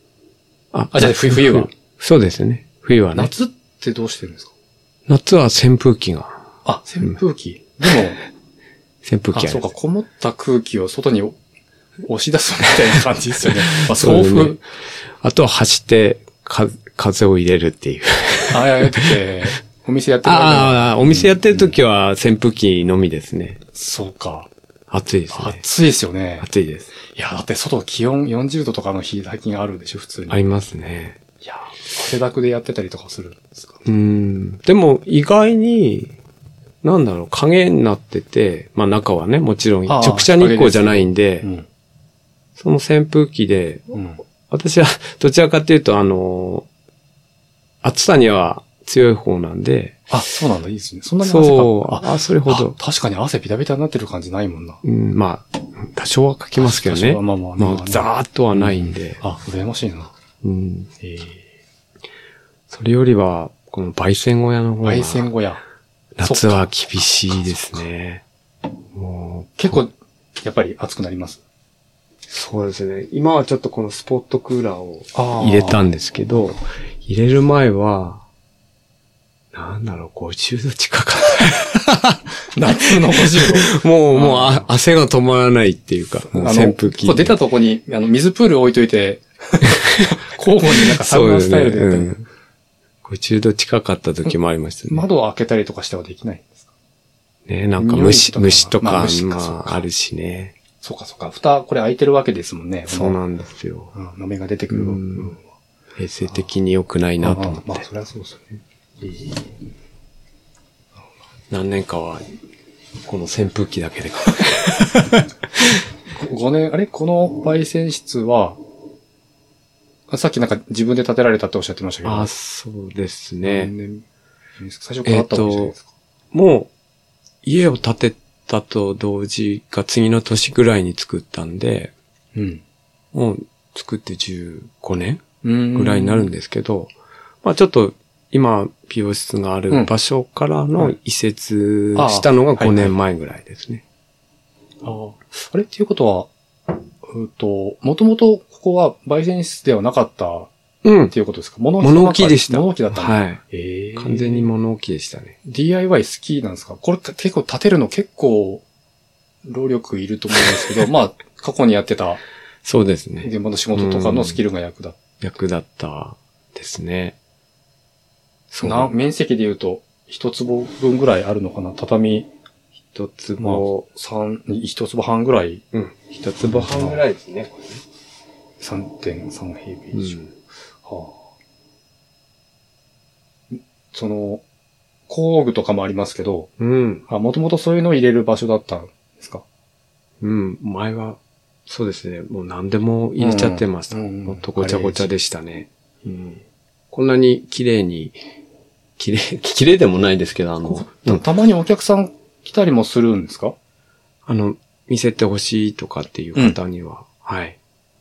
[SPEAKER 2] あ
[SPEAKER 1] あじゃあ冬冬は。
[SPEAKER 2] そうですね。冬はね。
[SPEAKER 1] 夏ってどうしてるんですか
[SPEAKER 2] 夏は扇風機が。
[SPEAKER 1] あ、扇風機。でも、
[SPEAKER 2] 扇風
[SPEAKER 1] あ、
[SPEAKER 2] 機あ
[SPEAKER 1] そ
[SPEAKER 2] る
[SPEAKER 1] うか、。こもった空気を外に押し出すみたいな感じですよね。 まあ、
[SPEAKER 2] そう
[SPEAKER 1] 送
[SPEAKER 2] ですね
[SPEAKER 1] 風、
[SPEAKER 2] あとは走って、か、風を入れるっていう。
[SPEAKER 1] ああやって、 お店やってる間は
[SPEAKER 2] ああ、お店やってる時は扇風機のみですね。
[SPEAKER 1] そうか。
[SPEAKER 2] 暑いですね。
[SPEAKER 1] 暑いですよね。
[SPEAKER 2] 暑いです。
[SPEAKER 1] いや、だって外気温40度とかの日、最近あるでしょ、普通に。
[SPEAKER 2] ありますね。
[SPEAKER 1] いや、汗だくでやってたりとかするんですか。
[SPEAKER 2] うん。でも意外に、なんだろう、影になってて、まあ中はね、もちろん
[SPEAKER 1] ああ
[SPEAKER 2] 直射日光じゃないんで、
[SPEAKER 1] うん。
[SPEAKER 2] その扇風機で、
[SPEAKER 1] うん。
[SPEAKER 2] 私は どちらかというと、あの、暑さには強い方なんで、
[SPEAKER 1] あ、そうなんだ、いいですね。そんなに汗か
[SPEAKER 2] そう、
[SPEAKER 1] あ、
[SPEAKER 2] あ、それほど、
[SPEAKER 1] あ確かに汗ビタビタになってる感じないもんな。
[SPEAKER 2] うん、まあ、多少はかきますけど
[SPEAKER 1] 多
[SPEAKER 2] ね
[SPEAKER 1] 少は。まあまあ、
[SPEAKER 2] まあ、ザーッとはないんで、
[SPEAKER 1] あ、羨ましいな。
[SPEAKER 2] うん。
[SPEAKER 1] え
[SPEAKER 2] それよりは、この焙煎小屋の
[SPEAKER 1] ー、
[SPEAKER 2] 方が、
[SPEAKER 1] 焙煎小屋。
[SPEAKER 2] 夏は厳しいですね。もう、
[SPEAKER 1] 結構、やっぱり暑くなります。
[SPEAKER 2] そうですね。今はちょっとこのスポットクーラーを
[SPEAKER 1] あ
[SPEAKER 2] 入れた
[SPEAKER 1] ん
[SPEAKER 2] んですけど、入れる前は、なんだろう、50度近かっ
[SPEAKER 1] 夏の50度。
[SPEAKER 2] た。 もう、もうあ、汗が止まらないっていうか、 もう
[SPEAKER 1] あの
[SPEAKER 2] 扇風機。
[SPEAKER 1] こう出たとこに、あの、水プール置いといて、 交互になんかサウナスタイルでや
[SPEAKER 2] そう
[SPEAKER 1] っ
[SPEAKER 2] で
[SPEAKER 1] て
[SPEAKER 2] す
[SPEAKER 1] る、
[SPEAKER 2] ねうん50度近かった時もありましたね。
[SPEAKER 1] 窓を開けたりとかしてはできないんですか
[SPEAKER 2] ね、なんか
[SPEAKER 1] 匂い
[SPEAKER 2] 虫
[SPEAKER 1] と、か
[SPEAKER 2] 虫と
[SPEAKER 1] まあ
[SPEAKER 2] か、
[SPEAKER 1] 虫か
[SPEAKER 2] ま
[SPEAKER 1] そう
[SPEAKER 2] あ、
[SPEAKER 1] か
[SPEAKER 2] あるしね。
[SPEAKER 1] そうかそうか。蓋、これ開いてるわけですもんね。
[SPEAKER 2] そうなんですよ。
[SPEAKER 1] うん。豆が出てくる部分は。
[SPEAKER 2] うん衛生的に良くないなと思って
[SPEAKER 1] まあ。まあ、それはそうですよね。
[SPEAKER 2] 何年かは、この扇風機だけで
[SPEAKER 1] 5年、あれこの焙煎室は、あさっきなんか自分で建てられたっておっしゃってましたけど。
[SPEAKER 2] あ、そうです
[SPEAKER 1] 何
[SPEAKER 2] ね。
[SPEAKER 1] 年ですか最初からあったわけじゃないですか。
[SPEAKER 2] もう、家を建てたと同時か次の年ぐらいに作ったんで、
[SPEAKER 1] うん。
[SPEAKER 2] もう作って15年
[SPEAKER 1] うん
[SPEAKER 2] ぐらいになるんですけど、まあちょっと今、美容室がある場所からの移設したのが5年前ぐらいですね。
[SPEAKER 1] あーあれっていうことは、うーと、もともとここは焙煎室ではなかったっ
[SPEAKER 2] うん。
[SPEAKER 1] ていうことですか物
[SPEAKER 2] 物置でした。
[SPEAKER 1] 物置だったんだ。
[SPEAKER 2] はい。
[SPEAKER 1] ええ
[SPEAKER 2] 完全に。物置でしたね。
[SPEAKER 1] DIY 好きなんですかこれ結構建てるの結構、労力いると思うんです けど、まあ、過去にやってた
[SPEAKER 2] そうですね。
[SPEAKER 1] 現場の仕事とかのスキルが役立っ
[SPEAKER 2] 役だったですね。
[SPEAKER 1] た。な、面積で言うと、一坪分ぐらいあるのかな畳、
[SPEAKER 2] 一つ
[SPEAKER 1] まあ、三、一坪半ぐらい、
[SPEAKER 2] うん。一
[SPEAKER 1] 坪半ぐ
[SPEAKER 2] らいですね、
[SPEAKER 1] 3.3平米
[SPEAKER 2] う
[SPEAKER 1] 以上。
[SPEAKER 2] ん。
[SPEAKER 1] はあ、その、工具とかもありますけど、
[SPEAKER 2] うん。
[SPEAKER 1] あ、もともとそういうのを入れる場所だったんですか
[SPEAKER 2] うん。前は、そうですね。もう何でも入れちゃってました。
[SPEAKER 1] うんうん
[SPEAKER 2] もっとごちゃごちゃでしたね。うん。こんなに綺麗に、綺麗、 綺麗でもないですけど、あの、うん
[SPEAKER 1] たまにお客さん来たりもするんですか
[SPEAKER 2] あの、見せてほしいとかっていう方には、はい。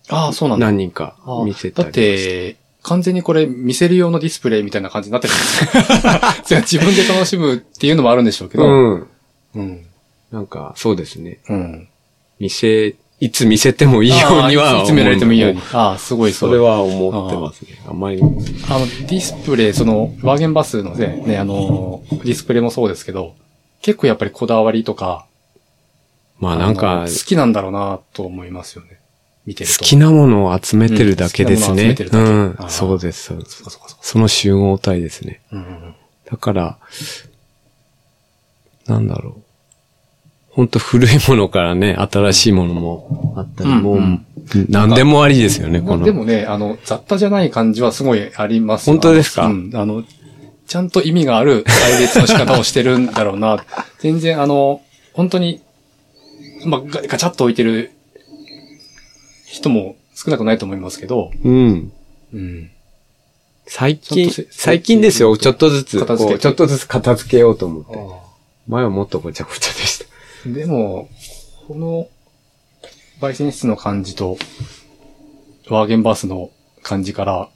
[SPEAKER 1] ああ、そうなんだ。
[SPEAKER 2] 何人か
[SPEAKER 1] ああ
[SPEAKER 2] 見せた
[SPEAKER 1] だっ、
[SPEAKER 2] りはして
[SPEAKER 1] 完全にこれ見せる用のディスプレイみたいな感じになってるん ですよ自分で楽しむっていうのもあるんでしょうけ
[SPEAKER 2] た。
[SPEAKER 1] ど。
[SPEAKER 2] うん。
[SPEAKER 1] うん。
[SPEAKER 2] なんか、そうですね。
[SPEAKER 1] うん。
[SPEAKER 2] 見せ、いつ見せてもいいように
[SPEAKER 1] あ
[SPEAKER 2] は
[SPEAKER 1] あいついつ見られてもいいように。ああ、すごい
[SPEAKER 2] そ
[SPEAKER 1] そ
[SPEAKER 2] れ
[SPEAKER 1] れは。
[SPEAKER 2] は思ってますね。あんまり、う
[SPEAKER 1] あの、ディスプレイ、その、ワーゲンバスのね、ね、あの、ディスプレイもそうですけど、結構やっぱりこだわりとか、
[SPEAKER 2] まあなん
[SPEAKER 1] あの
[SPEAKER 2] か、
[SPEAKER 1] 好きなんだろうなと思いますよね。見てると。
[SPEAKER 2] 好きなものを集めてるだけです
[SPEAKER 1] うん
[SPEAKER 2] ね
[SPEAKER 1] 好き。
[SPEAKER 2] う
[SPEAKER 1] なものを集めてるだ
[SPEAKER 2] ん
[SPEAKER 1] けあ、ー
[SPEAKER 2] そうです、そうです。
[SPEAKER 1] そうかそうかそうか。
[SPEAKER 2] その集合体ですね。
[SPEAKER 1] うんうんうん。
[SPEAKER 2] だから、なんだろう。ほんと古いものからね、新しいものもあったり、
[SPEAKER 1] うん
[SPEAKER 2] もう、
[SPEAKER 1] うん
[SPEAKER 2] 何でもありですよね、こ
[SPEAKER 1] まあで
[SPEAKER 2] の。
[SPEAKER 1] もね、あの、雑多じゃない感じはすごいありますよ
[SPEAKER 2] 本当ですか
[SPEAKER 1] うん。あの、ちゃんと意味がある配列の仕方をしてるんだろうな。 全然あの、本当に、まあ、ガガチャッと置いてる人も少なくないと思いますけど、
[SPEAKER 2] うん。
[SPEAKER 1] うん。
[SPEAKER 2] 最
[SPEAKER 1] ちょっ
[SPEAKER 2] 近
[SPEAKER 1] とせ、
[SPEAKER 2] 最近ですよ、ちょっとずつ、
[SPEAKER 1] 片付け
[SPEAKER 2] こうちょっとずつ片付けようと思って。前はもっとごちゃごちゃでした。
[SPEAKER 1] でも、この、焙煎室の感じと、ワーゲンバースの感じから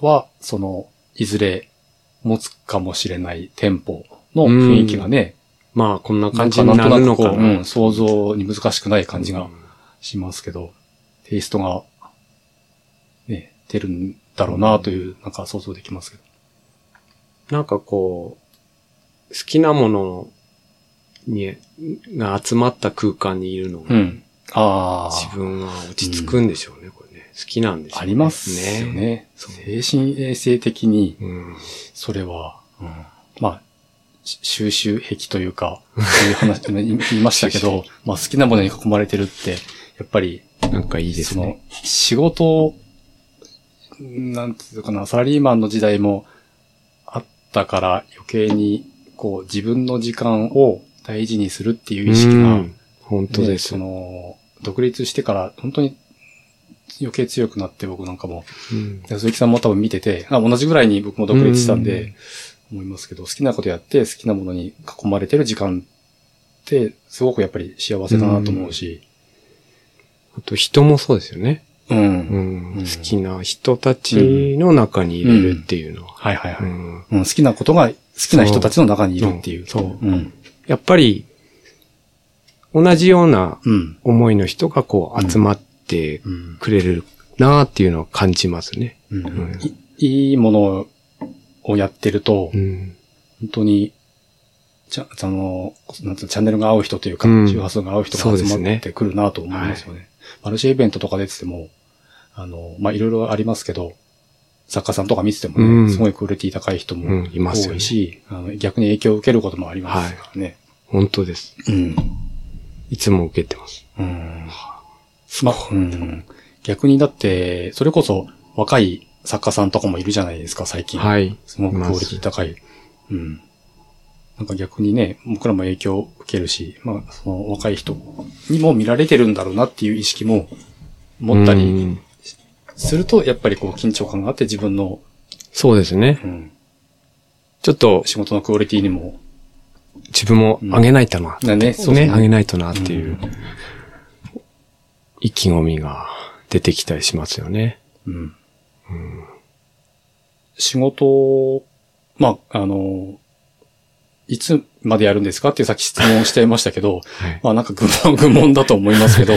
[SPEAKER 1] は、その、いずれ持つかもしれない店舗の雰囲気がね、
[SPEAKER 2] まあ、こんな感じになるのか
[SPEAKER 1] んとなくこう
[SPEAKER 2] な
[SPEAKER 1] うん、。想像に難しくない感じがしますけど、テイストが、ね、出るんだろうなという、なんか想像できますけど。
[SPEAKER 2] なんかこう、好きなものに、が集まった空間にいるの
[SPEAKER 1] う
[SPEAKER 2] が、
[SPEAKER 1] ん。あ
[SPEAKER 2] 自
[SPEAKER 1] あ、
[SPEAKER 2] 分は落ち着くんでしょうね、これね。好きなんでしょうね。
[SPEAKER 1] ありますよね。。精神衛生的に、
[SPEAKER 2] うん。
[SPEAKER 1] それは、まあ、し収集癖というか、そういう話も言いましたけ ど、まあ好きなものに囲まれてるって、やっぱり、
[SPEAKER 2] なんかいいです
[SPEAKER 1] その
[SPEAKER 2] ね。、
[SPEAKER 1] 仕事を、なんていうのかな、サラリーマンの時代もあったから余計に、こう、自分の時間を大事にするっていう意識が、
[SPEAKER 2] うん本当です。
[SPEAKER 1] その、独立してから、本当に余計強くなって僕なんかも、
[SPEAKER 2] うん
[SPEAKER 1] 鈴木さんも多分見てて、あ同じぐらいに僕も独立したんで、思いますけど、好きなことやって、好きなものに囲まれてる時間って、すごくやっぱり幸せだなと思うし、
[SPEAKER 2] あと人もそうですよね。
[SPEAKER 1] うん。
[SPEAKER 2] うん
[SPEAKER 1] うん
[SPEAKER 2] 好きな人たちの中に入れるっていうのは。
[SPEAKER 1] はいはいは
[SPEAKER 2] う
[SPEAKER 1] い、
[SPEAKER 2] ん
[SPEAKER 1] うん。好きなことが好きな人たちの中にいるっていう。
[SPEAKER 2] そう
[SPEAKER 1] う。うん。
[SPEAKER 2] やっぱり、同じような
[SPEAKER 1] うん。
[SPEAKER 2] 思いの人がこ
[SPEAKER 1] う
[SPEAKER 2] うん集まって
[SPEAKER 1] うん。
[SPEAKER 2] くれるなーっていうのは感じますね。
[SPEAKER 1] うんいいいものをやってると、
[SPEAKER 2] うん。
[SPEAKER 1] 本当に、ちゃ、その、なんつうのチャンネルが合う人というか、
[SPEAKER 2] うん
[SPEAKER 1] 周波数が合う人
[SPEAKER 2] そう
[SPEAKER 1] が
[SPEAKER 2] です
[SPEAKER 1] 集ま
[SPEAKER 2] ね
[SPEAKER 1] ってくるなと思いますよね。マルシェイベントとか出てても、あの、まあ、いろいろありますけど、作家さんとか見ててもね、
[SPEAKER 2] うん
[SPEAKER 1] すごいクオリティ高い人
[SPEAKER 2] う
[SPEAKER 1] も
[SPEAKER 2] んいます
[SPEAKER 1] 多
[SPEAKER 2] よね
[SPEAKER 1] いし、あの逆に影響を受けることもありますからね。
[SPEAKER 2] 本当です。
[SPEAKER 1] うん。
[SPEAKER 2] いつも受けてます。
[SPEAKER 1] うん。まあ、うん。逆にだって、それこそ若い作家さんとかもいるじゃないですか、最近。
[SPEAKER 2] はい。
[SPEAKER 1] すごくクオリティ高い。うん。なんか逆にね、僕らも影響を受けるし、まあ、その若い人にも見られてるんだろうなっていう意識も持った
[SPEAKER 2] う
[SPEAKER 1] り
[SPEAKER 2] ん
[SPEAKER 1] すると、やっぱりこう緊張感があって自分の、
[SPEAKER 2] そうですね
[SPEAKER 1] う。ん、
[SPEAKER 2] ちょっと
[SPEAKER 1] 仕事のクオリティにも、
[SPEAKER 2] 自分も上げないとな。
[SPEAKER 1] だね、、
[SPEAKER 2] そうね。上げないとなっていううん意気込みが出てきたりしますよね。
[SPEAKER 1] うん。仕事、まあ、あの、いつまでやるんですかってさっき質問しちゃいましたけど、
[SPEAKER 2] はい。
[SPEAKER 1] まあなんか愚問、愚問だと思いますけど、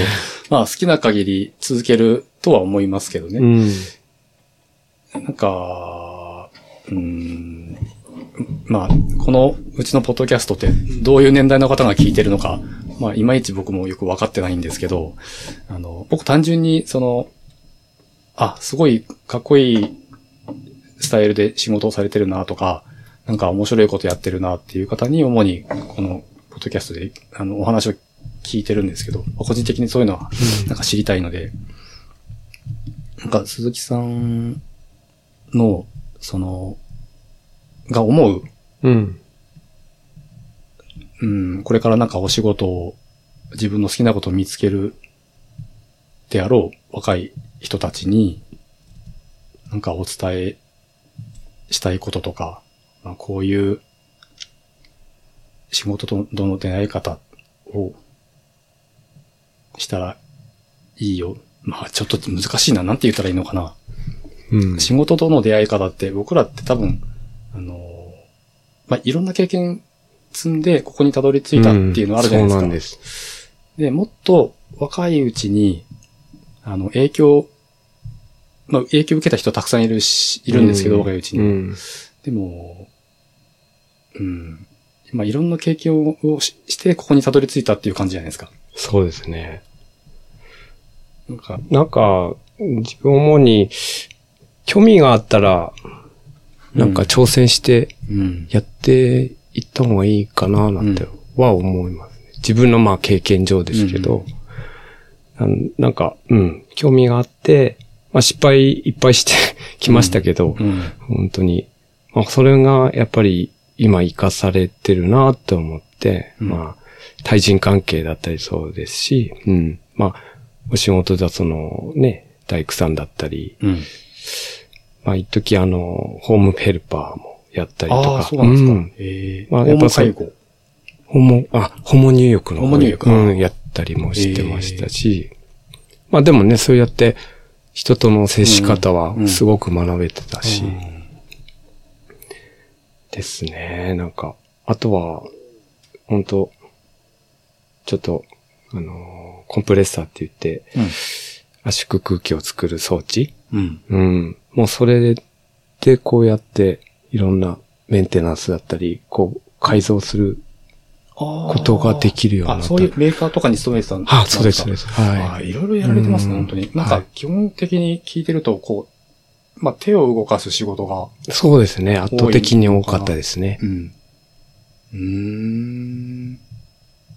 [SPEAKER 1] まあ好きな限り続けるとは思いますけど
[SPEAKER 2] う
[SPEAKER 1] ね。
[SPEAKER 2] ん。
[SPEAKER 1] なんか、うーん、まあ、このうちのポッドキャストってどういう年代の方が聞いてるのか、まあいまいち僕もよくわかってないんですけど、あの、僕単純にその、あ、すごいかっこいいスタイルで仕事をされてるなとか、なんか面白いことやってるなっていう方に主にこのポッドキャストであのお話を聞いてるんですけど、まあ個人的にそういうのはなんか知りたいので、なんか鈴木さんの、その、が思う、
[SPEAKER 2] うん。
[SPEAKER 1] うん、これからなんかお仕事を、自分の好きなことを見つけるであろう若い人たちに、なんかお伝えしたいこととか、まあ、こういう仕事とどの出会い方をしたらいいよ。まあちょっと難しいな。なんて言ったらいいのかな。
[SPEAKER 2] うん。
[SPEAKER 1] 仕事との出会い方って僕らって多分、あの、まあ、いろんな経験積んでここにたどり着いたっていうのあるじゃないですか。
[SPEAKER 2] うんそうなんです。
[SPEAKER 1] で、もっと若いうちに、あの、影響、まあ、影響受けた人たくさんいるし、いるんですけど、
[SPEAKER 2] う
[SPEAKER 1] 若いうちに。
[SPEAKER 2] うん。
[SPEAKER 1] でも、うん。まあ、いろんな経験をしして、ここにたどり着いたっていう感じじゃないですか。
[SPEAKER 2] そうですね。
[SPEAKER 1] なんか、
[SPEAKER 2] なんか、自分主に、興味があったら、なんか挑戦して
[SPEAKER 1] うん。
[SPEAKER 2] やっていった方がいいかな、なんては思いますね。自分のまあ経験上ですけど、なんなんか、うん、興味があって、まあ失敗いっぱいして きましたけど、
[SPEAKER 1] うん。
[SPEAKER 2] 本当に、まあそれがやっぱり今生かされてるなって思って、
[SPEAKER 1] うん
[SPEAKER 2] まあ、対人関係だったりそうですし、うん、まあ、お仕事だそのね、大工さんだったり、
[SPEAKER 1] うん。
[SPEAKER 2] まあ、一時あの、ホームヘルパーもやったりと
[SPEAKER 1] あ
[SPEAKER 2] か。
[SPEAKER 1] あ、そうなんですか。
[SPEAKER 2] うん
[SPEAKER 1] ええ
[SPEAKER 2] まあ
[SPEAKER 1] 訪
[SPEAKER 2] やっぱ
[SPEAKER 1] 問
[SPEAKER 2] そう
[SPEAKER 1] 介護。
[SPEAKER 2] ホモ、あ、ホモ入浴の方。
[SPEAKER 1] ホモ入浴
[SPEAKER 2] うん、やったりもしてましたし。まあでもね、そうやって、人との接し方は
[SPEAKER 1] うん
[SPEAKER 2] すごく学べてたし、
[SPEAKER 1] うん
[SPEAKER 2] ですね、なんか。あとは、本当ちょっと、あのーコンプレッサーって言って、圧縮空気を作る装置
[SPEAKER 1] うん。
[SPEAKER 2] うん。もうそれでこうやっていろんなメンテナンスだったり、こう改造する。
[SPEAKER 1] こ
[SPEAKER 2] ことができるようになった
[SPEAKER 1] あ、そういうメーカーとかに勤めてたん。
[SPEAKER 2] あ、そうです、そうですす。
[SPEAKER 1] あ
[SPEAKER 2] はい。
[SPEAKER 1] いろいろやられてますね、
[SPEAKER 2] うん
[SPEAKER 1] 本当に。なんか
[SPEAKER 2] はい、
[SPEAKER 1] 基本的に聞いてると、こう、まあ、手を動かす仕事が、
[SPEAKER 2] そうですね。圧倒的に多かったですね。
[SPEAKER 1] うん。うーん。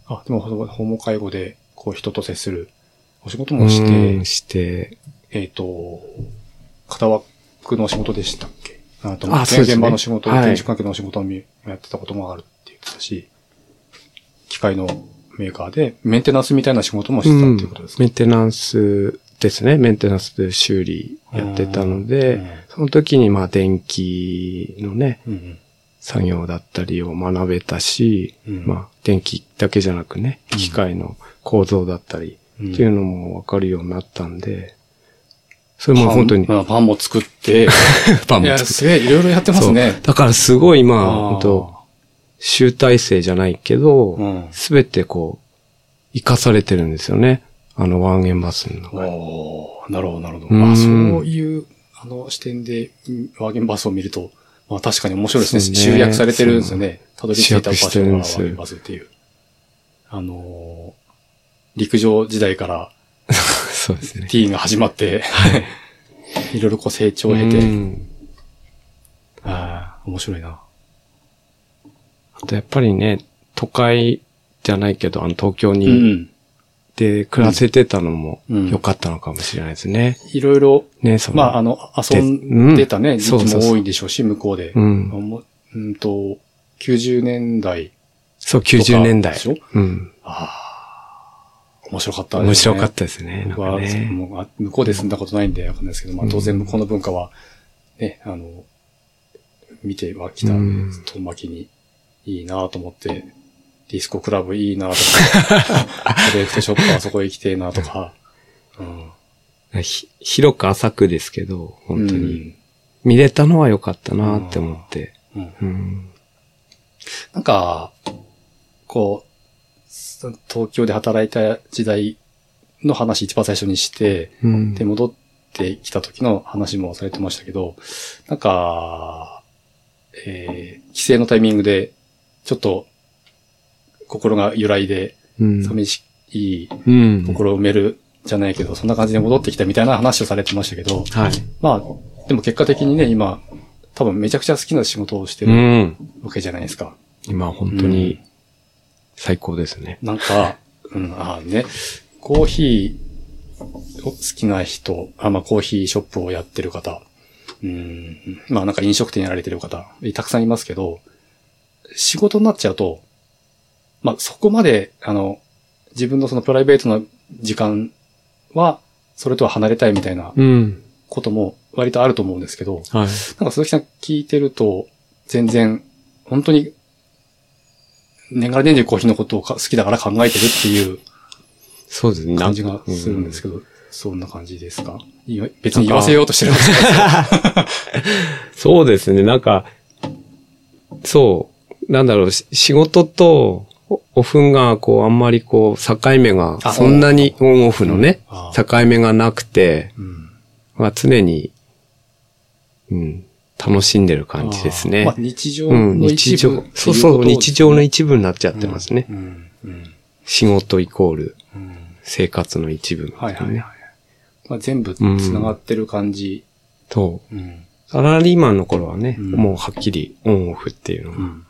[SPEAKER 1] あ、でも、ほ訪問介護で、こう、人と接する、お仕事もし
[SPEAKER 2] う
[SPEAKER 1] て
[SPEAKER 2] ん、して、
[SPEAKER 1] えっ、と、片枠の仕事でしたっけあと、
[SPEAKER 2] あそうですね
[SPEAKER 1] 現場の仕事、
[SPEAKER 2] はい
[SPEAKER 1] 建築関係の仕事もやってたこともあるって言ってたし、機械のメーカーでメンテナンスみたいな仕事もしてたっていうことです
[SPEAKER 2] メ
[SPEAKER 1] ね。
[SPEAKER 2] ンテナンスですね。メンテナンスで修理やってたので、
[SPEAKER 1] うん
[SPEAKER 2] その時にまあ電気のね、
[SPEAKER 1] うん
[SPEAKER 2] 作業だったりを学べたし、
[SPEAKER 1] うん
[SPEAKER 2] まあ電気だけじゃなくね、
[SPEAKER 1] うん
[SPEAKER 2] 機械の構造だったり
[SPEAKER 1] うん
[SPEAKER 2] っていうのもわかるようになったんで、それも本当に
[SPEAKER 1] パンパンも作って、
[SPEAKER 2] パン
[SPEAKER 1] い
[SPEAKER 2] も
[SPEAKER 1] や、
[SPEAKER 2] 作っ
[SPEAKER 1] すげえ、いろいろやって
[SPEAKER 2] て
[SPEAKER 1] ますね
[SPEAKER 2] そう。だからすごい今、
[SPEAKER 1] あー
[SPEAKER 2] 本当集大成じゃないけど、
[SPEAKER 1] うん。
[SPEAKER 2] すべてこう、生かされてるんですよね。あのワンエンバスの中に。
[SPEAKER 1] おーなるほど、なるほ
[SPEAKER 2] う
[SPEAKER 1] ど。
[SPEAKER 2] ん
[SPEAKER 1] あ、そういう、あの、視点で、うんワーゲンバスを見ると、まあ確かに面白いですね。
[SPEAKER 2] そうね
[SPEAKER 1] 集約されてるんですよね。たどり着いた場
[SPEAKER 2] 集約し
[SPEAKER 1] 所
[SPEAKER 2] て
[SPEAKER 1] が
[SPEAKER 2] る
[SPEAKER 1] ワ
[SPEAKER 2] んです
[SPEAKER 1] ーゲンバスっていう。あのー陸上時代から
[SPEAKER 2] そうですね。
[SPEAKER 1] ティーンが始まって、 いろいろこう成長を経
[SPEAKER 2] う
[SPEAKER 1] て、
[SPEAKER 2] ん
[SPEAKER 1] あー面白いな。
[SPEAKER 2] あとやっぱりね、都会じゃないけど、あの東京
[SPEAKER 1] う
[SPEAKER 2] に
[SPEAKER 1] ん。
[SPEAKER 2] で暮らせてたのも
[SPEAKER 1] うん
[SPEAKER 2] 良かったのかもしれないですね。
[SPEAKER 1] いろいろ、
[SPEAKER 2] ね、その。
[SPEAKER 1] まあ、あの、遊んでたね、
[SPEAKER 2] ん
[SPEAKER 1] 時期
[SPEAKER 2] そうそう
[SPEAKER 1] も
[SPEAKER 2] そう
[SPEAKER 1] 多いでしょうし、向こうで
[SPEAKER 2] う。ん。
[SPEAKER 1] もうんと、90年代
[SPEAKER 2] そう、
[SPEAKER 1] とか
[SPEAKER 2] 90年代
[SPEAKER 1] でし。ょ
[SPEAKER 2] うん。
[SPEAKER 1] ああ、面白かったですね。
[SPEAKER 2] 面白かったですね。なん
[SPEAKER 1] 僕
[SPEAKER 2] か
[SPEAKER 1] は、
[SPEAKER 2] ね。
[SPEAKER 1] もうあ向こうで住んだことないんでわかんないですけど、まあ当然向こうの文化は、ね、あの、見てはきたんで
[SPEAKER 2] うん、
[SPEAKER 1] 遠巻きにいいなと思って、ディスコクラブいいなとか、 セレクトショップあそこ行きてえなとか、うん
[SPEAKER 2] ひ広く浅くですけど、本当に。。
[SPEAKER 1] うん
[SPEAKER 2] 見れたのは良かったなって思って。
[SPEAKER 1] うん
[SPEAKER 2] うん。
[SPEAKER 1] なんか、こう、そ東京で働いた時代の話一番最初にして、
[SPEAKER 2] うん。
[SPEAKER 1] で、戻ってきた時の話もされてましたけど、なんか、えー、帰省のタイミングで、ちょっと、心が揺らいで、
[SPEAKER 2] うん、
[SPEAKER 1] 寂しい
[SPEAKER 2] うん。
[SPEAKER 1] 心を埋めるじゃないけど、そんな感じで戻ってきたみたいな話をされてましたけど、
[SPEAKER 2] はい。
[SPEAKER 1] まあ、でも結果的にね、今、多分めちゃくちゃ好きな仕事をして
[SPEAKER 2] う
[SPEAKER 1] る
[SPEAKER 2] ん。
[SPEAKER 1] わけじゃないですか。
[SPEAKER 2] 今本当に最高ですね。
[SPEAKER 1] なんか、うん、ああね、コーヒーを好きな人、あまあコーヒーショップをやってる方、うん、まあなんか飲食店やられてる方、たくさんいますけど、仕事になっちゃうと、まあそこまで、あの、自分のそのプライベートの時間は、それとは離れたいみたいな
[SPEAKER 2] うん。
[SPEAKER 1] ことも割とあると思うんですけど、な
[SPEAKER 2] はい。
[SPEAKER 1] んか鈴木さん聞いてると、全然、本当に、年がら年中コーヒーのことをか好きだから考えてるっていう
[SPEAKER 2] そうですね。
[SPEAKER 1] 感じがするんですけど、そんな感じですかいや別に言わせようとしてるわけ
[SPEAKER 2] うんそうですね。なんか、そう。なんだろう、し仕事とオオフが、こう、あんまりこう、境目が
[SPEAKER 1] あ、
[SPEAKER 2] そんなにオンオフのね
[SPEAKER 1] あ、
[SPEAKER 2] 境目がなくて、
[SPEAKER 1] うん
[SPEAKER 2] まあ、常に、うん、楽しんでる感じですね
[SPEAKER 1] まあ、。日常
[SPEAKER 2] うん、
[SPEAKER 1] の
[SPEAKER 2] 日
[SPEAKER 1] 一部ってい
[SPEAKER 2] 常
[SPEAKER 1] こ。と
[SPEAKER 2] そうそう、日常の
[SPEAKER 1] 一
[SPEAKER 2] 一部になっちゃっ
[SPEAKER 1] 部
[SPEAKER 2] てますね。
[SPEAKER 1] うん。うん。
[SPEAKER 2] 仕事イコール
[SPEAKER 1] うん
[SPEAKER 2] 生活の一部みた
[SPEAKER 1] はいい
[SPEAKER 2] な
[SPEAKER 1] はい
[SPEAKER 2] ね。
[SPEAKER 1] はい。まあ、全部繋がってる感じ。
[SPEAKER 2] そう。
[SPEAKER 1] うん。
[SPEAKER 2] サラリーマンの頃はね、
[SPEAKER 1] うん
[SPEAKER 2] もうはっきりオンオフっていう
[SPEAKER 1] う
[SPEAKER 2] のが
[SPEAKER 1] ん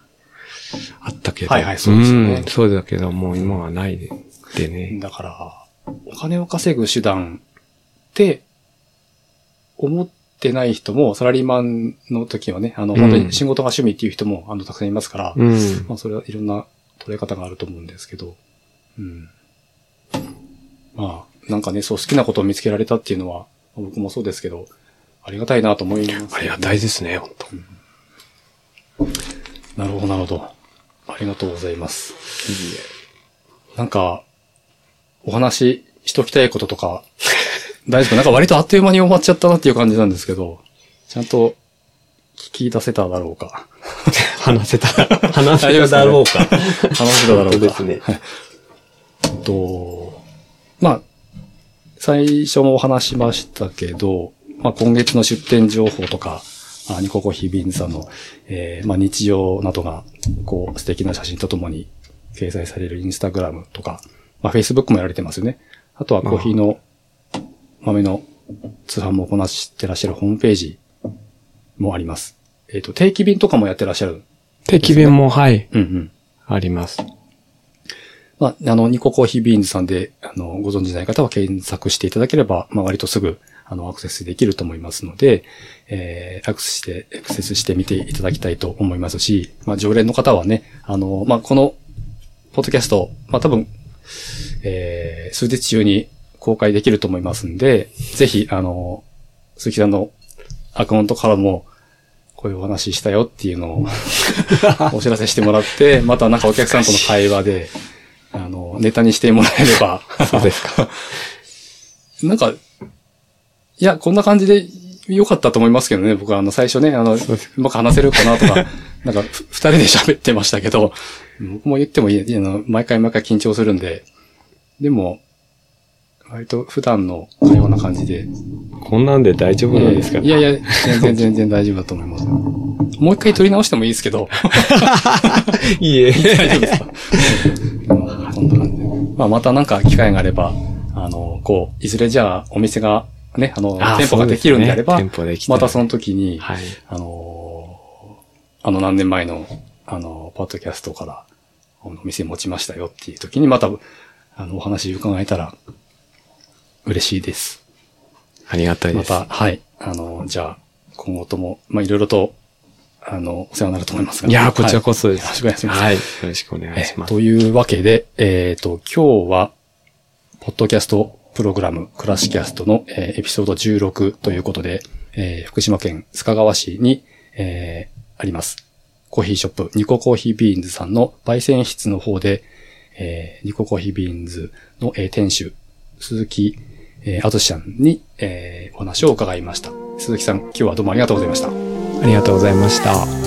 [SPEAKER 2] あったけど。
[SPEAKER 1] はいはいそうですよね
[SPEAKER 2] んそうだけど、もう今はないで。でね。
[SPEAKER 1] だから、お金を稼ぐ手段って、思ってない人も、サラリーマンの時はね、あの、
[SPEAKER 2] うん
[SPEAKER 1] 本当に仕事が趣味っていう人も、あの、たくさんいますから、
[SPEAKER 2] うん。
[SPEAKER 1] まあ、それはいろんな捉え方があると思うんですけど、うん。まあ、なんかね、そう、好きなことを見つけられたっていうのは、僕もそうですけど、ありがたいなと思います、
[SPEAKER 2] ありがたいですね、本当。
[SPEAKER 1] なるほど、なるほど。ありがとうございます。なんか、お話ししときたいこととか、大丈夫か なんか割とあっという間に終わっちゃったなっていう感じなんですけど、ちゃんと聞き出せただろうか。
[SPEAKER 2] 話せた、話
[SPEAKER 1] 大丈夫で
[SPEAKER 2] せた
[SPEAKER 1] すかね
[SPEAKER 2] だろうか。
[SPEAKER 1] 話せただろうか。
[SPEAKER 3] そうですね。
[SPEAKER 1] えっと、まあ、最初もお話しましたけど、まあ、今月の出店情報とか、あニココヒビンさんの、えーまあ、日常などが、こう、素敵な写真とともに掲載されるインスタグラムとか、まあ、Facebook もやられてますよね。あとはコーヒーの豆の通販もこなしてらっしゃるホームページもあります。えっ、と、定期便とかもやってらっしゃる。
[SPEAKER 2] 定期便も、はい。
[SPEAKER 1] うんうん。
[SPEAKER 2] あります。
[SPEAKER 1] まあ、あの、ニココーヒービーンズさんで、あの、ご存知ない方は検索していただければ、まあ、割とすぐ、あの、アクセスできると思いますので、えー、アクセスして、アクセスしてみていただきたいと思いますし、まあ、常連の方はね、あの、まあ、この、ポッドキャスト、まあ、多分、えー、数日中に公開できると思いますんで、ぜひ、あの、鈴木さんのアカウントからも、こういうお話ししたよっていうのをお知らせしてもらって、またなんかお客さんとの会話で、あの、ネタにしてもらえれば。そうですか。 なんか、いや、こんな感じで良かったと思いますけどね。僕はあの、最初ね、あの、うまく話せるかなと か、なんか、ふ二人で喋ってましたけど、僕も言ってもいい、あの、毎回毎回緊張するんで、でも、割と普段の会話な感じで。
[SPEAKER 2] こんなんで大丈夫なんですか、
[SPEAKER 1] いやいや、全然全然大丈夫だと思います。もう一回撮り直してもいいですけど。
[SPEAKER 2] いえ。
[SPEAKER 1] 大丈夫ですか うんこんな感じでまあ、またなんか機会があれば、あの、こう、いずれじゃあお店が、ね、あの、
[SPEAKER 2] あ
[SPEAKER 1] 店舗ができるんであれば、
[SPEAKER 2] そうですね店舗できたら
[SPEAKER 1] またその時に、
[SPEAKER 2] はい。
[SPEAKER 1] あのー、あの何年前の、あの、パッドキャストから、お店持ちましたよっていう時に、また、あの、お話伺えたら、嬉しいです。
[SPEAKER 2] ありがたい
[SPEAKER 1] ま
[SPEAKER 2] です。
[SPEAKER 1] た、はい。あの、じゃあ、今後とも、まあ、いろいろと、あの、お世話になると思いますが。
[SPEAKER 2] いやー、こちら
[SPEAKER 1] そ。
[SPEAKER 2] こそです。
[SPEAKER 1] よろしくお願いします
[SPEAKER 2] はい。よろしくお願いし
[SPEAKER 1] え
[SPEAKER 2] ます。
[SPEAKER 1] というわけで、えっ、と、今日は、ポッドキャストプログラム、クラシキャストの、えーエピソード16ということで、えー福島県須賀川市に、えーあります。コーヒーショップ、ニココーヒービーンズさんの焙煎室の方で、えーニココーヒービーンズの、えー店主、鈴木、えー、あずしさんに、えーお話を伺いました。鈴木さん、今日はどうもありがとうございました。
[SPEAKER 2] ありがとうございました。